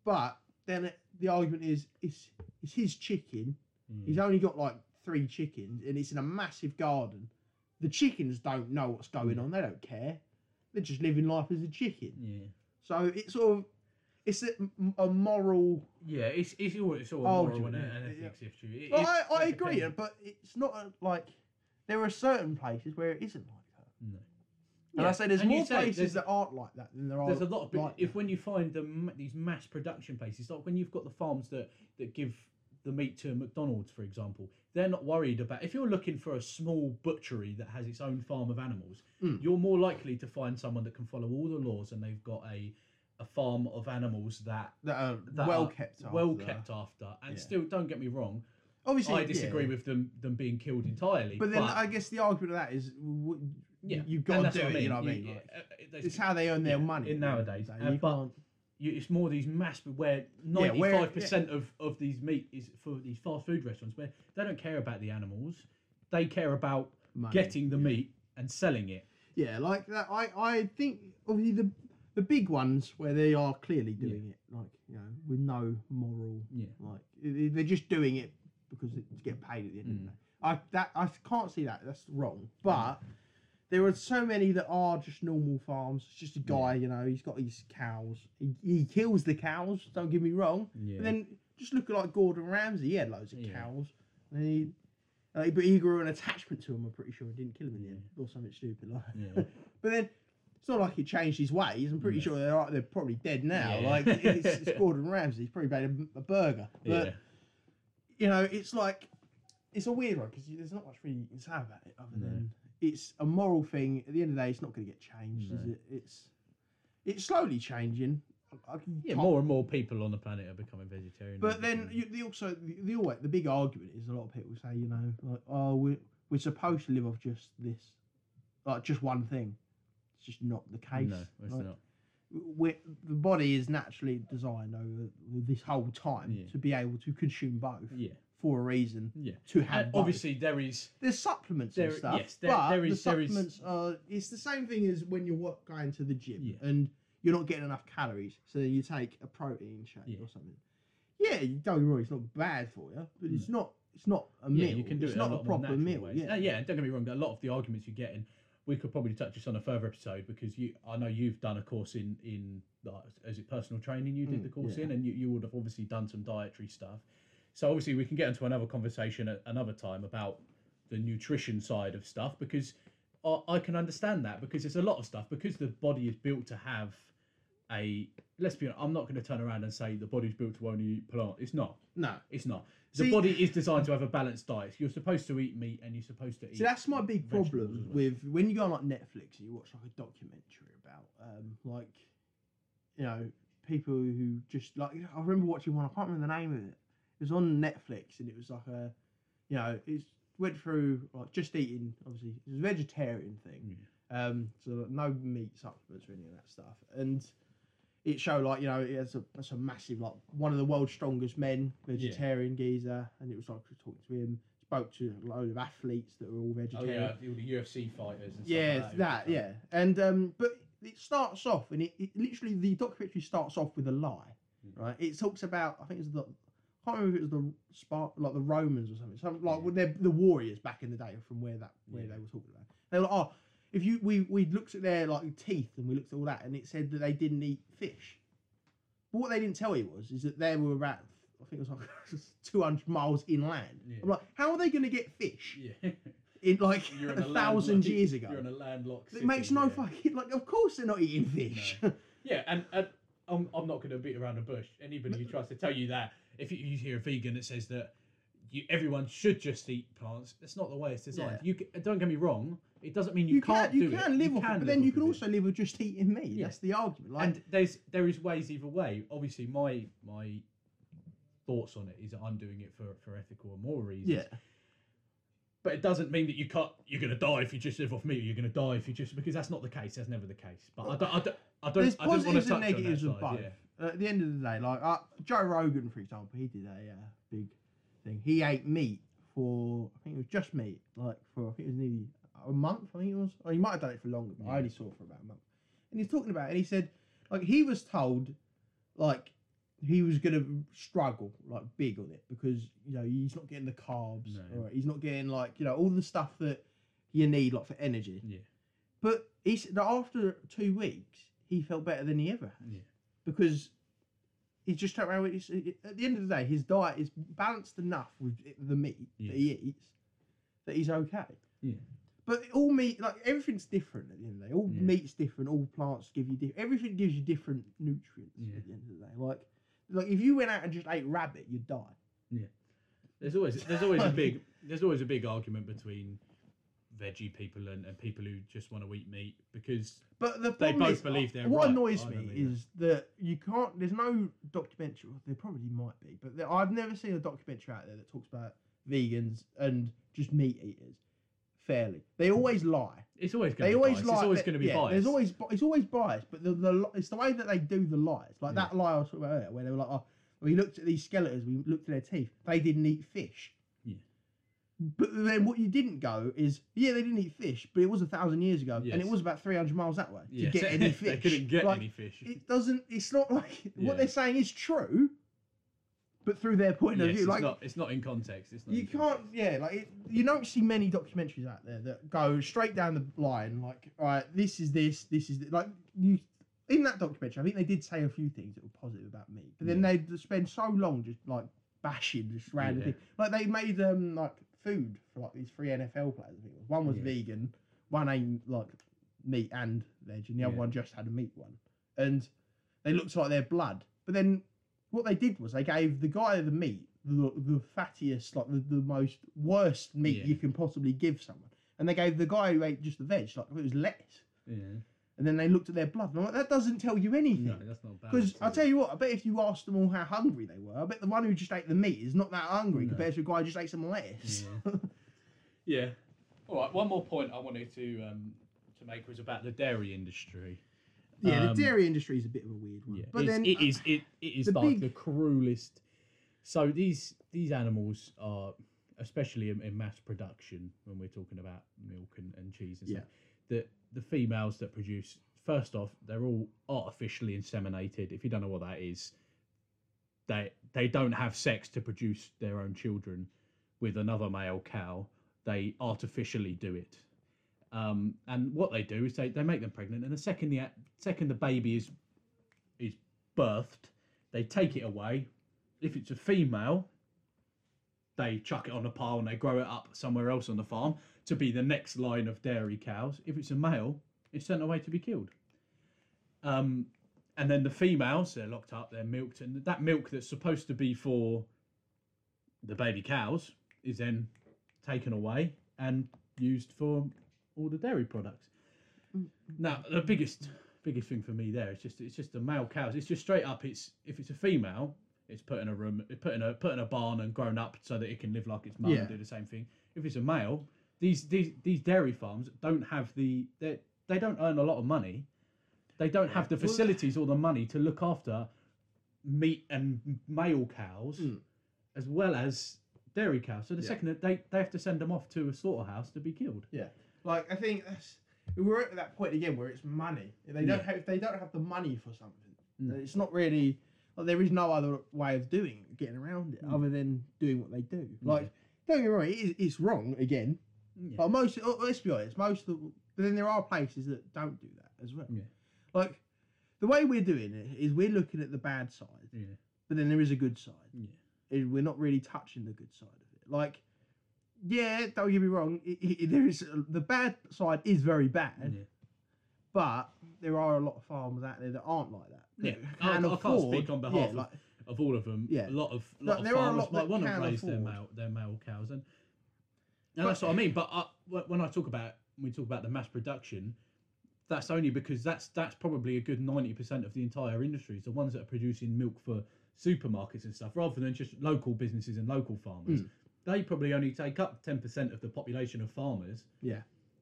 [SPEAKER 2] But then it- the argument is it's it's his chicken.
[SPEAKER 1] Mm.
[SPEAKER 2] He's only got like three chickens, and it's in a massive garden. The chickens don't know what's going
[SPEAKER 1] Mm.
[SPEAKER 2] on. They don't care. They're just living life as a chicken.
[SPEAKER 1] Yeah.
[SPEAKER 2] So it's sort of it's a, a moral.
[SPEAKER 1] Yeah, it's it's all it's all
[SPEAKER 2] Oh,
[SPEAKER 1] a moral
[SPEAKER 2] do-
[SPEAKER 1] and a-
[SPEAKER 2] yeah,
[SPEAKER 1] and
[SPEAKER 2] yeah.
[SPEAKER 1] ethics issue. It-
[SPEAKER 2] Well,
[SPEAKER 1] it's-
[SPEAKER 2] I, I
[SPEAKER 1] it
[SPEAKER 2] agree,
[SPEAKER 1] depends.
[SPEAKER 2] but it's not a, like there are certain places where it isn't like that.
[SPEAKER 1] No.
[SPEAKER 2] And I say there's
[SPEAKER 1] And you
[SPEAKER 2] more
[SPEAKER 1] say
[SPEAKER 2] places
[SPEAKER 1] there's-
[SPEAKER 2] that aren't like that than there are.
[SPEAKER 1] There's a lot of
[SPEAKER 2] like
[SPEAKER 1] if when you find them these mass production places, like when you've got the farms that that give the meat to McDonald's, for example, they're not worried about. If you're looking for a small butchery that has its own farm of animals,
[SPEAKER 2] Mm.
[SPEAKER 1] you're more likely to find someone that can follow all the laws and they've got a a farm of animals that
[SPEAKER 2] that are
[SPEAKER 1] that
[SPEAKER 2] well
[SPEAKER 1] are
[SPEAKER 2] kept.
[SPEAKER 1] well
[SPEAKER 2] after.
[SPEAKER 1] kept after. And
[SPEAKER 2] Yeah.
[SPEAKER 1] still, don't get me wrong,
[SPEAKER 2] Obviously,
[SPEAKER 1] I
[SPEAKER 2] yeah.
[SPEAKER 1] disagree with them them being killed entirely.
[SPEAKER 2] But then I guess the argument of that is, w-
[SPEAKER 1] Yeah,
[SPEAKER 2] you've
[SPEAKER 1] and
[SPEAKER 2] got
[SPEAKER 1] that's
[SPEAKER 2] to do
[SPEAKER 1] what
[SPEAKER 2] it. You know what I mean?
[SPEAKER 1] You-
[SPEAKER 2] Like,
[SPEAKER 1] uh, uh, there's-
[SPEAKER 2] it's how they earn their
[SPEAKER 1] yeah,
[SPEAKER 2] money
[SPEAKER 1] in
[SPEAKER 2] at the end of
[SPEAKER 1] nowadays,
[SPEAKER 2] the day.
[SPEAKER 1] uh,
[SPEAKER 2] You
[SPEAKER 1] but-
[SPEAKER 2] can't-
[SPEAKER 1] you, it's more these mass where
[SPEAKER 2] Yeah,
[SPEAKER 1] ninety
[SPEAKER 2] where-
[SPEAKER 1] five percent of of these meat is for these fast food restaurants where they don't care about the animals, they care about
[SPEAKER 2] Money.
[SPEAKER 1] getting the meat and selling it.
[SPEAKER 2] Yeah, like that. I, I think obviously the the big ones where they are clearly
[SPEAKER 1] Yeah.
[SPEAKER 2] doing it, like you know, with no moral.
[SPEAKER 1] Yeah.
[SPEAKER 2] Like i- i- they're just doing it because it, to get paid at the end
[SPEAKER 1] Mm.
[SPEAKER 2] of the day. I that I can't see that. That's wrong. But there are so many that are just normal farms. It's just a guy, you know, he's got his cows. He, he kills the cows. Don't get me wrong.
[SPEAKER 1] Yeah.
[SPEAKER 2] But then just look at like Gordon Ramsay. He had loads of
[SPEAKER 1] Yeah.
[SPEAKER 2] cows. And he, uh, but he grew an attachment to him. I'm pretty sure he didn't kill him in the
[SPEAKER 1] Yeah.
[SPEAKER 2] end or something stupid like.
[SPEAKER 1] Yeah.
[SPEAKER 2] But then it's not like he changed his ways. I'm pretty
[SPEAKER 1] Yeah.
[SPEAKER 2] sure they're they're probably dead now.
[SPEAKER 1] Mm. Yeah.
[SPEAKER 2] Like it's, it's Gordon Ramsay. He's probably made a, a burger. But
[SPEAKER 1] yeah.
[SPEAKER 2] you know, it's like it's a weird one because there's not much really you can say about it other
[SPEAKER 1] No.
[SPEAKER 2] than it's a moral thing. At the end of the day, it's not going to get changed, is
[SPEAKER 1] No.
[SPEAKER 2] it? It's it's slowly changing. I- I can-
[SPEAKER 1] Yeah,
[SPEAKER 2] can't-
[SPEAKER 1] more and more people on the planet are becoming vegetarian.
[SPEAKER 2] But
[SPEAKER 1] and
[SPEAKER 2] then
[SPEAKER 1] becoming-
[SPEAKER 2] you, the also the, the always the big argument is a lot of people say you know like oh we're we're supposed to live off just this like just one thing. It's just not the case.
[SPEAKER 1] no, it's
[SPEAKER 2] Like,
[SPEAKER 1] not.
[SPEAKER 2] we the body is naturally designed over this whole time
[SPEAKER 1] Yeah.
[SPEAKER 2] to be able to consume both
[SPEAKER 1] Yeah,
[SPEAKER 2] for a reason
[SPEAKER 1] yeah.
[SPEAKER 2] to have
[SPEAKER 1] And
[SPEAKER 2] both.
[SPEAKER 1] obviously there is
[SPEAKER 2] there's supplements
[SPEAKER 1] there-
[SPEAKER 2] and stuff
[SPEAKER 1] yes, there-
[SPEAKER 2] but
[SPEAKER 1] there
[SPEAKER 2] the
[SPEAKER 1] is- there is-
[SPEAKER 2] supplements are it's the same thing as when you're wa- going to the gym
[SPEAKER 1] Yeah.
[SPEAKER 2] and you're not getting enough calories so then you take a protein shake
[SPEAKER 1] Yeah.
[SPEAKER 2] or something yeah you don't get me wrong it's not bad for you but it's not it's not a
[SPEAKER 1] yeah,
[SPEAKER 2] meal
[SPEAKER 1] you can do it
[SPEAKER 2] it's
[SPEAKER 1] in
[SPEAKER 2] not
[SPEAKER 1] a,
[SPEAKER 2] a,
[SPEAKER 1] lot more
[SPEAKER 2] proper
[SPEAKER 1] natural
[SPEAKER 2] meal
[SPEAKER 1] ways.
[SPEAKER 2] yeah
[SPEAKER 1] Uh, yeah, and don't get me wrong. A lot of the arguments you get, and we could probably touch this on a further episode because you, I know you've done a course in in like, is it personal training? You did
[SPEAKER 2] Mm,
[SPEAKER 1] the course
[SPEAKER 2] yeah.
[SPEAKER 1] in, and you, you would have obviously done some dietary stuff. So obviously we can get into another conversation at another time about the nutrition side of stuff because I, I can understand that because there's a lot of stuff because the body is built to have a. Let's be honest. I'm not going to turn around and say the body's built to only eat plant. It's not.
[SPEAKER 2] no
[SPEAKER 1] It's not. The
[SPEAKER 2] See-
[SPEAKER 1] body is designed to have a balanced diet. You're supposed to eat meat and you're supposed to eat.
[SPEAKER 2] See, that's my big
[SPEAKER 1] vegetables
[SPEAKER 2] problem
[SPEAKER 1] as well.
[SPEAKER 2] with when you go on like Netflix and you watch like a documentary about um like you know people who just like I remember watching one I can't remember the name of it. It was on Netflix and it was like a you know it's went through like just eating obviously it was a vegetarian
[SPEAKER 1] Mm.
[SPEAKER 2] thing um so like, no meat supplements or any of that stuff and it showed like you know it has a that's a massive like one of the world's strongest men vegetarian geezer and it was like talking to him spoke to a load of athletes that were all
[SPEAKER 1] Oh
[SPEAKER 2] vegetarian
[SPEAKER 1] yeah, all the UFC fighters. And
[SPEAKER 2] yeah,
[SPEAKER 1] stuff
[SPEAKER 2] it's
[SPEAKER 1] like
[SPEAKER 2] that, yeah. And um, but it starts off, and it, it literally the documentary starts off with a lie,
[SPEAKER 1] Mm.
[SPEAKER 2] right? It talks about I think it's the I can't remember if it was the Spar- like the Romans or something, something like
[SPEAKER 1] Yeah.
[SPEAKER 2] when they're the warriors back in the day from where that where
[SPEAKER 1] Yeah.
[SPEAKER 2] they were talking about. They were like, oh, if you we we looked at their like teeth and we looked at all that, and it said that they didn't eat fish. But what they didn't tell you was is that they were about I think it was like two hundred miles inland.
[SPEAKER 1] Yeah.
[SPEAKER 2] I'm like, how are they going to get fish
[SPEAKER 1] Yeah.
[SPEAKER 2] in like
[SPEAKER 1] You're in
[SPEAKER 2] a thousand
[SPEAKER 1] landlocked-
[SPEAKER 2] years ago?
[SPEAKER 1] You're in a landlocked.
[SPEAKER 2] It makes
[SPEAKER 1] city,
[SPEAKER 2] no
[SPEAKER 1] yeah.
[SPEAKER 2] fucking like. Of course they're not eating fish.
[SPEAKER 1] Yeah, and, and I'm, I'm not going to beat around the bush. Anybody who tries to tell you that, if you, you hear a vegan that says that you everyone should just eat plants, that's not the way it's designed.
[SPEAKER 2] Yeah.
[SPEAKER 1] You c- don't get me wrong. It doesn't mean you,
[SPEAKER 2] you can,
[SPEAKER 1] can't
[SPEAKER 2] you
[SPEAKER 1] do
[SPEAKER 2] can
[SPEAKER 1] it.
[SPEAKER 2] live off it, but then
[SPEAKER 1] live
[SPEAKER 2] you
[SPEAKER 1] off
[SPEAKER 2] can
[SPEAKER 1] of it.
[SPEAKER 2] also live off just eating meat.
[SPEAKER 1] Yeah.
[SPEAKER 2] That's the argument. Like,
[SPEAKER 1] and there's there is ways either way. Obviously, my my thoughts on it is that I'm doing it for for ethical and moral reasons.
[SPEAKER 2] yeah,
[SPEAKER 1] But it doesn't mean that you cut. You're going to die if you just live off meat. Or you're going to die if you just because that's not the case. That's never the case. But I don't. I don't. I don't,
[SPEAKER 2] there's
[SPEAKER 1] I don't want
[SPEAKER 2] positives
[SPEAKER 1] to touch
[SPEAKER 2] and negatives
[SPEAKER 1] on
[SPEAKER 2] of
[SPEAKER 1] that side,
[SPEAKER 2] both. At the end of the day, like uh, Joe Rogan, for example, he did a uh, big thing. He ate meat for I think it was just meat, like for I think it was nearly a month. I think it was. Or he might have done it for longer, but I
[SPEAKER 1] Yeah.
[SPEAKER 2] only saw it for about a month. And he's talking about, it, and he said, like he was told, like he was gonna struggle like big on it because you know he's not getting the carbs,
[SPEAKER 1] No.
[SPEAKER 2] or he's not getting like you know all the stuff that you need like for energy.
[SPEAKER 1] Yeah.
[SPEAKER 2] But he said that after two weeks, he felt better than he ever had
[SPEAKER 1] Yeah.
[SPEAKER 2] because he just turned around. with his- At the end of the day, his diet is balanced enough with the meat
[SPEAKER 1] Yeah.
[SPEAKER 2] that he eats that he's okay.
[SPEAKER 1] Yeah.
[SPEAKER 2] But But all meat, like everything's different at the end of the day. All
[SPEAKER 1] Yeah.
[SPEAKER 2] meat's different. All plants give you different. Everything gives you different nutrients
[SPEAKER 1] Yeah.
[SPEAKER 2] at the end of the day. Like, like if you went out and just ate rabbit, you'd die.
[SPEAKER 1] There's always there's always a big there's always a big argument between veggie people and, and people who just want to eat meat because
[SPEAKER 2] But the
[SPEAKER 1] They
[SPEAKER 2] problem
[SPEAKER 1] both
[SPEAKER 2] is, uh,
[SPEAKER 1] believe they're
[SPEAKER 2] what
[SPEAKER 1] right.
[SPEAKER 2] annoys
[SPEAKER 1] I
[SPEAKER 2] me
[SPEAKER 1] don't either.
[SPEAKER 2] is that you can't. There's no documentary. well, There probably might be, but there, I've never seen a documentary out there that talks about vegans and just meat eaters fairly. They always lie.
[SPEAKER 1] it's always going
[SPEAKER 2] They
[SPEAKER 1] to be
[SPEAKER 2] always
[SPEAKER 1] biased.
[SPEAKER 2] lie.
[SPEAKER 1] it's always
[SPEAKER 2] they-
[SPEAKER 1] going to be
[SPEAKER 2] yeah,
[SPEAKER 1] biased.
[SPEAKER 2] There's always bi- it's always biased, but the, the li- it's the way that they do the lies. Like that lie I was talking about earlier, where they were like, "Oh, we looked at these skeletons. We looked at their teeth. They didn't eat fish."
[SPEAKER 1] Yeah.
[SPEAKER 2] But then what you didn't go is, yeah, they didn't eat fish, but it was a thousand years ago, and it
[SPEAKER 1] Yes.
[SPEAKER 2] was about three hundred miles that way
[SPEAKER 1] Yeah,
[SPEAKER 2] to get any fish.
[SPEAKER 1] they couldn't get
[SPEAKER 2] Like,
[SPEAKER 1] any fish.
[SPEAKER 2] It doesn't. It's not like
[SPEAKER 1] Yeah.
[SPEAKER 2] what they're saying is true, but through their point
[SPEAKER 1] Yes,
[SPEAKER 2] of view,
[SPEAKER 1] it's
[SPEAKER 2] like
[SPEAKER 1] not it's not in context. It's not
[SPEAKER 2] you
[SPEAKER 1] in
[SPEAKER 2] can't,
[SPEAKER 1] context.
[SPEAKER 2] yeah, like it, you don't see many documentaries out there that go straight down the line, like, all right, this is this, this is th-" like you. In that documentary, I think they did say a few things that were positive about me, but then they would spend so long just like bashing just random
[SPEAKER 1] Yeah.
[SPEAKER 2] things. Like they made um like food for like these three NFL players. I think it was. One was
[SPEAKER 1] Yeah.
[SPEAKER 2] vegan, one aimed like meat and veg, and the other
[SPEAKER 1] Yeah.
[SPEAKER 2] one just had a meat one, and they looked like their blood. But then what they did was they gave the guy the meat, the, the fattiest, like the, the most worst meat
[SPEAKER 1] Yeah.
[SPEAKER 2] you can possibly give someone. And they gave the guy who ate just the veg, like it was lettuce.
[SPEAKER 1] Yeah.
[SPEAKER 2] And then they looked at their blood. And I'm like, that doesn't tell you
[SPEAKER 1] No,
[SPEAKER 2] anything.
[SPEAKER 1] that's not bad.
[SPEAKER 2] Because I'll tell you what, I bet if you asked them all how hungry they were, I bet the one who just ate the meat is not that hungry
[SPEAKER 1] No.
[SPEAKER 2] compared to a guy who just ate some lettuce.
[SPEAKER 1] Yeah. All right. One more point I wanted to um, to make was about the dairy industry.
[SPEAKER 2] Yeah,
[SPEAKER 1] Um,
[SPEAKER 2] the dairy industry is a bit of a weird one.
[SPEAKER 1] Yeah.
[SPEAKER 2] But
[SPEAKER 1] it's,
[SPEAKER 2] then
[SPEAKER 1] it is it, it is
[SPEAKER 2] the
[SPEAKER 1] like
[SPEAKER 2] big-
[SPEAKER 1] the cruelest. So these these animals are, especially in, in mass production, when we're talking about milk and, and cheese and stuff, that the females that produce first off they're all artificially inseminated. If you don't know what that is, they they don't have sex to produce their own children with another male cow. They artificially do it. Um, and what they do is they, they make them pregnant, and the second the a- second the baby is is birthed, they take it away. If it's a female, they chuck it on a pile and they grow it up somewhere else on the farm to be the next line of dairy cows. If it's a male, it's sent away to be killed. Um, and then the females, they're locked up, they're milked, and that milk that's supposed to be for the baby cows is then taken away and used for all the dairy products. Now, the biggest biggest thing for me there is just it's just the male cows. It's just straight up. It's if it's a female, it's put in a room, put in a put in a barn and grown up so that it can live like its mum
[SPEAKER 2] Yeah.
[SPEAKER 1] and do the same thing. If it's a male, these these these dairy farms don't have the they they don't earn a lot of money. They don't have the
[SPEAKER 2] Well-
[SPEAKER 1] facilities or the money to look after meat and male cows
[SPEAKER 2] Mm.
[SPEAKER 1] as well as dairy cows. So the
[SPEAKER 2] Yeah.
[SPEAKER 1] second that they they have to send them off to a slaughterhouse to be killed.
[SPEAKER 2] Like I think that's we're at that point again where it's money. If they don't
[SPEAKER 1] Yeah.
[SPEAKER 2] have if they don't have the money for something,
[SPEAKER 1] Mm.
[SPEAKER 2] then it's not really like there is no other way of doing getting around it
[SPEAKER 1] Mm.
[SPEAKER 2] other than doing what they do. Like don't get me wrong, it is, it's wrong again.
[SPEAKER 1] Mm, Yeah.
[SPEAKER 2] But most oh, let's be honest, most of the, but then there are places that don't do that as well.
[SPEAKER 1] Yeah.
[SPEAKER 2] Like the way we're doing it is we're looking at the bad side,
[SPEAKER 1] Yeah.
[SPEAKER 2] but then there is a good side
[SPEAKER 1] Yeah.
[SPEAKER 2] is we're not really touching the good side of it. Like, yeah, don't get me wrong. i i there is uh, the bad side is very bad,
[SPEAKER 1] Yeah.
[SPEAKER 2] but there are a lot of farms out there that aren't like that. that
[SPEAKER 1] Yeah. I- I can't speak on behalf of-
[SPEAKER 2] like,
[SPEAKER 1] of all of them.
[SPEAKER 2] Yeah.
[SPEAKER 1] a lot of
[SPEAKER 2] Like,
[SPEAKER 1] lot of
[SPEAKER 2] there are a
[SPEAKER 1] farmers
[SPEAKER 2] lot
[SPEAKER 1] might
[SPEAKER 2] that
[SPEAKER 1] want to
[SPEAKER 2] can
[SPEAKER 1] raise their
[SPEAKER 2] afford.
[SPEAKER 1] male their male cows, and, and
[SPEAKER 2] But-
[SPEAKER 1] that's what I mean. But I, wh- when I talk about we talk about the mass production, that's only because that's that's probably a good ninety percent of the entire industry is the ones that are producing milk for supermarkets and stuff, rather than just local businesses and local farmers.
[SPEAKER 2] Hmm.
[SPEAKER 1] They probably only take up ten percent of the population of farmers
[SPEAKER 2] yeah,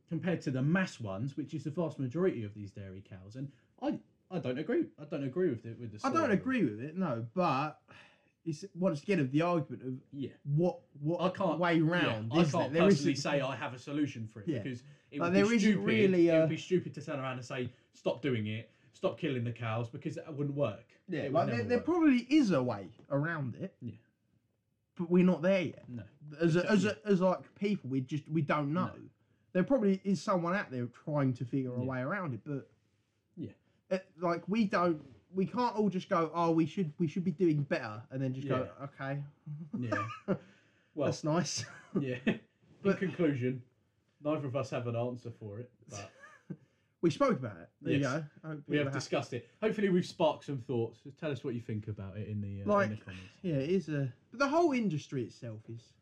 [SPEAKER 1] compared to the mass ones, which is the vast majority of these dairy cows. And I I don't agree. I don't agree with it with the.
[SPEAKER 2] I don't
[SPEAKER 1] slaughter.
[SPEAKER 2] agree with it, no, but it's once again of the argument of
[SPEAKER 1] Yeah.
[SPEAKER 2] what what
[SPEAKER 1] I can't
[SPEAKER 2] way
[SPEAKER 1] yeah,
[SPEAKER 2] round.
[SPEAKER 1] I
[SPEAKER 2] isn't
[SPEAKER 1] can't
[SPEAKER 2] it? There
[SPEAKER 1] personally
[SPEAKER 2] isn't-
[SPEAKER 1] say I have a solution for it
[SPEAKER 2] Yeah.
[SPEAKER 1] because it
[SPEAKER 2] Like,
[SPEAKER 1] would
[SPEAKER 2] there
[SPEAKER 1] be
[SPEAKER 2] isn't
[SPEAKER 1] stupid.
[SPEAKER 2] really uh,
[SPEAKER 1] It
[SPEAKER 2] a-
[SPEAKER 1] would be stupid to turn around and say stop doing it, stop killing the cows because that wouldn't work.
[SPEAKER 2] Yeah,
[SPEAKER 1] It would
[SPEAKER 2] like
[SPEAKER 1] never
[SPEAKER 2] there, there
[SPEAKER 1] work.
[SPEAKER 2] probably is a way around it.
[SPEAKER 1] Yeah.
[SPEAKER 2] But we're not there yet.
[SPEAKER 1] No.
[SPEAKER 2] As a, as a, as like people, we just we don't know. There probably is someone out there trying to figure a
[SPEAKER 1] Yeah.
[SPEAKER 2] way around it, but
[SPEAKER 1] Yeah.
[SPEAKER 2] it, like we don't. We can't all just go. Oh, we should we should be doing better, and then just go. Okay,
[SPEAKER 1] yeah. Well,
[SPEAKER 2] that's nice.
[SPEAKER 1] yeah. In
[SPEAKER 2] But-
[SPEAKER 1] conclusion, Neither of us have an answer for it, but
[SPEAKER 2] We spoke about it. There you
[SPEAKER 1] Yes.
[SPEAKER 2] go. I hope
[SPEAKER 1] we
[SPEAKER 2] people
[SPEAKER 1] have
[SPEAKER 2] are
[SPEAKER 1] discussed it. Hopefully, we've sparked some thoughts. Just tell us what you think about it in the, uh, in
[SPEAKER 2] Like,
[SPEAKER 1] the comments.
[SPEAKER 2] Yeah, it is a. But the whole industry itself is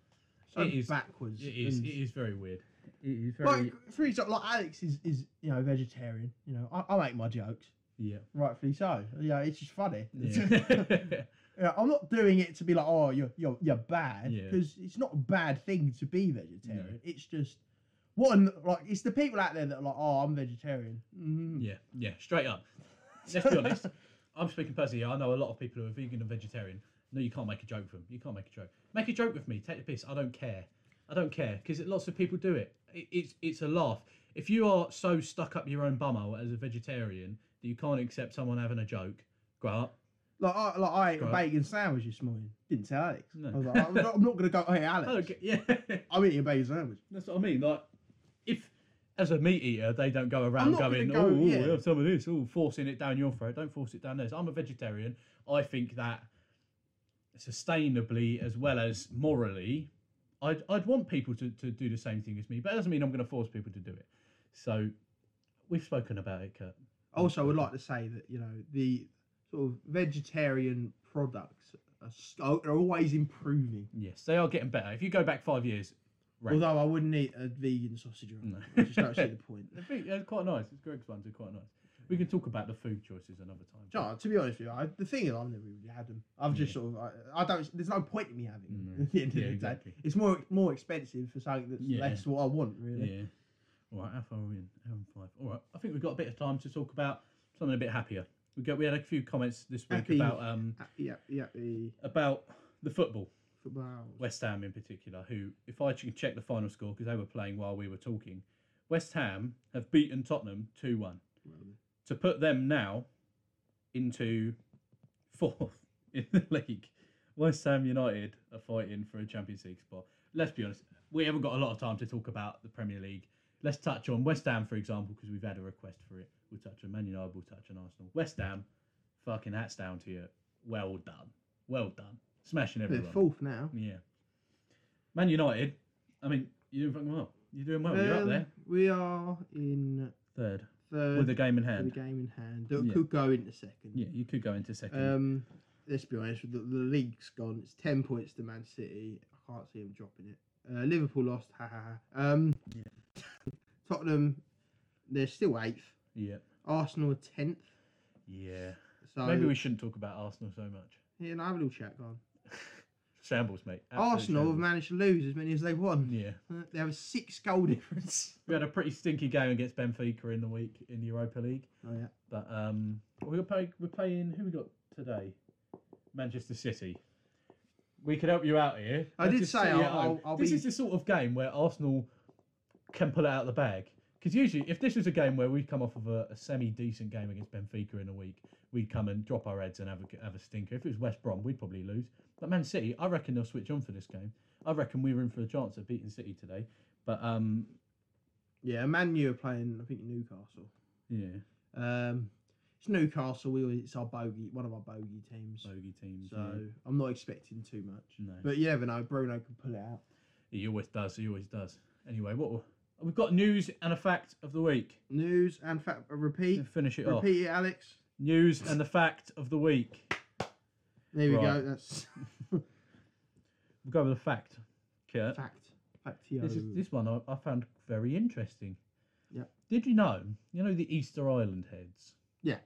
[SPEAKER 2] so
[SPEAKER 1] It is-
[SPEAKER 2] backwards.
[SPEAKER 1] It is,
[SPEAKER 2] and-
[SPEAKER 1] it is very weird.
[SPEAKER 3] It is
[SPEAKER 2] Like, for example, like Alex is, is you know vegetarian. You know, I, I make my jokes,
[SPEAKER 1] Yeah.
[SPEAKER 2] rightfully so. Yeah, it's just funny.
[SPEAKER 1] yeah.
[SPEAKER 2] Yeah, I'm not doing it to be like, oh, you're you're, you're bad
[SPEAKER 1] Yeah.
[SPEAKER 2] because it's not a bad thing to be vegetarian. It's just one like it's the people out there that are like, oh, I'm vegetarian. Mm.
[SPEAKER 1] yeah, yeah, straight up. Let's be honest. I'm speaking personally. I know a lot of people who are vegan and vegetarian. No, you can't make a joke from. You can't make a joke. Make a joke with me. Take the piss. I don't care. I don't care because lots of people do it. it. It's it's a laugh. If you are so stuck up your own bumhole as a vegetarian that you can't accept someone having a joke, grow up.
[SPEAKER 2] Like, I, like I ate a
[SPEAKER 1] Right.
[SPEAKER 2] bacon sandwich this morning. Didn't tell Alex.
[SPEAKER 1] No.
[SPEAKER 2] I was like, I'm not, I'm not gonna go. Hey, Alex,
[SPEAKER 1] I don't get, yeah, that's
[SPEAKER 2] I'm eating a bacon sandwich.
[SPEAKER 1] what I mean. Like, if as a meat eater they don't go around
[SPEAKER 2] not gonna
[SPEAKER 1] going,
[SPEAKER 2] go-
[SPEAKER 1] oh, ooh,
[SPEAKER 2] yeah.
[SPEAKER 1] have some of this, oh, forcing it down your throat. Don't force it down theirs. I'm a vegetarian. I think that sustainably as well as morally, I'd, I'd want people to, to do the same thing as me, but that doesn't mean I'm going to force people to do it. So we've spoken about it, Kurt.
[SPEAKER 2] Also, I would like to say that you know the sort of vegetarian products are, s- are are always improving.
[SPEAKER 1] Yes, they are getting better. If you go back five years, right.
[SPEAKER 2] Although I wouldn't eat a vegan sausage roll.
[SPEAKER 1] No.
[SPEAKER 2] I just don't see the point.
[SPEAKER 1] They're big- they're quite nice. It's Greg's ones are quite nice. We can talk about the food choices another time.
[SPEAKER 2] John, to be honest with you, I, the thing is, I've never really had them. I've just
[SPEAKER 1] Yeah.
[SPEAKER 2] sort of, I, I don't. There's no point in me having them.
[SPEAKER 1] No.
[SPEAKER 2] At the end of
[SPEAKER 1] Yeah,
[SPEAKER 2] the
[SPEAKER 1] exactly.
[SPEAKER 2] day, it's more more expensive for something that's
[SPEAKER 1] Yeah.
[SPEAKER 2] less what I want, really.
[SPEAKER 1] Yeah. All right, how far are we in? Hour and five. All right, I think we've got a bit of time to talk about something a bit happier. We got we had a few comments this week
[SPEAKER 2] Happy.
[SPEAKER 1] about um
[SPEAKER 2] Uh, Yeah, yeah, the
[SPEAKER 1] about the football,
[SPEAKER 2] football.
[SPEAKER 1] West Ham in particular. Who, if I can check the final score because they were playing while we were talking, West Ham have beaten Tottenham two one to put them now into fourth in the league. West Ham United are fighting for a Champions League spot. Let's be honest, we haven't got a lot of time to talk about the Premier League. Let's touch on West Ham, for example, because we've had a request for it. We'll touch on Man United, we'll touch on Arsenal. West Ham, fucking hats down to you. Well done. Well done. Smashing
[SPEAKER 2] They're
[SPEAKER 1] everyone.
[SPEAKER 2] fourth now.
[SPEAKER 1] Yeah. Man United, I mean, you're doing fucking well. You're doing well. You're up
[SPEAKER 2] Um,
[SPEAKER 1] there.
[SPEAKER 2] We are in
[SPEAKER 1] Third.
[SPEAKER 2] third
[SPEAKER 1] With a game in
[SPEAKER 2] with the
[SPEAKER 1] hand.
[SPEAKER 2] game in hand. That
[SPEAKER 1] Yeah.
[SPEAKER 2] could go into second.
[SPEAKER 1] Yeah, you could go into second.
[SPEAKER 2] Um, let's be honest, the, the league's gone. It's ten points to Man City. I can't see them dropping it. Uh, Liverpool lost. Ha ha ha. Um, Tottenham, they're still eighth.
[SPEAKER 1] yeah.
[SPEAKER 2] Arsenal are tenth.
[SPEAKER 1] Yeah.
[SPEAKER 2] So
[SPEAKER 1] Maybe we shouldn't talk about Arsenal so much.
[SPEAKER 2] yeah, no, have a little chat on.
[SPEAKER 1] Shambles, mate. Absolute
[SPEAKER 2] Arsenal have
[SPEAKER 1] shambles.
[SPEAKER 2] managed to lose as many as they won.
[SPEAKER 1] Yeah.
[SPEAKER 2] Uh, They have a six goal difference.
[SPEAKER 1] We had a pretty stinky game against Benfica in the week in the Europa League.
[SPEAKER 2] Oh yeah.
[SPEAKER 1] But um, we're, play, we're playing, who we got today? Manchester City. We could help you out here.
[SPEAKER 2] I did
[SPEAKER 1] Manchester
[SPEAKER 2] say
[SPEAKER 1] City at
[SPEAKER 2] I'll-
[SPEAKER 1] home.
[SPEAKER 2] I'll- I'll
[SPEAKER 1] this
[SPEAKER 2] be-
[SPEAKER 1] is the sort of game where Arsenal can pull it out of the bag. Because usually, if this was a game where we'd come off of a, a semi decent game against Benfica in a week, we'd come and drop our heads and have a, have a stinker. If it was West Brom, we'd probably lose. But Man City, I reckon they'll switch on for this game. I reckon we were in for a chance at beating City today. But um,
[SPEAKER 2] Yeah, Man U are playing. I think Newcastle.
[SPEAKER 1] yeah,
[SPEAKER 2] Um, it's Newcastle. We always- it's our bogey, one of our bogey teams.
[SPEAKER 1] bogey teams.
[SPEAKER 2] So
[SPEAKER 1] yeah. Mm.
[SPEAKER 2] I'm not expecting too much.
[SPEAKER 1] No.
[SPEAKER 2] But you never know. Bruno could pull it out.
[SPEAKER 1] He always does. He always does. Anyway, what we- we've got news and a fact of the week.
[SPEAKER 2] News and fact. Repeat.
[SPEAKER 1] Finish it off.
[SPEAKER 2] Repeat it, Alex.
[SPEAKER 1] News and the fact of the week.
[SPEAKER 2] There we
[SPEAKER 1] Right.
[SPEAKER 2] go. That's
[SPEAKER 1] We'll go with a fact. Kurt.
[SPEAKER 2] fact.
[SPEAKER 1] This is
[SPEAKER 2] Factio.
[SPEAKER 1] this one I, I found very interesting.
[SPEAKER 2] Yeah.
[SPEAKER 1] Did you know? You know the Easter Island heads.
[SPEAKER 2] Yeah.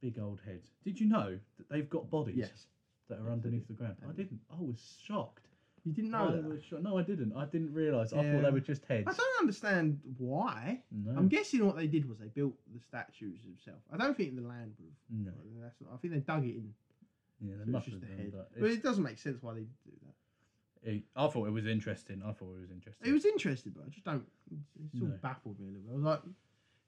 [SPEAKER 1] Big old heads. Did you know that they've got bodies
[SPEAKER 2] Yes.
[SPEAKER 1] that are underneath the ground? I
[SPEAKER 2] Um,
[SPEAKER 1] didn't. I was shocked.
[SPEAKER 2] You didn't
[SPEAKER 1] I
[SPEAKER 2] know that.
[SPEAKER 1] was shocked. No, I didn't. I didn't realise. I thought
[SPEAKER 2] Yeah.
[SPEAKER 1] they were just heads.
[SPEAKER 2] I don't understand why.
[SPEAKER 1] No.
[SPEAKER 2] I'm guessing what they did was they built the statues themselves. I don't think the land would have.
[SPEAKER 1] no.
[SPEAKER 2] That's not, I think they dug it in.
[SPEAKER 1] Yeah, they
[SPEAKER 2] so it's
[SPEAKER 1] must
[SPEAKER 2] just
[SPEAKER 1] have
[SPEAKER 2] the
[SPEAKER 1] done,
[SPEAKER 2] head.
[SPEAKER 1] but
[SPEAKER 2] But
[SPEAKER 1] it's-
[SPEAKER 2] it doesn't make sense why they do that.
[SPEAKER 1] It, I thought it was interesting. I thought it was interesting.
[SPEAKER 2] It was interesting, but I just don't. It sort
[SPEAKER 1] No.
[SPEAKER 2] of baffled me a little bit. I was like,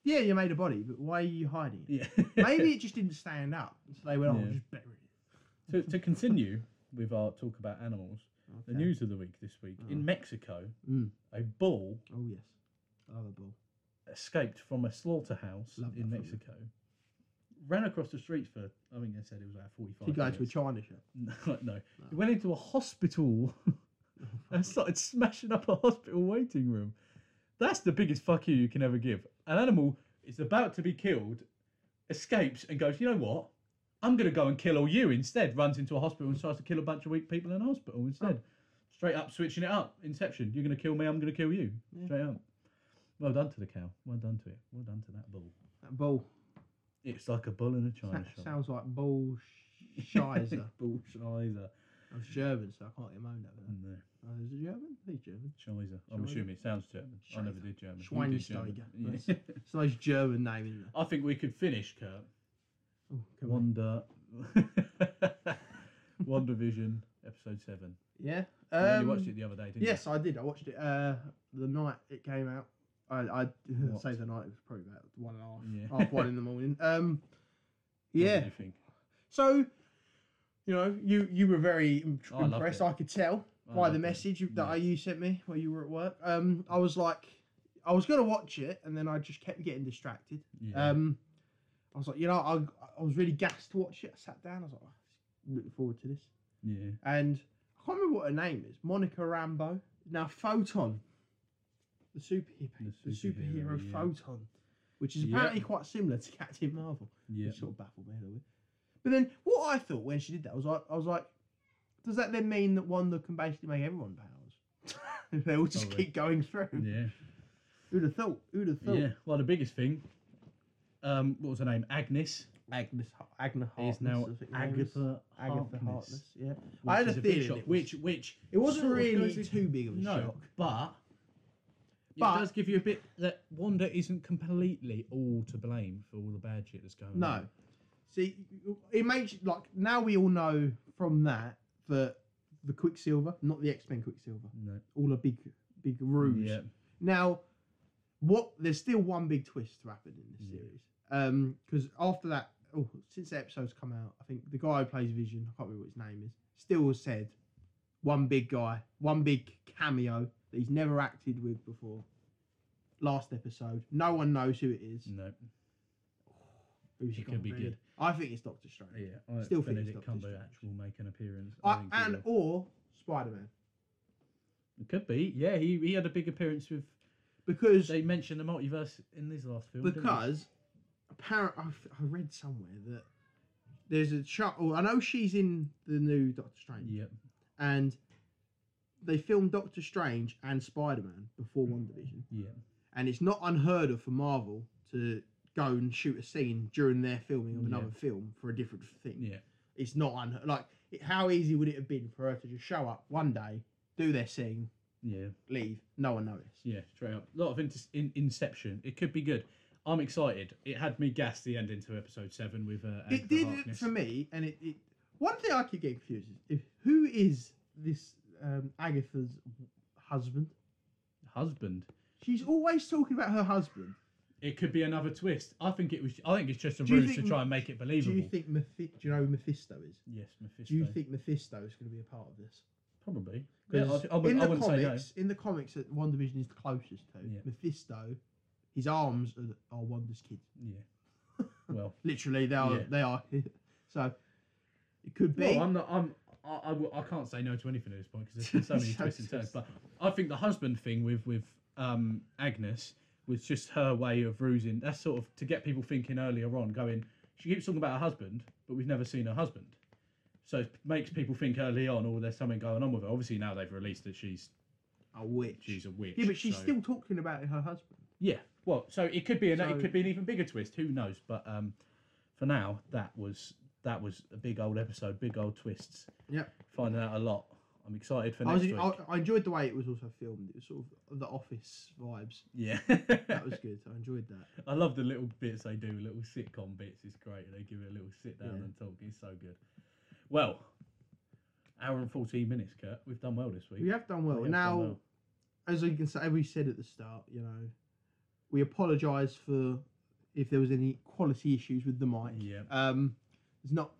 [SPEAKER 2] yeah, you made a body, but why are you hiding it?
[SPEAKER 1] yeah.
[SPEAKER 2] Maybe it just didn't stand up. So they went, oh,
[SPEAKER 1] Yeah.
[SPEAKER 2] we'll just bury it.
[SPEAKER 1] to, to continue with our talk about animals, the
[SPEAKER 2] Okay.
[SPEAKER 1] news of the week this week in Mexico,
[SPEAKER 2] Uh-huh. Mm.
[SPEAKER 1] a bull
[SPEAKER 2] Oh, yes. I love a bull.
[SPEAKER 1] escaped from a slaughterhouse
[SPEAKER 2] Love that
[SPEAKER 1] in
[SPEAKER 2] film.
[SPEAKER 1] Mexico, ran across the streets for I think they said it was like forty-five.
[SPEAKER 2] Did you go to a
[SPEAKER 1] minutes.
[SPEAKER 2] China shop?
[SPEAKER 1] no, no, he went into a hospital and started smashing up a hospital waiting room. That's the biggest fuck you you can ever give. An animal is about to be killed, escapes and goes, you know what? I'm going to go and kill all you instead. Runs into a hospital and starts to kill a bunch of weak people in a hospital instead.
[SPEAKER 2] Oh.
[SPEAKER 1] Straight up switching it up. Inception. You're going to kill me, I'm going to kill you.
[SPEAKER 2] Yeah.
[SPEAKER 1] Straight up. Well done to the cow. Well done to it. Well done to that bull.
[SPEAKER 2] That bull.
[SPEAKER 1] It's like a bull in a
[SPEAKER 2] Sa-
[SPEAKER 1] china shop.
[SPEAKER 2] sounds like bull shizer
[SPEAKER 1] bull Scheiser.
[SPEAKER 2] of German, so I can't get moaned over that.
[SPEAKER 1] No.
[SPEAKER 2] Uh, is it German? I think it's German.
[SPEAKER 1] Scheiser. I'm
[SPEAKER 2] Scheiser.
[SPEAKER 1] assuming it sounds German. I never
[SPEAKER 2] Scheiser.
[SPEAKER 1] did German. You did German.
[SPEAKER 2] Schweinsteiger.
[SPEAKER 1] Yeah.
[SPEAKER 2] That's- It's a nice German name, isn't it?
[SPEAKER 1] I think we could finish, Kurt.
[SPEAKER 2] Oh, come on.
[SPEAKER 1] Wonder. Wonder Vision, episode seven.
[SPEAKER 2] Yeah.
[SPEAKER 1] You only
[SPEAKER 2] Um,
[SPEAKER 1] watched it the other day, didn't
[SPEAKER 2] Yes, I did. I watched it uh, the night it came out. I, I
[SPEAKER 1] What?
[SPEAKER 2] say the night it was probably about one and a half,
[SPEAKER 1] Yeah.
[SPEAKER 2] half one in the morning. Um,
[SPEAKER 1] you? What
[SPEAKER 2] yeah.
[SPEAKER 1] did you think?
[SPEAKER 2] So, you know, you you were very im-
[SPEAKER 1] Oh, I loved
[SPEAKER 2] impressed.
[SPEAKER 1] it.
[SPEAKER 2] I could tell
[SPEAKER 1] I
[SPEAKER 2] by the
[SPEAKER 1] loved it.
[SPEAKER 2] message you, that
[SPEAKER 1] Oh, Yeah.
[SPEAKER 2] you sent me while you were at work. Um, I was like, I was gonna watch it, and then I just kept getting distracted.
[SPEAKER 1] Yeah.
[SPEAKER 2] Um, I was like, you know, I I was really gassed to watch it. I sat down. I was like, oh, looking forward to this.
[SPEAKER 1] yeah.
[SPEAKER 2] and I can't remember what her name is. Monica Rambo. Now Photon, the superhero, the
[SPEAKER 1] The
[SPEAKER 2] superhero,
[SPEAKER 1] superhero, yeah.
[SPEAKER 2] Photon, which is
[SPEAKER 1] Yep.
[SPEAKER 2] apparently quite similar to Captain Marvel.
[SPEAKER 1] Yeah.
[SPEAKER 2] Which sort of baffled me a little bit. But then what I thought when she did that was like, I was like, does that then mean that Wanda can basically make everyone powers? If they all just
[SPEAKER 1] Probably.
[SPEAKER 2] keep going through.
[SPEAKER 1] Oh, Yeah.
[SPEAKER 2] Who'd have thought? Who'd have thought?
[SPEAKER 1] Yeah. Well, the biggest thing. Um, what was her name? Agnes
[SPEAKER 2] Agnes, Har- Agnes Harkness.
[SPEAKER 1] is now
[SPEAKER 2] I think her name is.
[SPEAKER 1] Agatha
[SPEAKER 2] Agatha Harkness.
[SPEAKER 1] Harkness.
[SPEAKER 2] Yeah,
[SPEAKER 1] which
[SPEAKER 2] I had a
[SPEAKER 1] is big
[SPEAKER 2] feeling
[SPEAKER 1] shock,
[SPEAKER 2] it was-
[SPEAKER 1] which which
[SPEAKER 2] it wasn't
[SPEAKER 1] sort of
[SPEAKER 2] really
[SPEAKER 1] goes in-
[SPEAKER 2] too big of a
[SPEAKER 1] no,
[SPEAKER 2] shock.
[SPEAKER 1] but.
[SPEAKER 2] But-
[SPEAKER 1] it does give you a bit that Wanda isn't completely all to blame for all the bad shit that's going
[SPEAKER 2] No.
[SPEAKER 1] on.
[SPEAKER 2] See, it makes like now we all know from that that the Quicksilver, not the X Men Quicksilver,
[SPEAKER 1] No.
[SPEAKER 2] all a big big ruse.
[SPEAKER 1] Yeah.
[SPEAKER 2] Now, what? There's still one big twist to happen in this
[SPEAKER 1] Yeah.
[SPEAKER 2] series. Um, because after that, oh, since the episode's come out, I think the guy who plays Vision, I can't remember what his name is, still has said one big guy, one big cameo that he's never acted with before. Last episode, no one knows who it is.
[SPEAKER 1] No.
[SPEAKER 2] Who's
[SPEAKER 1] Mm. It
[SPEAKER 2] gonna
[SPEAKER 1] could be good.
[SPEAKER 2] I think it's Doctor Strange.
[SPEAKER 1] Yeah, I
[SPEAKER 2] Still
[SPEAKER 1] still
[SPEAKER 2] think
[SPEAKER 1] think Benedict
[SPEAKER 2] it's Doctor Strange.
[SPEAKER 1] Cumberbatch will make an appearance. I
[SPEAKER 2] I,
[SPEAKER 1] think he
[SPEAKER 2] Uh, and
[SPEAKER 1] will.
[SPEAKER 2] or Spider Man
[SPEAKER 1] It could be, yeah. He, he had a big appearance with.
[SPEAKER 2] because
[SPEAKER 1] They mentioned the multiverse in this last film. didn't they?
[SPEAKER 2] because apparently I read somewhere that there's a shot. Oh, I know she's in the new Doctor Strange,
[SPEAKER 1] Yep.
[SPEAKER 2] and they filmed Doctor Strange and Spider Man before
[SPEAKER 1] Mm.
[SPEAKER 2] One Division,
[SPEAKER 1] Yeah.
[SPEAKER 2] and it's not unheard of for Marvel to go and shoot a scene during their filming of
[SPEAKER 1] Yeah.
[SPEAKER 2] another film for a different thing.
[SPEAKER 1] Yeah.
[SPEAKER 2] It's not un like it, how easy would it have been for her to just show up one day, do their scene,
[SPEAKER 1] Yeah.
[SPEAKER 2] leave, no one noticed.
[SPEAKER 1] Yeah. Straight up. A lot of inter- in- inception. It could be good. I'm excited. It had me gassed the end into episode seven with. Uh, Agatha
[SPEAKER 2] it did it
[SPEAKER 1] Harkness.
[SPEAKER 2] for me, and it, it. One thing I could get confused is if, who is this um, Agatha's husband?
[SPEAKER 1] Husband.
[SPEAKER 2] She's always talking about her husband.
[SPEAKER 1] It could be another twist. I think it was. I think it's just a
[SPEAKER 2] Do you
[SPEAKER 1] ruse to
[SPEAKER 2] think-
[SPEAKER 1] try and make it
[SPEAKER 2] Do
[SPEAKER 1] believable.
[SPEAKER 2] you think Mephi- Do you know who Mephisto is?
[SPEAKER 1] yes, Mephisto.
[SPEAKER 2] Do you think Mephisto is going to be a part of this?
[SPEAKER 1] Probably. Yeah,
[SPEAKER 2] 'Cause
[SPEAKER 1] I, I, would,
[SPEAKER 2] in
[SPEAKER 1] I
[SPEAKER 2] the
[SPEAKER 1] wouldn't say no.
[SPEAKER 2] comics, in the comics, that One Division is the closest to
[SPEAKER 1] Yeah.
[SPEAKER 2] Mephisto. His arms are, are Wanda's kids.
[SPEAKER 1] Yeah. Well.
[SPEAKER 2] Literally, they are.
[SPEAKER 1] Yeah.
[SPEAKER 2] They are. so it could be.
[SPEAKER 1] Well, I'm not. I'm. I, I w- I can't say no to anything at this point because there's been so many
[SPEAKER 2] So
[SPEAKER 1] twists and turns. But I think the husband thing with with um, Agnes was just her way of rusing. That's sort of to get people thinking earlier on. Going, she keeps talking about her husband, but we've never seen her husband. So it makes people think early on, oh, there's something going on with her. Obviously now they've released that she's
[SPEAKER 2] a witch.
[SPEAKER 1] she's a witch.
[SPEAKER 2] yeah, but she's
[SPEAKER 1] so-
[SPEAKER 2] still talking about her husband.
[SPEAKER 1] yeah. Well, so it could be an
[SPEAKER 2] So-
[SPEAKER 1] it could be an even bigger twist. Who knows? But um, for now, that was that was a big old episode, big old twists.
[SPEAKER 2] Yep.
[SPEAKER 1] Finding out a lot. I'm excited for
[SPEAKER 2] I,
[SPEAKER 1] next
[SPEAKER 2] was, e-
[SPEAKER 1] week.
[SPEAKER 2] I, I enjoyed the way it was also filmed. It was sort of the office vibes.
[SPEAKER 1] Yeah.
[SPEAKER 2] That was good. I enjoyed that.
[SPEAKER 1] I love the little bits they do, little sitcom bits. It's great. They give it a little sit down
[SPEAKER 2] Yeah.
[SPEAKER 1] and talk. It's so good. Well, hour and 14 minutes, Kurt. We've done well this week.
[SPEAKER 2] We have done well.
[SPEAKER 1] We have done
[SPEAKER 2] now,
[SPEAKER 1] well.
[SPEAKER 2] as you can say, we said at the start, you know, we apologise for if there was any quality issues with the mic.
[SPEAKER 1] Yeah.
[SPEAKER 2] Um, it's not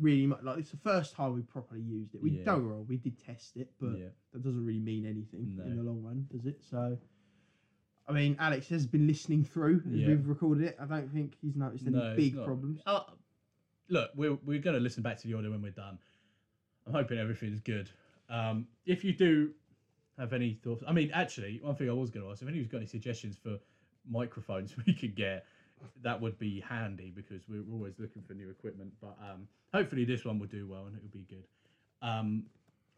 [SPEAKER 2] really much. Like it's the first time we properly used it. We
[SPEAKER 1] Yeah.
[SPEAKER 2] don't get me wrong, We did test it, but
[SPEAKER 1] yeah.
[SPEAKER 2] that doesn't really mean anything
[SPEAKER 1] No.
[SPEAKER 2] in the long run, does it? So. I mean, Alex has been listening through as
[SPEAKER 1] Yeah.
[SPEAKER 2] we've recorded it. I don't think he's noticed any
[SPEAKER 1] No, it's
[SPEAKER 2] big
[SPEAKER 1] not.
[SPEAKER 2] problems.
[SPEAKER 1] Uh, look, we're, we're going to listen back to the audio when we're done. I'm hoping everything's good. Um, if you do have any thoughts? I mean, actually, one thing I was going to ask if anyone's got any suggestions for microphones we could get, that would be handy because we're always looking for new equipment. But um, hopefully, this one will do well and it'll be good. Um,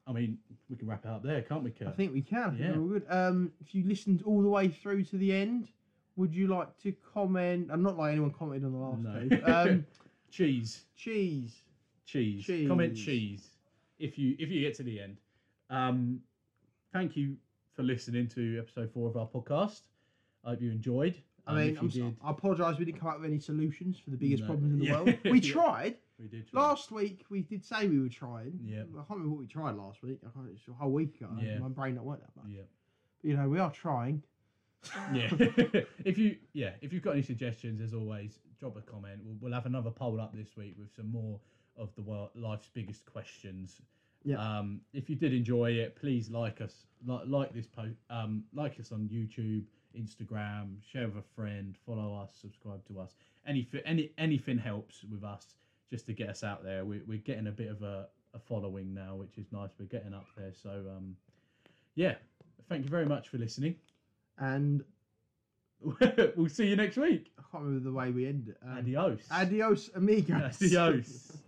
[SPEAKER 1] I mean, we can wrap it up there, can't we, Kurt?
[SPEAKER 2] I think we can. I think
[SPEAKER 1] Yeah.
[SPEAKER 2] we're good. Um, if you listened all the way through to the end, would you like to comment? I'm not like anyone commented on
[SPEAKER 1] No.
[SPEAKER 2] the last page. Um,
[SPEAKER 1] cheese,
[SPEAKER 2] cheese.
[SPEAKER 1] cheese, comment
[SPEAKER 2] Cheese.
[SPEAKER 1] cheese if you if you get to the end. Um, thank you for listening to episode four of our podcast. I hope you enjoyed.
[SPEAKER 2] I
[SPEAKER 1] Um,
[SPEAKER 2] mean,
[SPEAKER 1] if you
[SPEAKER 2] I'm so- I apologise we didn't come up with any solutions for the biggest
[SPEAKER 1] No.
[SPEAKER 2] problems in the
[SPEAKER 1] Yeah.
[SPEAKER 2] world. We
[SPEAKER 1] Yeah.
[SPEAKER 2] tried.
[SPEAKER 1] we did. try.
[SPEAKER 2] Last week, we did say we were trying.
[SPEAKER 1] Yeah.
[SPEAKER 2] I can't remember what we tried last week. I can't, it's a whole week ago.
[SPEAKER 1] Yeah.
[SPEAKER 2] My brain not worked that much.
[SPEAKER 1] Yeah.
[SPEAKER 2] You know, we are trying.
[SPEAKER 1] yeah if you yeah if you've got any suggestions as always drop a comment we'll, we'll have another poll up this week with some more of the world life's biggest questions
[SPEAKER 2] Yeah.
[SPEAKER 1] um if you did enjoy it please like us like, like this post um like us on youtube instagram share with a friend follow us subscribe to us any any anything helps with us just to get us out there we, we're getting a bit of a, a following now which is nice we're getting up there so um yeah thank you very much for listening
[SPEAKER 2] And
[SPEAKER 1] we'll see you next week.
[SPEAKER 2] I can't remember the way we end it. Um,
[SPEAKER 1] Adios.
[SPEAKER 2] adios, amigos.
[SPEAKER 1] Adios.